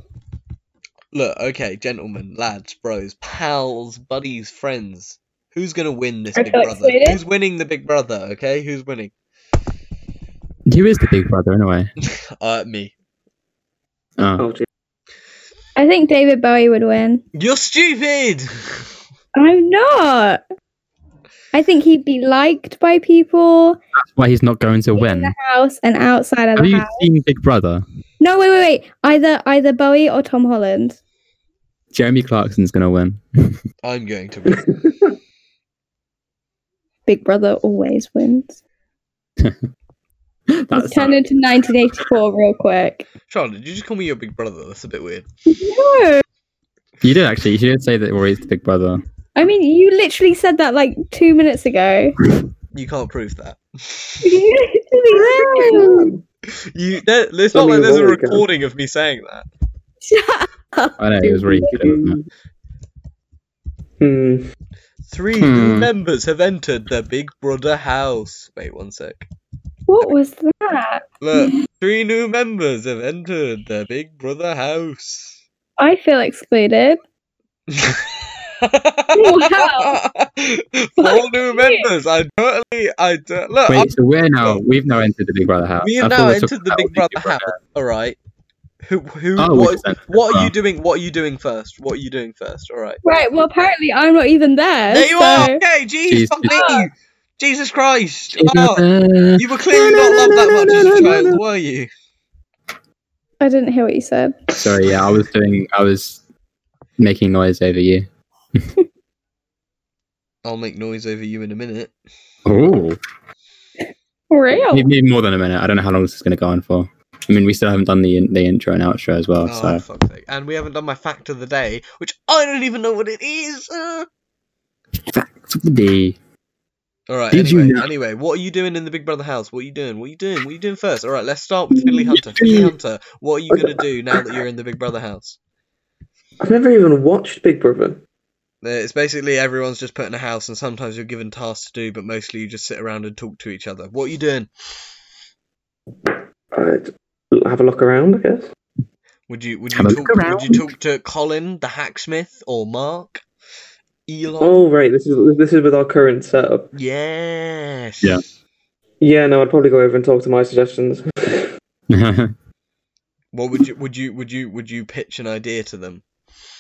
B: Look, okay, gentlemen, lads, bros, pals, buddies, friends. Who's gonna win this
E: I
B: Big
E: feel
B: Brother?
E: excited.
B: Who's winning the Big Brother? Okay, who's winning?
C: Who is the big brother anyway?
B: Uh, me.
C: Oh,
D: Oh, dear.
E: I think David Bowie would win.
B: You're stupid.
E: I'm not. I think he'd be liked by people
C: that's why he's not going to
E: in
C: win.
E: the house and outside of
C: Have
E: the
C: you
E: house.
C: seen Big Brother?
E: No, wait, wait, wait. Either either Bowie or Tom Holland.
C: Jeremy Clarkson's gonna win.
B: I'm going to win.
E: Big Brother always wins.
C: That's
E: It's turned into 1984 real quick.
B: Charlotte, did you just call me your big brother? That's a bit weird.
E: No,
C: you did actually. You did say that Rory's the big brother.
E: I mean you literally said that like two minutes ago.
B: You can't prove that.
E: You literally said.
B: you there, it's
D: I
B: not like
D: mean,
B: there's a
D: well, we can.
B: recording of me saying that.
E: Shut up.
C: I know it was really good. Wasn't
D: Hmm.
B: Three new
C: Hmm.
B: members have entered the Big Brother house. Wait one sec.
E: What was that?
B: Look, three new members have entered the Big Brother house.
E: I feel excluded. Wow.
B: Four new members. I totally, I do- look.
C: it?
B: I'm-
C: Wait, so we're now we've now entered the Big Brother house.
B: we
C: I
B: have
C: thought
B: now
C: were talking
B: entered the
C: about
B: Big Brother house. All right. Who, who,
C: Oh, we
B: what,
C: just entered
B: what are you
C: Brother.
B: doing? What are you doing first? What are you doing first? All right.
E: Right, well apparently I'm not even there.
B: There you
E: so-
B: are. Okay, jeez,
C: Jeez,
B: fuck
C: Jesus.
B: me. Jesus Christ.
C: She's
B: Oh,
C: not there.
B: you were clearly not loved that much as a child, were you?
E: I didn't hear what you said.
C: Sorry, yeah, I was doing. I was making noise over you.
B: I'll make noise over you in a minute.
C: Oh,
E: Real.
C: maybe more than a minute. I don't know how long this is going to go on for. I mean, we still haven't done the the intro and outro as well.
B: Oh,
C: so
B: fuck's sake. And we haven't done my fact of the day, which I don't even know what it is. Uh...
C: fact of the day.
B: All right.
C: Did you
B: anyway,
C: know-
B: anyway, what are you doing in the Big Brother house? What are you doing? What are you doing? What are you doing first? All right, let's start with Finley Hunter. Finley Hunter, what are you gonna do now that you're in the Big Brother house?
D: I've never even watched Big Brother.
B: Uh, It's basically everyone's just put in a house, and sometimes you're given tasks to do, but mostly you just sit around and talk to each other. What are you doing?
D: I'd have a look around, I guess.
B: Would you would you
C: Have a
B: talk,
C: look
B: would you
C: around.
B: talk to Colin the hacksmith or Mark, Elon?
D: Oh right, this is this is with our current setup.
B: Yes.
C: Yeah.
D: Yeah, no, I'd probably go over and talk to my suggestions.
C: I
B: What would you would you would you would you pitch an idea to them?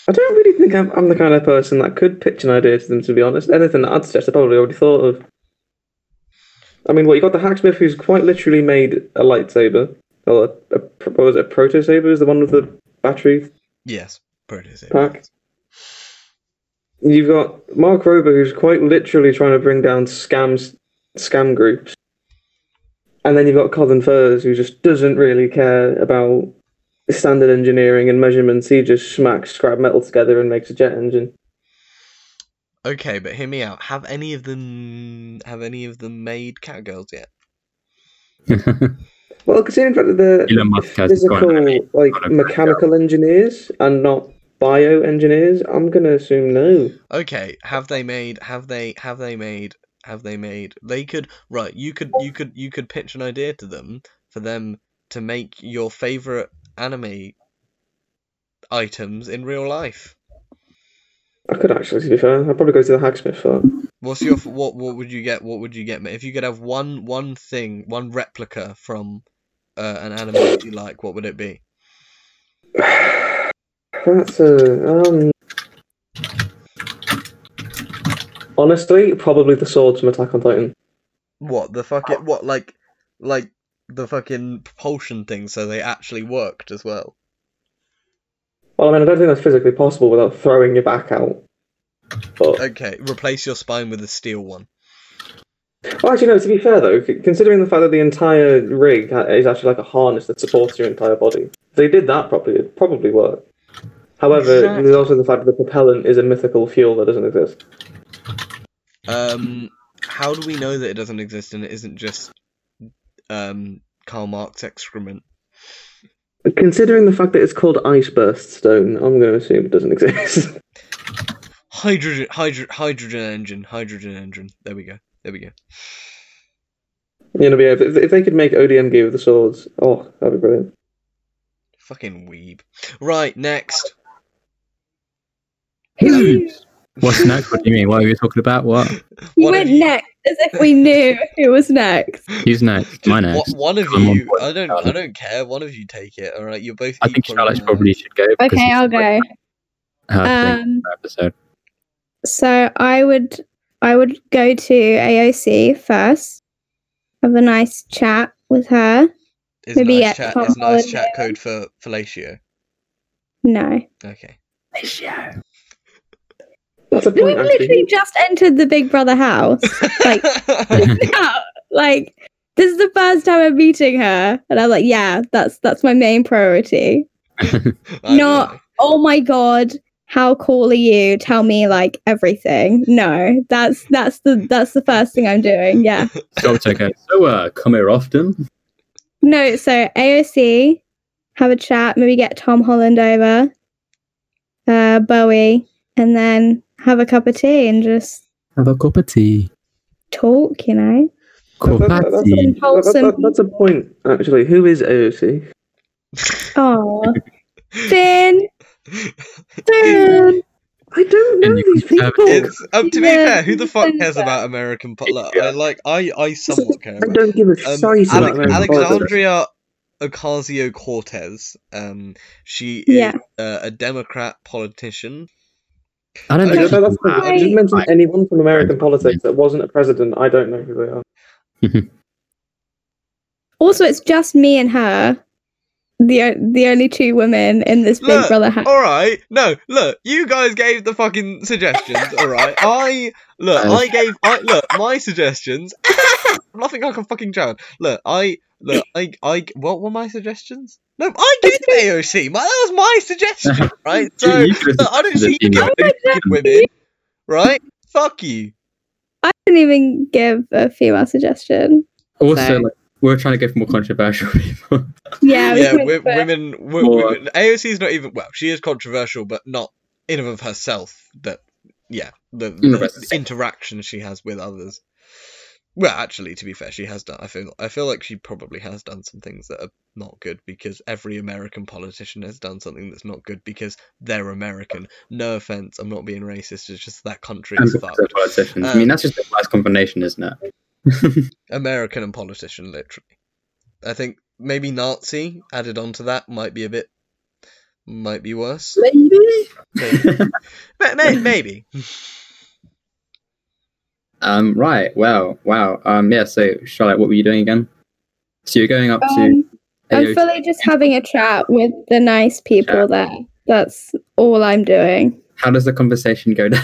D: I don't really think I'm, I'm the kind of person that could pitch an idea to them. To be honest, anything that I'd suggest, I probably already thought of. I mean, what you got the hacksmith who's quite literally made a lightsaber, or a, a what was it, a proto saber? Is the one with the battery
B: Yes, Proto
D: pack? you've got Mark Rober, who's quite literally trying to bring down scams, scam groups, and then you've got Colin Furs, who just doesn't really care about standard engineering and measurements. He just smacks scrap metal together and makes a jet engine.
B: Okay, but hear me out. Have any of them have any of them made catgirls yet?
D: Well, considering the fact that they're
C: Elon Musk has
D: physical,
C: gone and made
D: like
C: product
D: mechanical engineers and not bio engineers, I'm gonna assume no.
B: Okay, have they made have they have they made have they made they could right, you could you could you could pitch an idea to them for them to make your favorite anime items in real life.
D: I could actually, to be fair, I'd probably go to the hacksmith for that.
B: What's your f- what what would you get? What would you get ma- if you could have one one thing, one replica from uh, an anime that you like? What would it be?
D: That's a um. Honestly, probably the swords from Attack on Titan.
B: What the fucking what like like the fucking propulsion thing so they actually worked as well.
D: Well, I mean, I don't think that's physically possible without throwing your back out. But
B: Okay, replace your spine with a steel one.
D: well, actually, no. To be fair though, c- considering the fact that the entire rig ha- is actually like a harness that supports your entire body, if they did that properly, it'd probably work. However,
B: Exactly.
D: there's also the fact that the propellant is a mythical fuel that doesn't exist.
B: Um how do we know that it doesn't exist and it isn't just um Karl Marx excrement?
D: Considering the fact that it's called ice burst stone, I'm going to assume it doesn't exist.
B: Hydrogen hydro, hydrogen engine, hydrogen engine. There we go. There we go.
D: you know, but yeah, if, if they could make ODMG with the swords, oh, that'd be brilliant.
B: Fucking weeb. Right, next.
C: What's next? What do you mean? What are you talking about? What?
E: You
B: One of
E: went
B: you-
E: next as if we knew who was next.
C: Who's next?
B: Just
C: My
B: one-
C: next.
B: one of
C: I'm on
B: you.
C: board,
B: I don't. I
C: Charlotte.
B: don't care. One of you take it. All right. You're both.
C: I think
B: equally
C: Charlotte
B: bad.
C: probably should go. because
E: Okay,
C: it's
E: I'll
C: like
E: go.
C: Her thing
E: Um,
C: for episode.
E: so I would I would go to AOC first. Have a nice chat with her.
B: Is
E: maybe
B: nice
E: at
B: chat.
E: Tom
B: Is nice
E: Holland.
B: chat code for fellatio.
E: No.
B: Okay.
D: That's a
E: No,
D: point,
E: We've literally
D: actually.
E: just entered the Big Brother house. Like- out. Like this is the first time I'm meeting her, and I'm like, yeah, that's that's my main priority.
B: I
E: Not-
B: know.
E: Oh my god, how cool are you? Tell me like everything. No, that's that's the that's the first thing I'm doing. Yeah.
C: So, it's okay. so uh, come here often.
E: No, so AOC, have a chat, maybe get Tom Holland over, uh, Bowie, and then have a cup of tea and just
C: Have a cup of tea.
E: talk, you know?
C: Cup
D: That- that-
C: of
D: that's
C: tea.
D: That- that- that- that's a point, actually. Who is AOC?
E: Oh, Finn, Finn.
D: I don't know
C: And you
D: these
C: can have
D: people.
B: It's um, to be
E: Yeah.
B: fair, who the fuck cares about American po- Look, I like I I somewhat care
D: I
B: about.
D: don't give a
B: Um,
D: shite
B: Ale-
D: about American politics.
B: Alexandria Ocasio Cortez. Um, she is
E: Yeah.
B: uh, a Democrat politician.
C: I don't
D: I
C: think
D: don't know, that's
C: she's
D: I
E: Right.
D: didn't mention
C: Like-
D: anyone from American politics that wasn't a president. I don't know who they are.
E: Also, it's just me and her, the o- the only two women in this Big
B: Look,
E: Brother house.
B: All right, no, look, you guys gave the fucking suggestions. All right, I look, I gave, I look, my suggestions. Nothing like a fucking child. Look, I look, I, I, what were my suggestions? No, I gave AOC. My, that was my suggestion, right? So
C: You could
B: look, I don't
C: have
B: see you
C: been
B: giving
C: like,
B: fucking women, right? Fuck you.
E: I didn't even give a female suggestion.
C: Also,
E: So-
C: like, we're trying to go for more controversial people.
E: Yeah, we
B: yeah,
E: went
B: wi-
E: for-
B: women, wi-
C: More-
B: women. AOC is not even. Well, she is controversial, but not in and of herself. That yeah, the,
C: In
B: the
C: the rest of the-
B: interaction she has with others. Well, actually, to be fair, she has done. I feel. I feel like she probably has done some things that are not good because every American politician has done something that's not good because they're American. No offense, I'm not being racist. It's just that country
C: and
B: is
C: because they're
B: fucked.
C: politicians. I
B: Um,
C: mean, that's just a nice combination, isn't it?
B: American and politician, literally. I think maybe Nazi added onto that might be a bit. Might be worse. Maybe. Ma- ma- maybe.
C: um, right. Well, wow. Um, yeah. So, Charlotte, what were you doing again? So you're going up to.
E: Um, I'm fully just having a chat with the nice people
C: Yeah.
E: there. That's all I'm doing.
C: how does the conversation go down?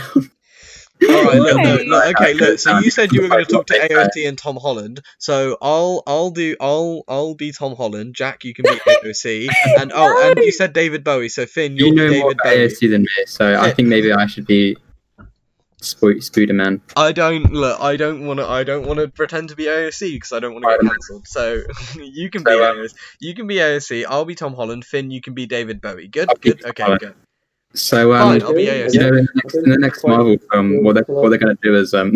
B: All right, look, no,
E: Okay.
B: look, okay, look. So you said you were going to talk to
C: Okay.
B: AOC and Tom Holland. So I'll, I'll do, I'll, I'll be Tom Holland. Jack, you can be AOC. And oh, and you said David Bowie. So Finn,
C: you
B: you'll
C: know
B: be David
C: more about
B: Bowie.
C: AOC than me, so I think maybe I should be Sp- Spooderman.
B: I don't look. I don't want to. I don't want to pretend to be AOC because I don't want to get
C: Spider-Man.
B: cancelled. So you can
C: So,
B: be
C: um,
B: AOC. You can be AOC. I'll be Tom Holland. Finn, you can be David Bowie. Good.
C: I'll be
B: Good. Okay.
C: Holland.
B: Good.
C: So um,
B: Fine. I'll be AOC.
C: you know, in the next, in the next Marvel film, what they're what they're gonna do is um,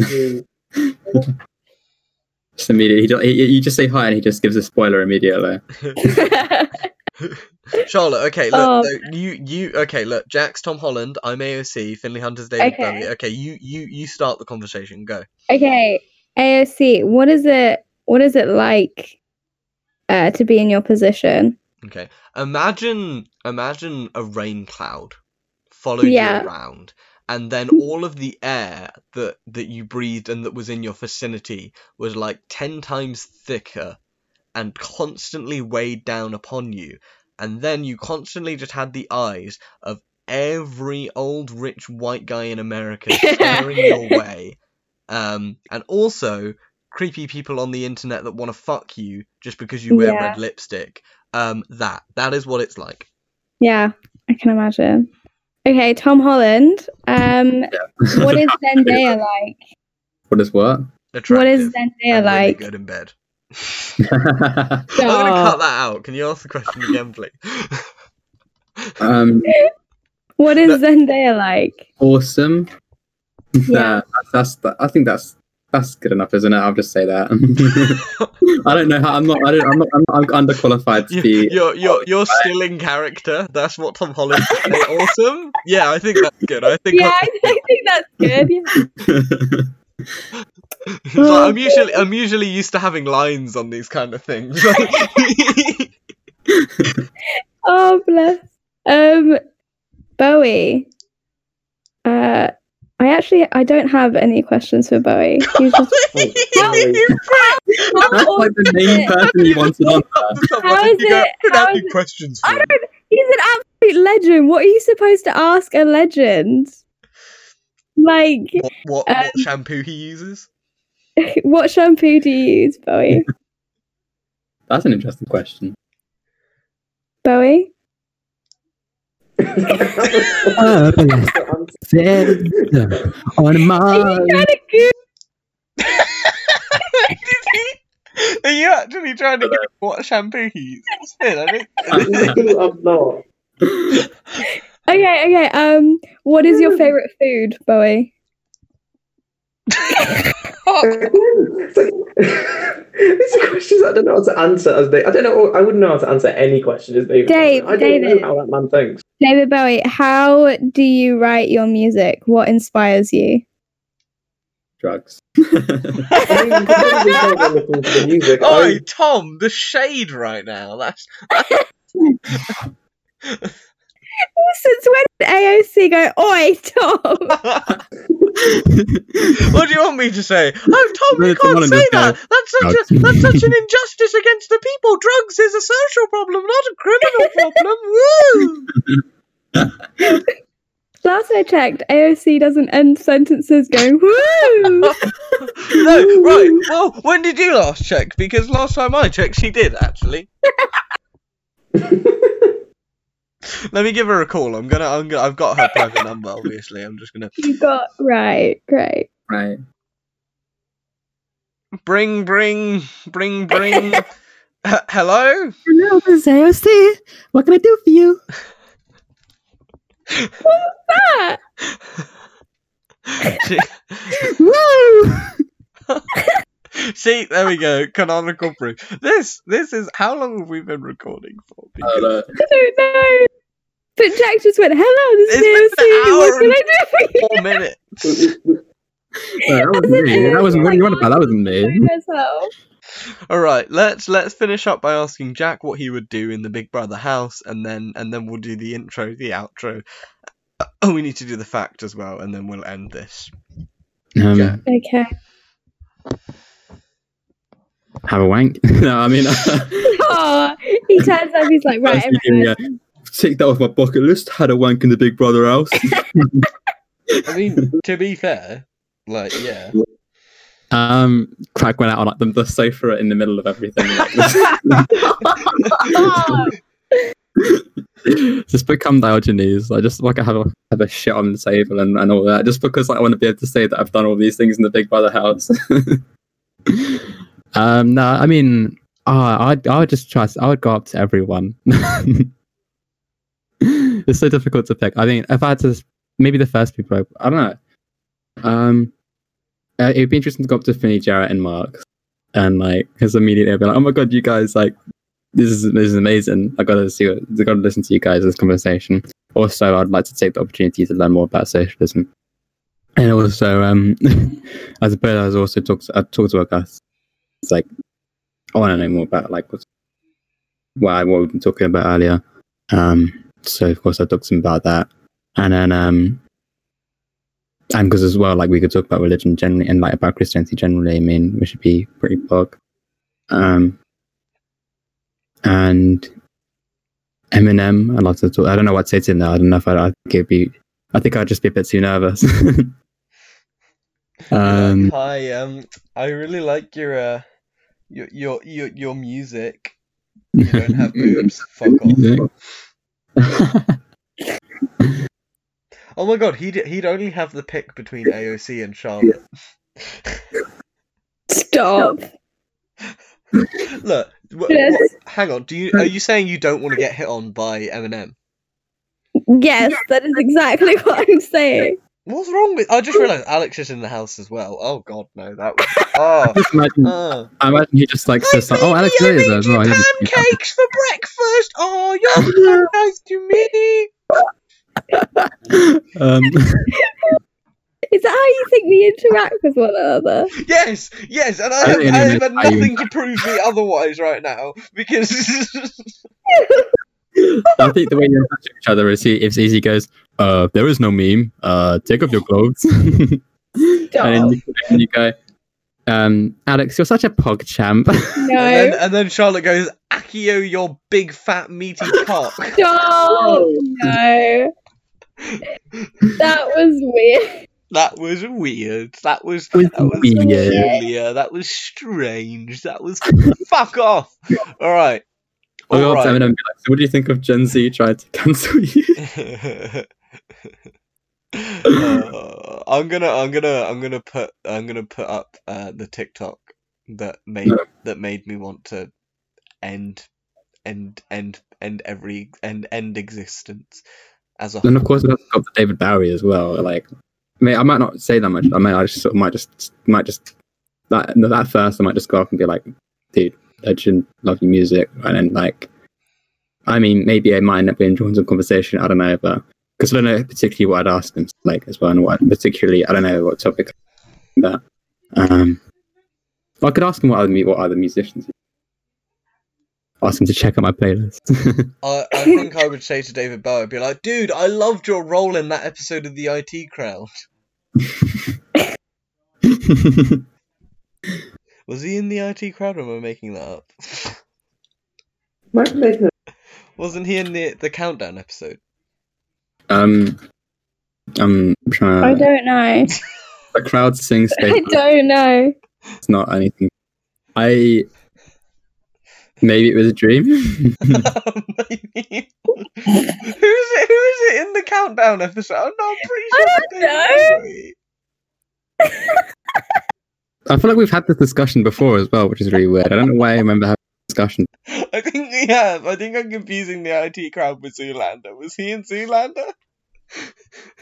C: just immediately he, don't- he, you just say hi and he just gives a spoiler immediately.
B: Charlotte, okay, look,
E: Oh.
B: so you, you, okay, look, Jack's Tom Holland, I'm AOC, Finley Hunter's David
E: Okay.
B: Bowie. Okay, you, you, you start the conversation. Go.
E: okay, AOC. What is it? What is it like uh, to be in your position?
B: Okay. Imagine, imagine a rain cloud following
E: Yeah.
B: you around, and then all of the air that that you breathed and that was in your vicinity was like ten times thicker, and constantly weighed down upon you, and then you constantly just had the eyes of every old rich white guy in America staring your way, um, and also creepy people on the internet that want to fuck you just because you wear
E: Yeah.
B: red lipstick. Um, that that is what it's like.
E: Yeah, I can imagine. Okay, Tom Holland. Um, what is Zendaya like?
C: what is what?
E: What is
B: Attractive
E: Zendaya
B: and really
E: like? Oh.
B: good in bed. I'm gonna cut
E: Stop.
B: that out. Can you ask the question again, please?
C: um,
E: What is Zendaya like?
C: awesome.
E: Yeah.
C: Yeah, that's, that's I think that's that's good enough, isn't it? I'll just say that. I don't know how I'm not I don't, I'm not I'm, not- I'm underqualified to
B: You-
C: be.
B: you're you're you're still in character. That's what Tom Holland. said. awesome. Yeah, I think that's good. I think
E: Yeah, I, I think that's good. yeah.
B: It's like, I'm usually I'm usually used to having lines on these kind of things. Like-
E: Oh bless. Um, Bowie. Uh, I actually I don't have any questions for Bowie. He's just
C: that's like the main person you wanted on.
B: Someone
E: is
B: you go,
E: it-
B: "Could
E: how
B: have
E: is
B: any
E: it-
B: questions for
E: I
B: me?"
E: don't. He's an absolute legend. What are you supposed to ask a legend? Like,
B: What what,
E: Um,
B: what shampoo he uses?
E: what shampoo do you use, Bowie?
C: That's an interesting question.
E: Bowie.
C: Oh, yes. on
E: Are you trying to Google?
B: Did he- Are you actually trying to get what shampoo he uses? Finn, I don't-
D: I'm not.
E: Okay, okay. Um, what is your favorite food, Bowie?
D: It's like- These are questions I don't know how to answer as they. I don't know. I wouldn't know how to answer any question as David.
E: Dave,
D: I don't
E: David.
D: know how that man thinks.
E: David Bowie. How do you write your music? What inspires you?
C: drugs.
D: I mean, you can probably tell by listening to the music.
B: Oi,
D: I-
B: Oh, Tom, the shade right now. That's
E: Since when did AOC go? Oi, Tom.
B: what do you want me to say? Oh, Tom,
C: No,
B: you
C: it's the
B: can't
C: one
B: say
C: in the
B: that. That's such a
C: Drugs.
B: that's such an injustice against the people. Drugs is a social problem, not a criminal problem. Woo!
E: Last I checked, AOC doesn't end sentences going woo.
B: No, right. Well, when did you last check? Because last time I checked, she did actually. Let me give her a call. I'm gonna. I'm gonna I've got her private number. Obviously, I'm just gonna
E: you got right, great.
C: right.
B: bring, bring, bring, bring. H- hello.
C: Hello, this is AOC. What can I do for you?
E: Ah,
B: She-
C: Woo!
B: See, there we go. Canonical proof. This, this is how long have we been recording for?
C: Uh,
B: Because-
E: I don't know. But Jack just went, "Hello, this is
B: It's been an hour and-
E: AOC. What can I do for you?"
B: Four minutes.
C: that wasn't me. That
E: oh
C: wasn't what you want about. That wasn't me.
E: Myself.
B: All right, let's let's finish up by asking Jack what he would do in the Big Brother house, and then and then we'll do the intro, the outro. Uh, Oh, we need to do the fact as well, and then we'll end this. Yeah.
C: Um,
E: Okay.
C: have a wank. no, I mean.
E: Oh, he turns up. He's like, "Right,
C: First you
E: everyone,
C: can, yeah, tick uh, that off my bucket list. Had a wank in the Big Brother house.
B: I mean, to be fair, like yeah,
C: Um, Craig went out on like the, the sofa in the middle of everything.
E: Ah,
C: just become Diogenes. I just like I have a have a shit on the table and, and all that. Just because like, I want to be able to say that I've done all these things in the Big Brother house. um, no, I mean, uh, I I would just try. I would go up to everyone. it's so difficult to pick. I mean, if I had to, maybe the first people. I, I don't know. Um, uh, it'd be interesting to go up to Finney, Jarrett, and Mark, and like, because immediately I'd be like, "Oh my god, you guys like, this is this is amazing. I gotta see, what, I gotta listen to you guys in this conversation." Also, I'd like to take the opportunity to learn more about socialism, and also, um, as a bit, I was also talked I talked to a guy. It's like, I want to know more about like what's, why what we've been talking about earlier. Um, so of course I talked to him about that, and then um, and because as well, like we could talk about religion generally and like about Christianity generally. I mean, we should be pretty bog. Um, and Eminem, I'd like to talk. I don't know what to say to him now. I don't know if I'd, I think it'd be. I think I'd just be a bit too nervous. um,
B: Hi, um, I really like your uh, your your your, your music. You don't have boobs. Fuck off. Oh my god, he'd he'd only have the pick between AOC and Charlotte.
E: Stop.
B: Look, wh- wh-
E: Yes.
B: hang on. Do you are you saying you don't want to get hit on by Eminem?
E: Yes, that is exactly what I'm saying.
B: What's wrong with? I just realised Alex is in the house as well. Oh god, no, that was oh.
C: I imagine,
B: oh.
C: I imagine he just like says, like, "Oh, Alex
B: I
C: Reyes
B: made
C: as
B: you
C: well." Yeah, but-
B: pancakes for breakfast. Oh, you're so nice to me.
C: um,
E: Is that how you think we interact with one another?
B: Yes, yes, and I, have,
C: I
B: I
C: think
B: have
C: Eminem-
B: had
C: I-
B: nothing to prove me otherwise right now because.
C: I think the way you interact with each other is he, if he goes, uh, there is no meme. Uh, take off your clothes. and then you, and you go, um, Alex, you're such a pog champ.
B: And then,
E: No.
B: and then Charlotte goes, Akio, your big fat meaty cock.
E: Stop. No. That was weird.
B: That was weird. That was
C: With
B: that was
C: weird.
B: peculiar. That was strange. That was fuck off. All right.
C: I'll go
B: All
C: up to
B: right.
C: Eminem and be like, so what do you think of Gen Z trying to cancel you?
B: Uh, I'm gonna, I'm gonna, I'm gonna put, I'm gonna put up uh, the TikTok that made that made me want to end, end, end, end every, end, end existence as a
C: and of
B: whole.
C: course, I've got the David Bowie as well. Like, I, mean, I might not say that much. I mean, I just sort of might just might just that no, that first. I might just go up and be like, dude, I shouldn't love your music. And then like, I mean, maybe I might end up enjoying some conversation. I don't know, but because I don't know particularly what I'd ask them like as well, and what particularly I don't know what topic. But um, I could ask them what other mu- what other musicians. Ask them to check out my playlist.
B: I, I think I would say to David Bowie, I'd be like, dude, I loved your role in that episode of the IT Crowd. Was he in the IT Crowd or am I making that up?
D: Might be making
B: Wasn't he in the the countdown episode?
C: Um, I'm trying.
E: I don't know.
C: the crowd sings.
E: I
C: Space
E: don't know.
C: it's not anything. I maybe it was a dream.
B: Maybe. who's it? Who is it in the countdown episode? I'm not pretty sure.
E: I
B: it's
E: don't
B: David
E: know.
B: Bowie.
C: I feel like we've had this discussion before as well, which is really weird. I don't know why I remember having this discussion.
B: I think we have. I think I'm confusing the IT Crowd with Zoolander. Was he in Zoolander?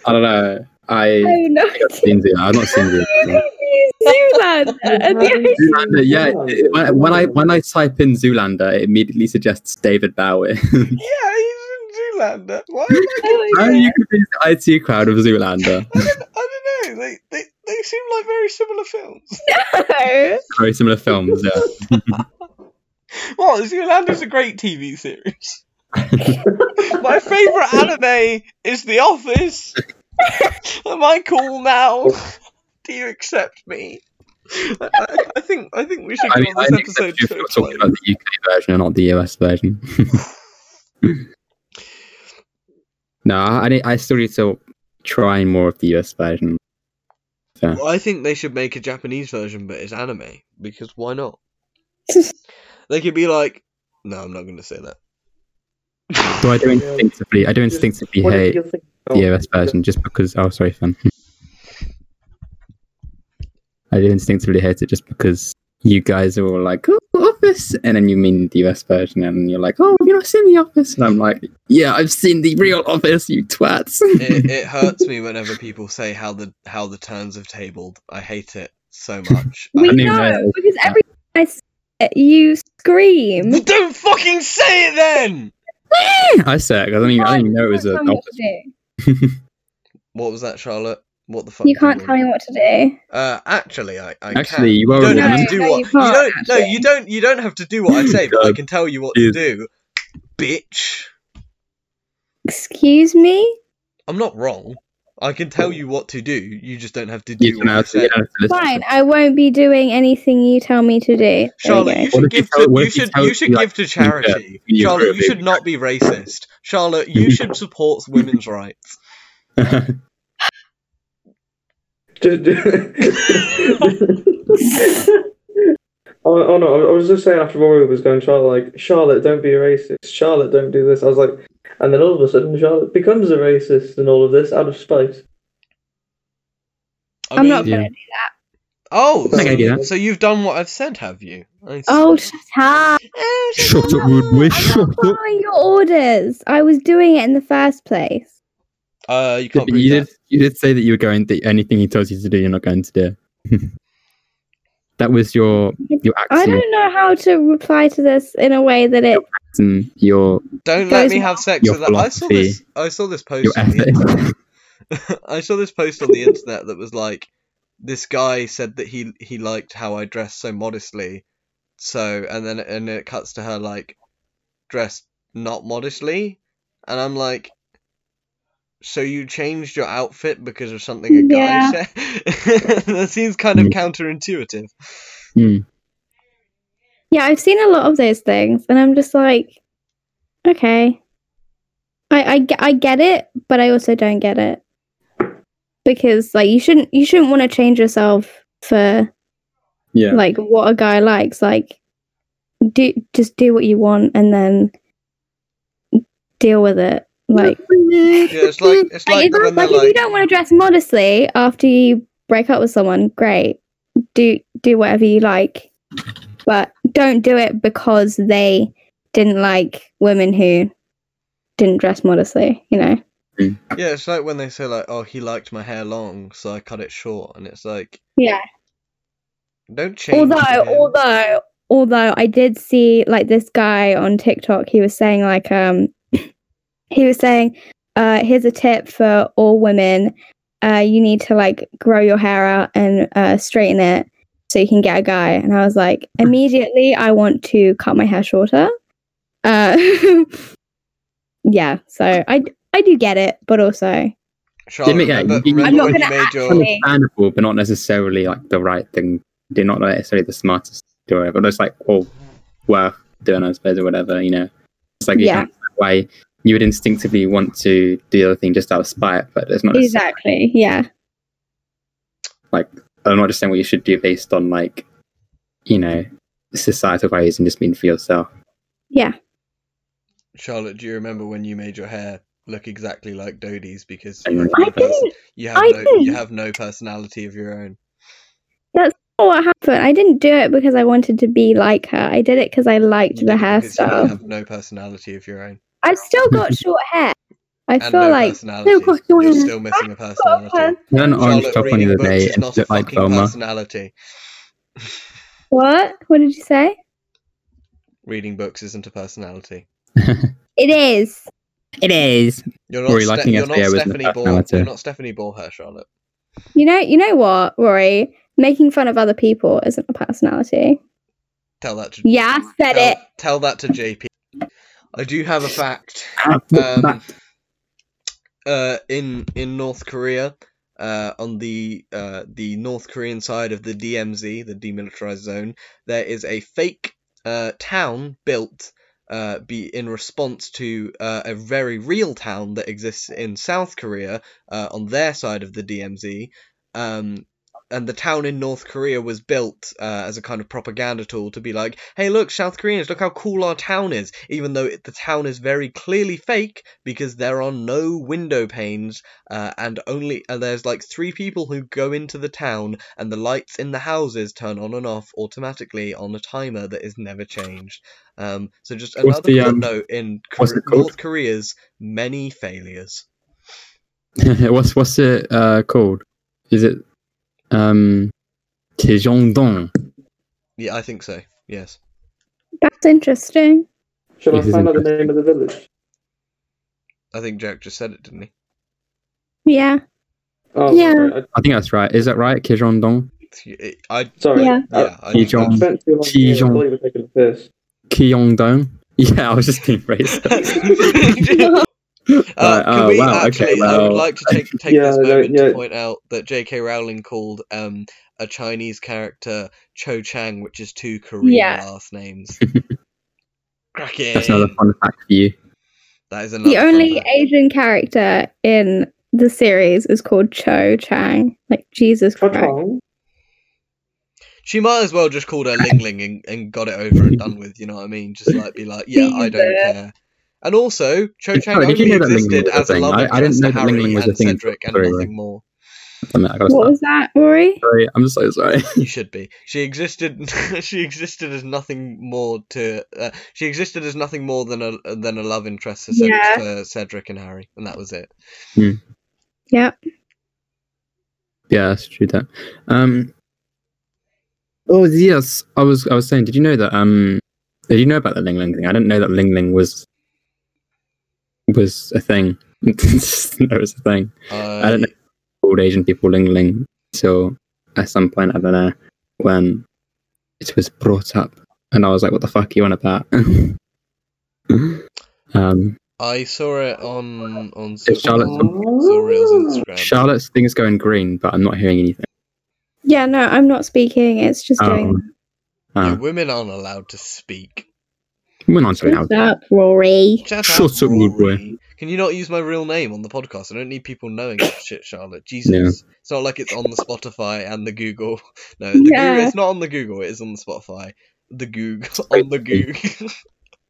C: I don't know.
E: I
C: I
E: have no
C: seen Zoolander. I've not seen Zoolander.
E: Zoolander. and the
C: Zoolander, yeah. it- When, I- when I when I type in Zoolander, it immediately suggests David Bowie.
B: Yeah, he's in Zoolander. Why am I
E: Oh,
C: How are you convinced the IT crowd of Zoolander?
B: I don't know. They, they they seem like very similar films.
E: no.
C: Very similar films. Yeah.
B: What? Zoolander's a great TV series. My favourite anime is The Office. Am I cool now? Do you accept me? I, I, I think I think we should
C: I
B: call
C: mean, I
B: this
C: think
B: episode
C: you
B: to a
C: talking
B: close.
C: about the UK version and not the US version. No, I I, need- I still need to try more of the US version. So,
B: Well, I think they should make a Japanese version, but it's anime because why not? They could be like, no, I'm not going to say that.
C: so I do instinctively, I do
D: Just-
C: instinctively
D: What
C: hate
D: did you think? Oh,
C: the US version just because. Oh, sorry, fun. I do instinctively hate it just because you guys are all like, "Oh, Office," and then you mean the US version, and you're like, "Oh, have you not seen the Office?" And I'm like, "Yeah, I've seen the real Office, you twats."
B: It, it hurts me whenever people say how the how the turns have tabled. I hate it so much.
E: We
C: I
B: Um,
C: knew that
E: know
C: was-
E: because every time I say it, you scream.
B: well, don't fucking say it then.
C: I said because I don't even, I didn't even know it was
E: You can't
C: an
E: tell me what
C: Office.
E: to do.
B: What was that, Charlotte? What the fuck?
E: You can't
B: was
E: tell me what to do.
B: it? Uh, actually, I, I
C: Actually,
B: can.
C: you are
B: don't
C: a
B: have
C: woman.
B: to do
E: No,
B: what
E: you
B: you
E: can't,
B: don't. No,
E: actually.
B: you don't. You don't have to do what I say, but I
C: God.
B: can tell you what to
C: Jeez.
B: do, bitch.
E: Excuse me.
B: I'm not wrong. I can tell you what to do. You just don't have to do
C: You
B: what
C: don't
B: I
C: have to,
B: say.
C: you don't have to listen.
E: Fine, I won't be doing anything you tell me to do. There you
B: Charlotte,
E: go.
B: you
C: What
B: should
C: if you
B: give
C: tell-
B: to
C: what
B: you
C: if you
B: should
C: tell
B: you should
C: you, like,
B: give to charity.
C: you
B: Charlotte, you
C: approve it?
B: should not be racist. Charlotte, you should support women's rights.
D: Just- Oh, oh no! I- I was just saying after Rory was going, Charlotte like Charlotte, don't be a racist. Charlotte, don't do this. I was like, and then all of a sudden, Charlotte becomes a racist and all of this out of spite.
B: I
E: I'm
B: mean,
E: not gonna
C: Yeah.
E: do
B: Oh,
D: I
B: so,
C: get that.
B: so you've done what I've said, have you? I see.
E: Oh, shut up!
B: Oh, shut
C: Shut up, Woodward.
E: I'm not
C: Shut up.
E: following your orders. I was doing it in the first place.
B: Uh, you
C: But
B: can't
C: you
B: prove
C: did.
B: that.
C: You did say that you were going. That anything he tells you to do, you're not going to do. that was your your
E: I
C: axiom.
E: don't know how to reply to this in a way that it.
C: and Your
B: Don't
E: That
B: let
E: is
B: me
E: not-
B: have sex
C: your
B: with that. I saw this. I saw this post.
C: your
B: on the
C: ethics.
B: internet. I saw this post on the internet that was like, this guy said that he he liked how I dressed so modestly, so and then and it cuts to her like, dressed not modestly, and I'm like, so you changed your outfit because of something a guy
E: Yeah.
B: said. that seems kind of
C: Mm.
B: counterintuitive.
C: Hmm.
E: Yeah, I've seen a lot of those things, and I'm just like, okay, I I, ge- I get it, but I also don't get it because like you shouldn't you shouldn't want to change yourself for
C: Yeah.
E: like what a guy likes. Like, do just do what you want, and then deal with it. Like,
B: Yeah, it's like it's
E: Like,
B: like
E: if,
B: when they're
E: like, if you
B: like,
E: don't want to dress modestly after you break up with someone, great. Do do whatever you like, but don't do it because they didn't like women who didn't dress modestly. You know,
B: yeah, it's like when they say like, oh, he liked my hair long, so I cut it short, and it's like,
E: Yeah.
B: don't change.
E: although
B: him.
E: although although I did see like this guy on TikTok, he was saying like um he was saying uh here's a tip for all women. Uh you need to like grow your hair out and uh straighten it so you can get a guy. And I was like, immediately I want to cut my hair shorter. Uh yeah, so I I do get it, but also
B: Charlotte,
C: Didn't it- yeah,
B: remember,
C: you- you-
B: remember
E: I'm not
B: when you
E: gonna
B: made your
E: actually-
C: Understandable, but not necessarily like the right thing. They're not necessarily the smartest story, but it's like well worth doing, I suppose, or whatever. You know, it's like you
E: Yeah.
C: can't explain why you would instinctively want to do the other thing just out of spite, but it's not necessarily
E: exactly, yeah.
C: I'm not just saying what you should do based on like, you know, societal values and just mean for yourself.
E: Yeah.
B: Charlotte, do you remember when you made your hair look exactly like Dodie's because
C: I
B: you have,
C: remember.
B: no
E: I
B: pers-
E: didn't
B: you have
E: I
B: no you
E: didn't.
B: have no personality of your own.
E: know what happened. I didn't do it because I wanted to be like her. I did it because I liked
B: You
E: the
B: did it because you
E: hairstyle.
B: have no personality of your own.
E: I've still got short hair. I
B: And
E: feel
B: no
E: like
B: personality.
E: God,
B: You're
E: Dodie.
B: still missing a personality.
C: I had an orange
B: Charlotte
C: top on the
B: reading
C: other
B: books
C: day
B: is
C: and
B: not
C: it
B: a
C: looked like
B: fucking
C: Velma.
B: personality.
E: what? What did you say?
B: Reading books isn't a personality.
E: It is.
C: It is.
B: You're not,
C: Rory
B: Ste-
C: liking
B: you're
C: us
B: not
C: there with no
B: Stephanie Ball.
C: personality.
B: You're not Stephanie Ballher, Charlotte.
E: You know. You know what, Rory? Making fun of other people isn't a personality.
B: Tell that to
E: Yeah, I said
B: tell,
E: it.
B: tell that to JP. I do have a fact. um,
C: Um,
B: uh, in in North Korea, uh, on the uh, the North Korean side of the DMZ, the demilitarized zone, there is a fake uh, town built uh, be in response to uh, a very real town that exists in South Korea uh, on their side of the DMZ. Um, and the town in North Korea was built uh, as a kind of propaganda tool to be like, hey, look, South Koreans, look how cool our town is, even though it, the town is very clearly fake because there are no window panes uh, and only and there's like three people who go into the town and the lights in the houses turn on and off automatically on a timer that is never changed. Um, so just
C: What's
B: another
C: the, um,
B: footnote in
C: what's
B: Kor-
C: it called?
B: North Korea's many failures.
C: what's what's it uh, called? Is it um Tijeongdong?
B: Yeah, I think so. Yes.
E: That's interesting.
D: Shall I
C: This is
D: find out the name of the village?
B: I think Jack just said it, didn't he?
E: Yeah.
D: Oh,
E: Yeah.
D: sorry. I,
C: I think that's right. Is that right? Kijongdong?
B: It-
C: Uh,
B: I,
D: sorry.
E: Yeah.
B: yeah, I think
D: I
C: Dijon.
B: that's-
D: spent too long here. I thought you were taking a piss.
C: Kyongdong? Yeah, I was just being racist.
B: uh,
C: Right,
B: can
C: oh,
B: we
C: wow, okay,
B: actually? I would
C: well-
B: like to take take
D: Yeah,
B: this
D: no,
B: moment
D: yeah.
B: to point out that J.K. Rowling called um, a Chinese character Cho Chang, which is two Korean
E: Yeah.
B: last names.
C: That's another
B: Cracking.
C: fun fact for you.
B: That is another.
E: The
B: fun
E: only
B: fact.
E: Asian character in the series is called Cho Chang. Like Jesus Christ.
D: Chong.
B: She might as well just called her Ling Ling and, and got it over and done with. You know what I mean? Just like be like, yeah, I don't
E: Jesus.
B: care. And also, Cho
C: Sorry,
B: Chang
C: did you
B: only
C: know that Ling Ling
B: existed
C: was a
B: as a
C: thing?
B: love
C: I- I didn't
B: interest
C: know
B: to
C: that Ling
B: Harry
C: Ling was a
B: and
C: thing in
B: Cedric and
C: South Korea.
B: nothing more.
C: Damn it, I gotta
E: What
C: stop.
E: was that, Ori?
C: Sorry, I'm so sorry.
B: You should be. She existed. she existed as nothing more to. Uh, she existed as nothing more than a than a love interest to, Ced-
E: Yeah.
B: to Cedric and Harry, and that was it.
E: Yep.
C: yeah, that's true. That. Um. Oh yes, I was. I was saying. Did you know that? Um. Did you know about the Ling Ling thing? I didn't know that Ling Ling was was a thing. there was a thing.
B: Uh,
C: I don't know. Old Asian people Ling Ling. So at some point, I don't know when it was brought up, and I was like, "What the fuck are you on about?" um.
B: I saw it on on
C: It's Charlotte's
E: Oh.
B: saw Reel's Instagram.
C: Charlotte's thing's going green, but I'm not hearing anything.
E: Yeah, no, I'm not speaking. It's just
B: Oh.
E: doing
C: Um,
B: Yeah,
C: uh,
B: women aren't allowed to speak.
C: we're not doing
E: Shut
C: that.
E: up, Rory.
B: Shut
C: Shut
B: up,
C: up,
B: Rory.
C: rude boy.
B: Can you not use my real name on the podcast? I don't need people knowing that shit, Charlotte. Jesus, it's not like it's on the Spotify and the Google. No, the
E: Yeah.
B: Google, it's not on the Google. It is on the Spotify. The Goog on the Goog.
C: So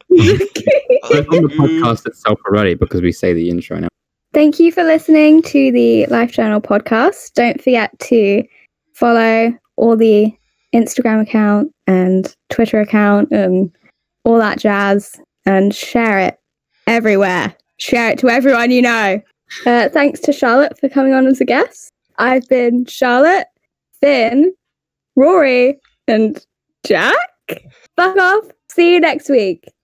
C: it's on the
B: Ooh.
C: podcast itself already because we say the intro now.
E: Thank you for listening to the Life Journal podcast. Don't forget to follow all the Instagram account and Twitter account and all that jazz and share it everywhere. Share it to everyone you know. Uh, thanks to Charlotte for coming on as a guest. I've been Charlotte, Finn, Rory, and Jack. Fuck off. See you next week.